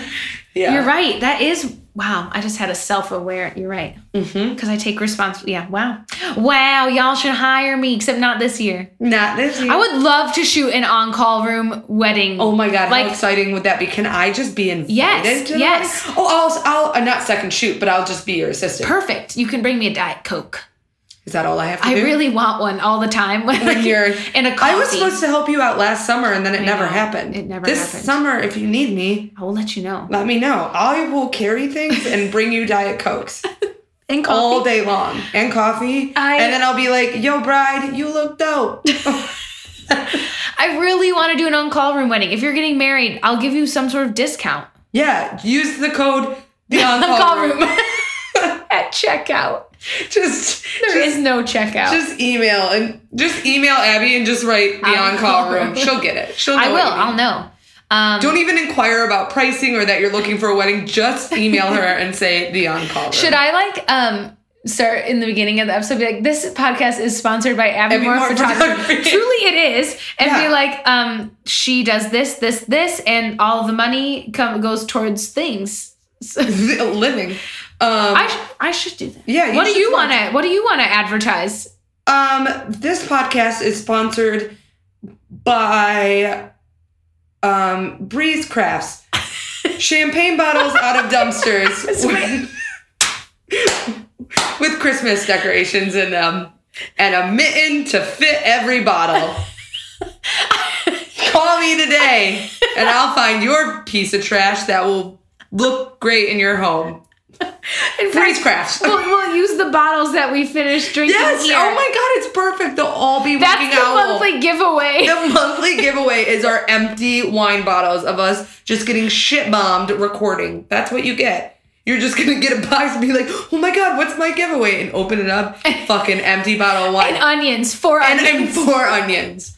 Speaker 2: Yeah.
Speaker 1: You're right. That is, wow. I just had a self aware. You're right.
Speaker 2: Mhm.
Speaker 1: Because I take responsibility. Yeah. Wow. Wow. Y'all should hire me, except not this year.
Speaker 2: Not this year.
Speaker 1: I would love to shoot an on call room wedding.
Speaker 2: Oh my god!
Speaker 1: Like-
Speaker 2: how exciting would that be? Can I just be invited?
Speaker 1: Yes,
Speaker 2: to the
Speaker 1: yes.
Speaker 2: wedding? Oh, I'll, I'll uh, not second shoot, but I'll just be your assistant.
Speaker 1: Perfect. You can bring me a Diet Coke.
Speaker 2: Is that all I have to
Speaker 1: I
Speaker 2: do?
Speaker 1: really want one all the time.
Speaker 2: When you're
Speaker 1: in a coffee.
Speaker 2: I was supposed to help you out last summer, and then it
Speaker 1: I
Speaker 2: never
Speaker 1: know.
Speaker 2: happened.
Speaker 1: It never
Speaker 2: This
Speaker 1: happened.
Speaker 2: summer, if you need me,
Speaker 1: I will let you know.
Speaker 2: let me know. I will carry things and bring you diet cokes
Speaker 4: And
Speaker 2: all day long and coffee,
Speaker 1: I-
Speaker 2: and then I'll be like, "Yo, bride, you look dope."
Speaker 1: I really want to do an on call room wedding. If you're getting married, I'll give you some sort of discount
Speaker 2: yeah, use the code the on
Speaker 1: On-call
Speaker 2: call room.
Speaker 1: room. at checkout.
Speaker 2: just
Speaker 1: There is no checkout.
Speaker 2: Just email and just email Abby and just write the
Speaker 1: I'll-
Speaker 2: on call room. She'll get it. She'll. Know
Speaker 1: I will.
Speaker 2: what you mean.
Speaker 1: I'll know. Um,
Speaker 2: Don't even inquire about pricing or that you're looking for a wedding. Just email her and say the on call room.
Speaker 1: should I like um start in the beginning of the episode? Be like, this podcast is sponsored by Abby,
Speaker 2: Abby
Speaker 1: Moore,
Speaker 2: Moore
Speaker 1: Photography.
Speaker 2: Photography.
Speaker 1: Truly, it is. And
Speaker 2: Yeah.
Speaker 1: be like, um, she does this, this, this, and all the money come goes towards things. So-
Speaker 2: Living. Um,
Speaker 1: I sh- I should do that.
Speaker 2: Yeah, you
Speaker 1: what do
Speaker 2: should
Speaker 1: you
Speaker 2: do
Speaker 1: want to? What do you want to advertise?
Speaker 2: um, this podcast is sponsored by um, Breeze Crafts, champagne bottles out of dumpsters with, with Christmas decorations in them, and a mitten to fit every bottle. Call me today, and I'll find your piece of trash that will look great in your home. Breeze Crafts.
Speaker 1: we'll, we'll use the bottles that we finished drinking
Speaker 2: Yes!
Speaker 1: here.
Speaker 2: Oh my god, it's perfect. They'll all be working
Speaker 1: That's the
Speaker 2: out.
Speaker 1: monthly giveaway.
Speaker 2: The monthly giveaway is our empty wine bottles of us just getting shit bombed recording. That's what you get. You're just gonna get a box and be like, oh my god, what's my giveaway? And open it up, fucking empty bottle of wine.
Speaker 1: and onions, four
Speaker 2: And,
Speaker 1: onions.
Speaker 2: and four onions.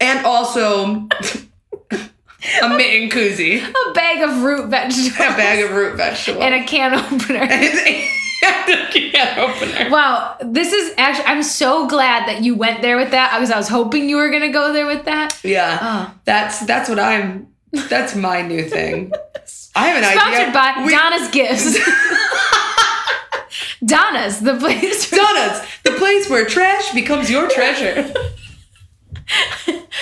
Speaker 2: and also a mitten koozie,
Speaker 1: a bag of root vegetables.
Speaker 2: a bag of root vegetables.
Speaker 1: and a can opener.
Speaker 2: a can opener.
Speaker 1: Wow, this is actually. I'm so glad that you went there with that because I was hoping you were gonna go there with that.
Speaker 2: Yeah.
Speaker 1: Oh.
Speaker 2: That's that's what I'm that's my new thing. I have an idea.
Speaker 1: Sponsored by
Speaker 2: We-
Speaker 1: Donna's Gifts. Donna's the place. for-
Speaker 2: Donuts, the place where trash becomes your treasure.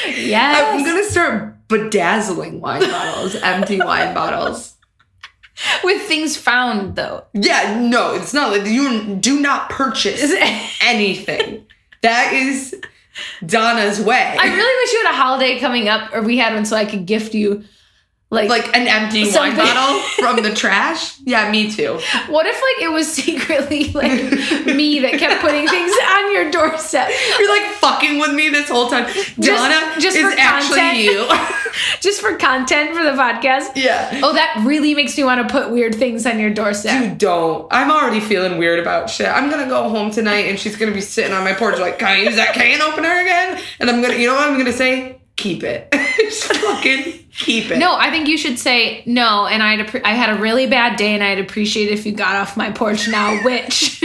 Speaker 1: yes.
Speaker 2: I'm gonna start bedazzling wine bottles, empty wine bottles.
Speaker 1: with things found though.
Speaker 2: Yeah, no, it's not like you do not purchase anything. That is Donna's way.
Speaker 1: I really wish you had a holiday coming up, or we had one, so I could gift you. Like,
Speaker 2: like an empty
Speaker 1: Something.
Speaker 2: wine bottle from the trash. Yeah, me too.
Speaker 1: what if like it was secretly like me that kept putting things on your doorstep?
Speaker 2: You're like fucking with me this whole time. Donna
Speaker 1: just
Speaker 2: is
Speaker 1: for content.
Speaker 2: actually you.
Speaker 1: just for content for the podcast.
Speaker 2: yeah.
Speaker 1: Oh, that really makes me want to put weird things on your doorstep.
Speaker 2: You don't. I'm already feeling weird about shit. I'm gonna go home tonight and she's gonna be sitting on my porch like, can I use that can opener again? And I'm gonna, you know what I'm gonna say? Keep it. Just fucking keep it.
Speaker 1: No, I think you should say no. And I'd appre- I had a really bad day, and I'd appreciate if you got off my porch now. Which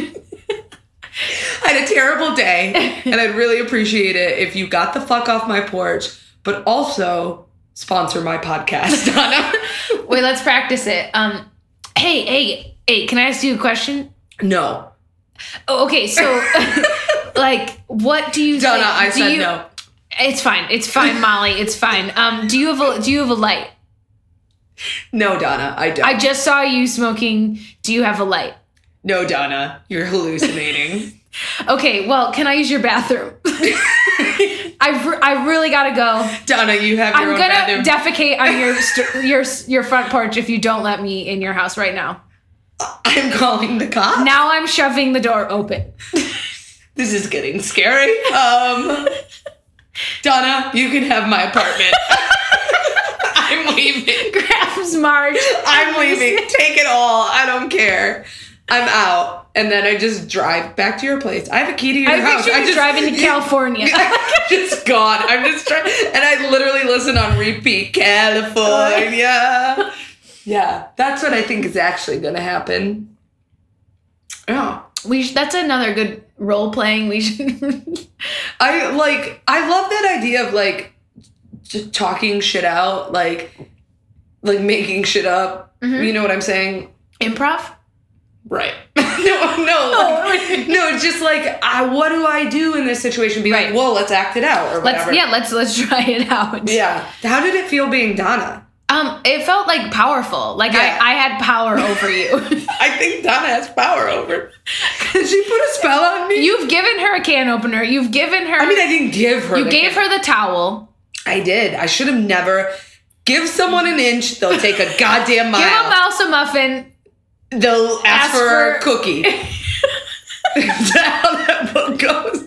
Speaker 2: I had a terrible day and I'd really appreciate it if you got the fuck off my porch, but also sponsor my podcast, Donna.
Speaker 1: wait, let's practice it. Um, hey, hey, hey, can I ask you a question?
Speaker 2: no.
Speaker 1: Oh, okay, so like, what do you?
Speaker 2: Donna,
Speaker 1: think-
Speaker 2: I
Speaker 1: do
Speaker 2: said
Speaker 1: you-
Speaker 2: no.
Speaker 1: It's fine. It's fine, Molly. It's fine. Um, do you have a do you have a light?
Speaker 2: No, Donna, I don't.
Speaker 1: I just saw you smoking. Do you have a light?
Speaker 2: no, Donna, you're hallucinating.
Speaker 1: Okay, well, can I use your bathroom? I, re- I really gotta go.
Speaker 2: Donna, you have
Speaker 1: I'm
Speaker 2: your own
Speaker 1: gonna
Speaker 2: bathroom.
Speaker 1: defecate on your st- your your front porch if you don't let me in your house right now.
Speaker 2: I'm calling the cops.
Speaker 1: Now I'm shoving the door open.
Speaker 2: this is getting scary. Um, Donna, you can have my apartment. I'm leaving.
Speaker 1: Grabs Marge.
Speaker 2: I'm leaving. Take it all. I don't care. I'm out. And then I just drive back to your place. I have a key to your
Speaker 1: I
Speaker 2: house.
Speaker 1: picture you
Speaker 2: I just
Speaker 1: driving to California.
Speaker 2: I'm just gone. I'm just trying, and I literally listen on repeat. California. Yeah, that's what I think is actually going to happen. Oh, Yeah,
Speaker 1: we sh- that's another good role playing. We should.
Speaker 2: I like. I love that idea of like just talking shit out, like like making shit up. You know what I'm saying?
Speaker 1: Improv?
Speaker 2: Mm-hmm. Right. no, no, like, no. It's just like, I, what do I do in this situation? Be
Speaker 1: Right.
Speaker 2: like, well, let's act it out or
Speaker 1: Let's
Speaker 2: whatever.
Speaker 1: yeah, let's let's try it out.
Speaker 2: yeah. How did it feel being Donna?
Speaker 1: Um, it felt like powerful. Like
Speaker 2: Yeah.
Speaker 1: I, I had power over you.
Speaker 2: I think Donna has power over. Did she put a spell on me?
Speaker 1: You've given her a can opener. You've given her.
Speaker 2: I mean, I didn't give her.
Speaker 1: you
Speaker 2: the-
Speaker 1: gave her the towel.
Speaker 2: I did. I should have never. Give someone an inch, they'll take a
Speaker 1: Give
Speaker 2: goddamn
Speaker 1: a
Speaker 2: mile.
Speaker 1: mouse a muffin.
Speaker 2: They'll
Speaker 1: Ask
Speaker 2: ask, for,
Speaker 1: for-
Speaker 2: a cookie. Is that how that book goes?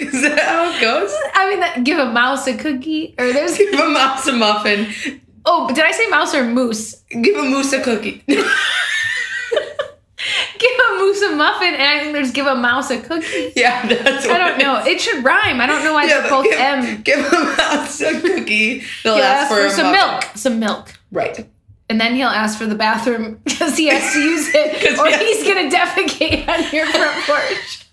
Speaker 2: Is that how it goes?
Speaker 1: I mean, that, give a mouse a cookie. Or there's.
Speaker 2: Give a mouse a muffin.
Speaker 1: Oh, did I say mouse or moose?
Speaker 2: Give a moose a cookie.
Speaker 1: Give a moose a muffin, and I think there's give a mouse a cookie.
Speaker 2: yeah, that's.
Speaker 1: I
Speaker 2: what
Speaker 1: don't
Speaker 2: it
Speaker 1: know. It should rhyme. I don't know why
Speaker 2: is. Yeah,
Speaker 1: they're
Speaker 2: but
Speaker 1: both
Speaker 2: give,
Speaker 1: M.
Speaker 2: give a mouse a cookie. They'll
Speaker 1: He'll
Speaker 2: ask, for, a
Speaker 1: some
Speaker 2: muffin.
Speaker 1: milk. Some milk.
Speaker 2: Right.
Speaker 1: And then he'll ask for the bathroom because he has to use
Speaker 2: 'Cause
Speaker 1: it, or
Speaker 2: he has-
Speaker 1: he's gonna defecate on your front porch.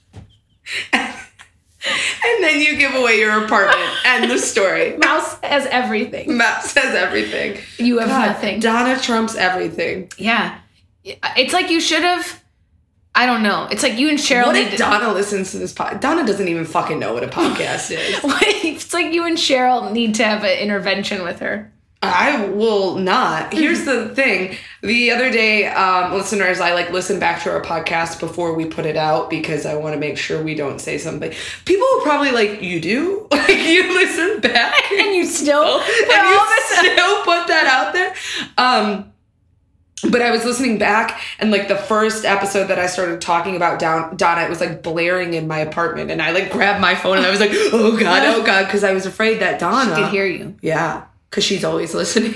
Speaker 2: And then you give away your apartment. End the story.
Speaker 1: Mouse has everything.
Speaker 2: Map says everything.
Speaker 1: You have
Speaker 2: God,
Speaker 1: nothing.
Speaker 2: Donna trumps everything.
Speaker 1: Yeah. It's like you should have. I don't know. It's like you and Cheryl.
Speaker 2: What
Speaker 1: need
Speaker 2: if
Speaker 1: to-
Speaker 2: Donna listens to this podcast? Donna doesn't even fucking know what a podcast is.
Speaker 1: it's like you and Cheryl need to have an intervention with her.
Speaker 2: I will not. Here's the thing. The other day, um, listeners, I like listen back to our podcast before we put it out because I want to make sure we don't say something. People will probably like, you do? Like you listen back.
Speaker 1: And you still
Speaker 2: Oh. and
Speaker 1: put all
Speaker 2: you
Speaker 1: this
Speaker 2: still put that out there. Um, but I was listening back, and like the first episode that I started talking about down Donna, it was like blaring in my apartment, and I like grabbed my phone and I was like, "Oh god, oh god," because I was afraid that Donna
Speaker 1: I could hear you.
Speaker 2: Yeah, because she's always listening.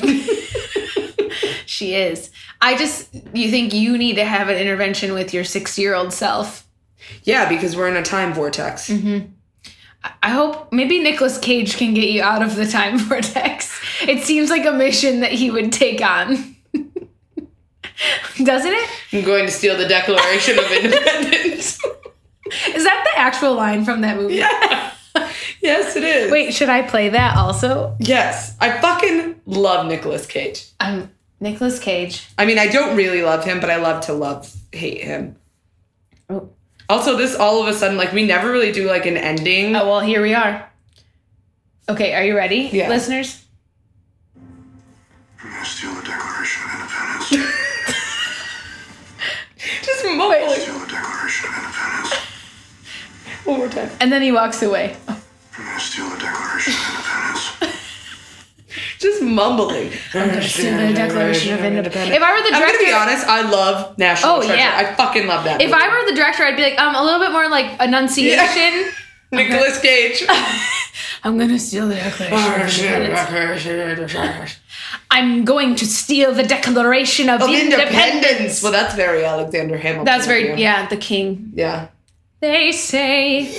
Speaker 1: She is. I just you think you need to have an intervention with your six year old self.
Speaker 2: yeah, because we're in a time vortex.
Speaker 1: Mm-hmm. I hope maybe Nicolas Cage can get you out of the time vortex. It seems like a mission that he would take on. Doesn't it?
Speaker 2: I'm going to steal the Declaration of Independence.
Speaker 1: Is that the actual line from that movie?
Speaker 2: yes, it is.
Speaker 1: Wait, should I play that also?
Speaker 2: Yes, I fucking love Nicolas Cage.
Speaker 1: I'm Um, Nicolas Cage.
Speaker 2: I mean, I don't really love him, but I love to love hate him.
Speaker 1: Oh.
Speaker 2: Also, this all of a sudden, like we never really do like an ending.
Speaker 1: Oh, well, here we are. Okay, are you ready,
Speaker 2: Yeah.
Speaker 1: listeners?
Speaker 5: I'm gonna steal the Declaration of Independence.
Speaker 2: Just mumbling
Speaker 5: steal the Declaration of Independence.
Speaker 2: one more time.
Speaker 1: And then he walks away.
Speaker 5: I'm gonna steal the Declaration of Independence.
Speaker 2: Just mumbling. I'm gonna
Speaker 1: Steal the Declaration of Independence. If I were the
Speaker 2: I'm
Speaker 1: director,
Speaker 2: gonna be honest. I love National
Speaker 1: Oh,
Speaker 2: Treasure.
Speaker 1: yeah.
Speaker 2: I fucking love that.
Speaker 1: if I were the director, I'd be like, um, a little bit more like enunciation.
Speaker 2: were Nicolas Cage,
Speaker 1: I'm gonna steal the Declaration. of Independence. I'm going to steal the Declaration of,
Speaker 2: of
Speaker 1: Independence.
Speaker 2: Independence. Well, that's very Alexander Hamilton.
Speaker 1: That's
Speaker 2: of
Speaker 1: very
Speaker 2: you.
Speaker 1: yeah, the king.
Speaker 2: Yeah.
Speaker 1: They say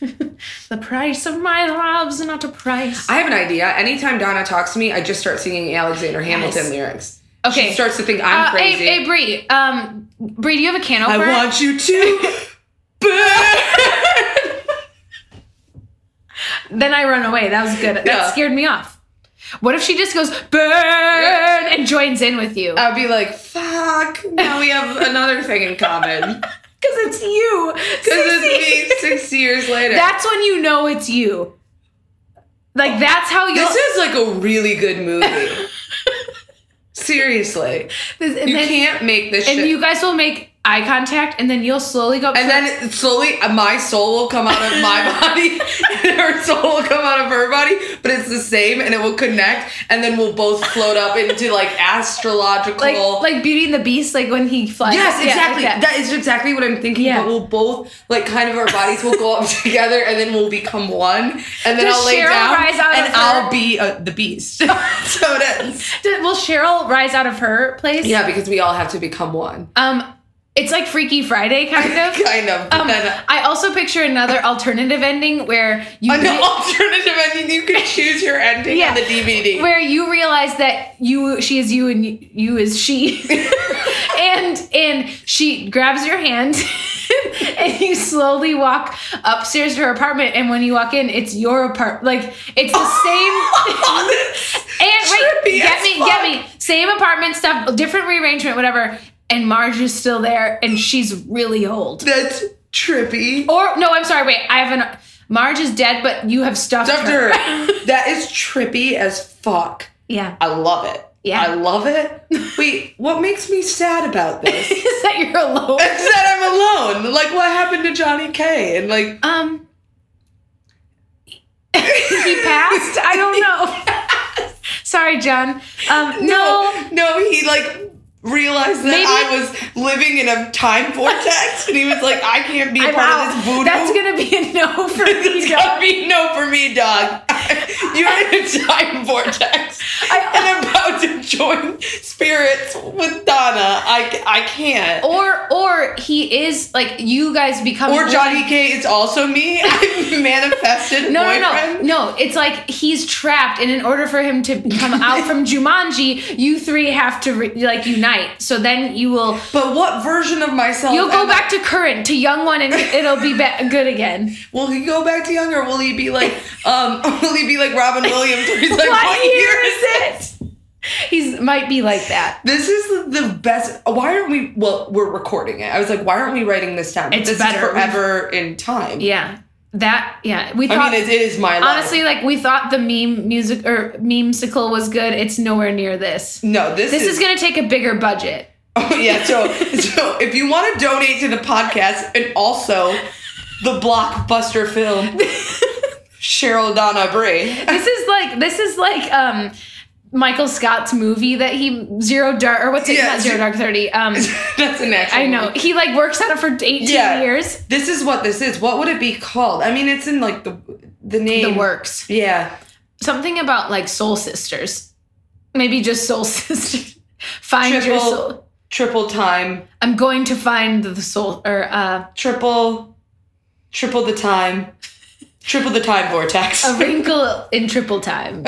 Speaker 1: the price of my love's not a price.
Speaker 2: I have an idea. Anytime Donna talks to me, I just start singing Alexander Hamilton lyrics.
Speaker 1: Okay.
Speaker 2: She starts to think I'm
Speaker 1: Uh, hey,
Speaker 2: crazy.
Speaker 1: hey, Bree. Um, Bree, do you have a can
Speaker 2: I
Speaker 1: opener?
Speaker 2: want you to burn.
Speaker 1: Then I run away. That was good. That
Speaker 2: Yeah.
Speaker 1: scared me off. What if she just goes burn and joins in with you?
Speaker 2: I'd be like, fuck, now we have another thing in common. Because
Speaker 1: Because it's you.
Speaker 2: it's me six years later.
Speaker 1: That's when you know it's you. Like that's how you'll.
Speaker 2: This is like a really good movie. Seriously.
Speaker 1: this- and
Speaker 2: You
Speaker 1: then-
Speaker 2: can't make this
Speaker 1: And
Speaker 2: shit.
Speaker 1: you guys will make eye contact, and then you'll slowly go. Up to
Speaker 2: and
Speaker 1: the-
Speaker 2: then slowly, uh, my soul will come out of my body, and her soul will come out of her body, but it's the same, and it will connect, and then we'll both float up into like astrological.
Speaker 1: like like Beauty and the Beast, like when he flies.
Speaker 2: yes,
Speaker 1: Yeah, like
Speaker 2: exactly.
Speaker 1: that.
Speaker 2: that is exactly what I'm thinking.
Speaker 1: Yeah.
Speaker 2: But we'll both like kind of our bodies will go up together, and then we'll become one, and then
Speaker 1: Does
Speaker 2: I'll lay
Speaker 1: Cheryl
Speaker 2: down,
Speaker 1: rise out
Speaker 2: and
Speaker 1: of her-
Speaker 2: I'll be uh, the beast. so that's
Speaker 1: Did- Will Cheryl rise out of her place?
Speaker 2: yeah, because we all have to become one,
Speaker 1: Um, it's like Freaky Friday, kind of.
Speaker 2: kind of. uh, but
Speaker 1: Um,
Speaker 2: then,
Speaker 1: I also picture another alternative ending where you
Speaker 2: an
Speaker 1: re-
Speaker 2: alternative ending. You can choose your ending
Speaker 1: Yeah.
Speaker 2: on the DVD.
Speaker 1: where you realize that you she is you and you, you is she, and and she grabs your hand. and you slowly walk upstairs to her apartment and when you walk in it's your apartment like it's the same And
Speaker 2: Trippy
Speaker 1: wait, get
Speaker 2: as
Speaker 1: me,
Speaker 2: fuck.
Speaker 1: get me. Same apartment stuff, different rearrangement, whatever. And Marge is still there, and she's really old.
Speaker 2: That's trippy.
Speaker 1: Or no, I'm sorry. Wait, I have an. Marge is dead, but you have stuffed,
Speaker 2: Doctor, that is trippy as fuck.
Speaker 1: yeah.
Speaker 2: I love it.
Speaker 1: Yeah.
Speaker 2: I love it. Wait, what makes me sad about this? It's
Speaker 1: Is that you're alone?
Speaker 2: that I'm alone. Like, what happened to Johnny K? And like,
Speaker 1: Um. he passed. I don't know. sorry, John. Um. No.
Speaker 2: no, he like realized
Speaker 1: Maybe-
Speaker 2: that I was living in a time vortex, and he was like, I can't be a
Speaker 1: I'm
Speaker 2: part
Speaker 1: out.
Speaker 2: of this voodoo.
Speaker 1: That's gonna be a no for me.
Speaker 2: It's
Speaker 1: John.
Speaker 2: gotta be no for me, dog. You're in a time vortex. and about to join spirits with Donna. I, I can't.
Speaker 1: Or or he is like you guys become
Speaker 2: Or Johnny K is also me. I've manifested
Speaker 1: No,
Speaker 2: boyfriend.
Speaker 1: no, no, no. It's like he's trapped, and in order for him to come out from Jumanji, you three have to re- like unite. So then you will
Speaker 2: But what version of myself?
Speaker 1: you'll go
Speaker 2: am
Speaker 1: back to current to young one, and it'll be ba- good again.
Speaker 2: I? Will he go back to young, or will he be like, um, will he be like Robin Williams? Where he's like,
Speaker 1: What year
Speaker 2: is it?
Speaker 1: He's might be like that.
Speaker 2: This is the best. Why aren't we? Well, we're recording it. I was like, why aren't we writing this down?
Speaker 1: It's
Speaker 2: this
Speaker 1: better.
Speaker 2: is forever in time.
Speaker 1: Yeah, that. Yeah, we
Speaker 2: I
Speaker 1: thought.
Speaker 2: mean, it is my life.
Speaker 1: honestly, like we thought the meme music or memesicle was good. It's nowhere near this.
Speaker 2: no. This,
Speaker 1: This is gonna take a bigger budget.
Speaker 2: Oh, yeah, so so if you want to donate to the podcast and also the blockbuster film Cheryl Donna Bray.
Speaker 1: This is like this is like um Michael Scott's movie that he Zero Dark or what's it
Speaker 2: Yeah,
Speaker 1: not Zero
Speaker 2: Ze-
Speaker 1: Dark Thirty. Um
Speaker 2: That's an actual
Speaker 1: I know.
Speaker 2: movie.
Speaker 1: He like works at it for 18
Speaker 2: Yeah.
Speaker 1: years.
Speaker 2: This is what this is. What would it be called? I mean, it's in like the the name.
Speaker 1: The works.
Speaker 2: Yeah.
Speaker 1: Something about like soul sisters. Maybe just soul sisters. find your
Speaker 2: Triple-
Speaker 1: soul.
Speaker 2: Triple time.
Speaker 1: I'm going to find the soul or uh
Speaker 2: Triple triple the time. Triple the time vortex.
Speaker 1: a wrinkle in triple time.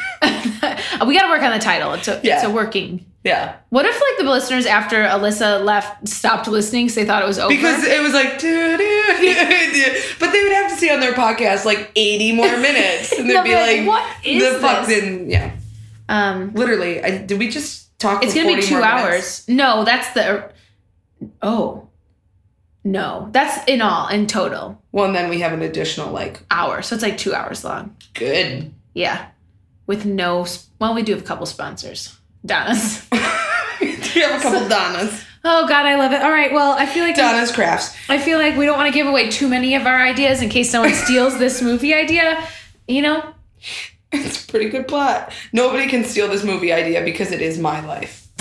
Speaker 1: we got to work on the title. It's a, it's
Speaker 2: Yeah.
Speaker 1: a working.
Speaker 2: yeah.
Speaker 1: What if like the listeners after Alyssa left stopped listening because they thought it was over?
Speaker 2: Because it was like, doo, doo, doo, doo. but they would have to see on their podcast like 80 more minutes. And
Speaker 1: They'll
Speaker 2: they'd
Speaker 1: be like,
Speaker 2: be like,
Speaker 1: "What is
Speaker 2: the fuck
Speaker 1: this?"
Speaker 2: didn't, yeah.
Speaker 1: um
Speaker 2: Literally, I, did we just talk?
Speaker 1: It's
Speaker 2: for
Speaker 1: gonna be
Speaker 2: 40
Speaker 1: two
Speaker 2: more
Speaker 1: hours.
Speaker 2: minutes?
Speaker 1: No, that's the. Oh, no, that's in all in total
Speaker 2: Well, and then we have an additional like
Speaker 1: hour. So it's like two hours long.
Speaker 2: good.
Speaker 1: Yeah, with no. sp- Well, we do have a couple sponsors. Donna's.
Speaker 2: we have a couple Donnas,
Speaker 1: Oh God, I love it. All right, well, I feel like
Speaker 2: Donna's crafts.
Speaker 1: I feel like we don't want to give away too many of our ideas in case someone steals this movie idea. You know,
Speaker 2: It's a pretty good plot. Nobody can steal this movie idea because it is my life.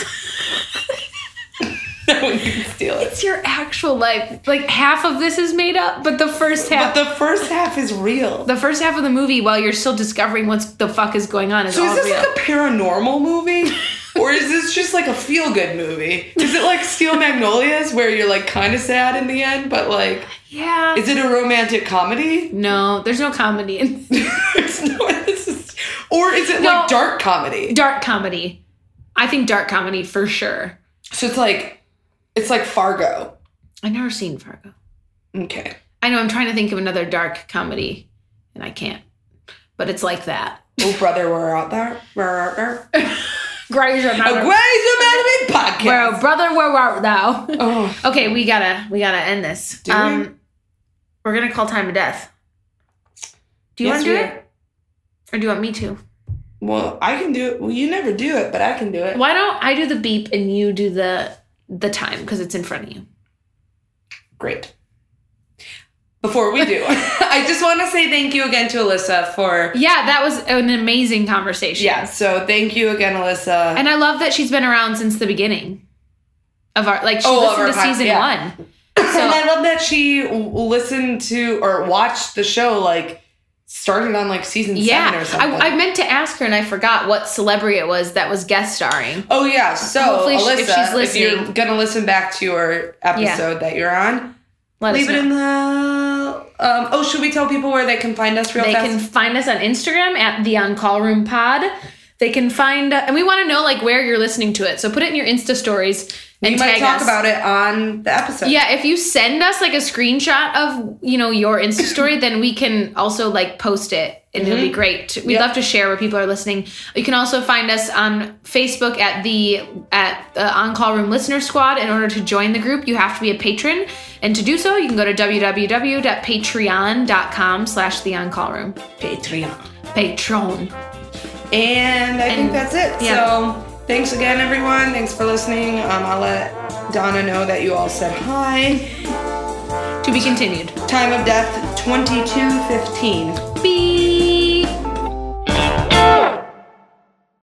Speaker 2: no one can steal it.
Speaker 1: it's your actual life. Like half of this is made up, but the first half.
Speaker 2: But the first half is real.
Speaker 1: the first half of the movie, while you're still discovering what's the fuck is going on, is
Speaker 2: So
Speaker 1: all
Speaker 2: is this
Speaker 1: real.
Speaker 2: like a paranormal movie? Or is this just like a feel good movie? Is it like Steel Magnolias where you're like kind of sad in the end, but like,
Speaker 1: yeah.
Speaker 2: is it a romantic comedy?
Speaker 1: No, there's no comedy in
Speaker 2: It's not- this is- or is it
Speaker 1: No.
Speaker 2: like dark comedy?
Speaker 1: dark comedy. I think dark comedy for sure.
Speaker 2: So it's like it's like Fargo.
Speaker 1: I've never seen Fargo.
Speaker 2: Okay.
Speaker 1: I know I'm trying to think of another dark comedy, and I can't. But it's like that.
Speaker 2: Oh brother, we're out there. We're out there. A
Speaker 1: Grey's Anatomy.
Speaker 2: Grey's Anatomy
Speaker 1: Where
Speaker 2: podcast.
Speaker 1: brother, where art thou?
Speaker 2: Oh,
Speaker 1: okay, we gotta we gotta end this. Um,
Speaker 2: Do we?
Speaker 1: we're gonna call time to death. Do you
Speaker 2: Yes,
Speaker 1: want to do
Speaker 2: we
Speaker 1: it?
Speaker 2: are.
Speaker 1: Or do you want me to?
Speaker 2: Well, I can do it. Well, you never do it, but I can do it.
Speaker 1: Why don't I do the beep and you do the the time because it's in front of you.
Speaker 2: Great. Before we do, I just want to say thank you again to Alyssa for.
Speaker 1: Yeah, that was an amazing conversation.
Speaker 2: Yeah, so thank you again, Alyssa.
Speaker 1: And I love that she's been around since the beginning of our like she
Speaker 2: Oh, of
Speaker 1: listened to
Speaker 2: our pod-
Speaker 1: season
Speaker 2: yeah.
Speaker 1: one.
Speaker 2: and I
Speaker 1: So
Speaker 2: love that she w- listened to or watched the show like started on like season seven
Speaker 1: yeah,
Speaker 2: or something.
Speaker 1: I, I meant to ask her and I forgot what celebrity it was that was guest starring.
Speaker 2: oh yeah, so
Speaker 1: Hopefully she-
Speaker 2: Alyssa,
Speaker 1: if
Speaker 2: if,
Speaker 1: she's
Speaker 2: you're
Speaker 1: listening-
Speaker 2: gonna listen back to your episode that you're on,
Speaker 1: Let
Speaker 2: leave
Speaker 1: us
Speaker 2: it
Speaker 1: know.
Speaker 2: in the. Um, oh, should we tell people where they can find us real
Speaker 1: they
Speaker 2: fast?
Speaker 1: can find us on Instagram at the On Call Room Pod. They can find and we want to know like where you're listening to it. So put it in your Insta stories and
Speaker 2: we might
Speaker 1: tag
Speaker 2: talk
Speaker 1: us.
Speaker 2: about it on the episode.
Speaker 1: Yeah, if you send us like a screenshot of you know your Insta story, then we can also like post it, and it'll be great. We'd
Speaker 2: Mm-hmm. Yep.
Speaker 1: love to share where people are listening. You can also find us on Facebook at the at the On Call Room Listener Squad. In order to join the group, you have to be a patron, and to do so, you can go to www.patreon.com/slash The On Call Room.
Speaker 2: Patreon.
Speaker 1: Patron.
Speaker 2: And I think
Speaker 1: And-
Speaker 2: that's it.
Speaker 1: yeah.
Speaker 2: So thanks again, everyone. Thanks for listening. Um, I'll let Donna know that you all said hi.
Speaker 1: To be continued.
Speaker 2: Time of death 2215.
Speaker 1: Beep.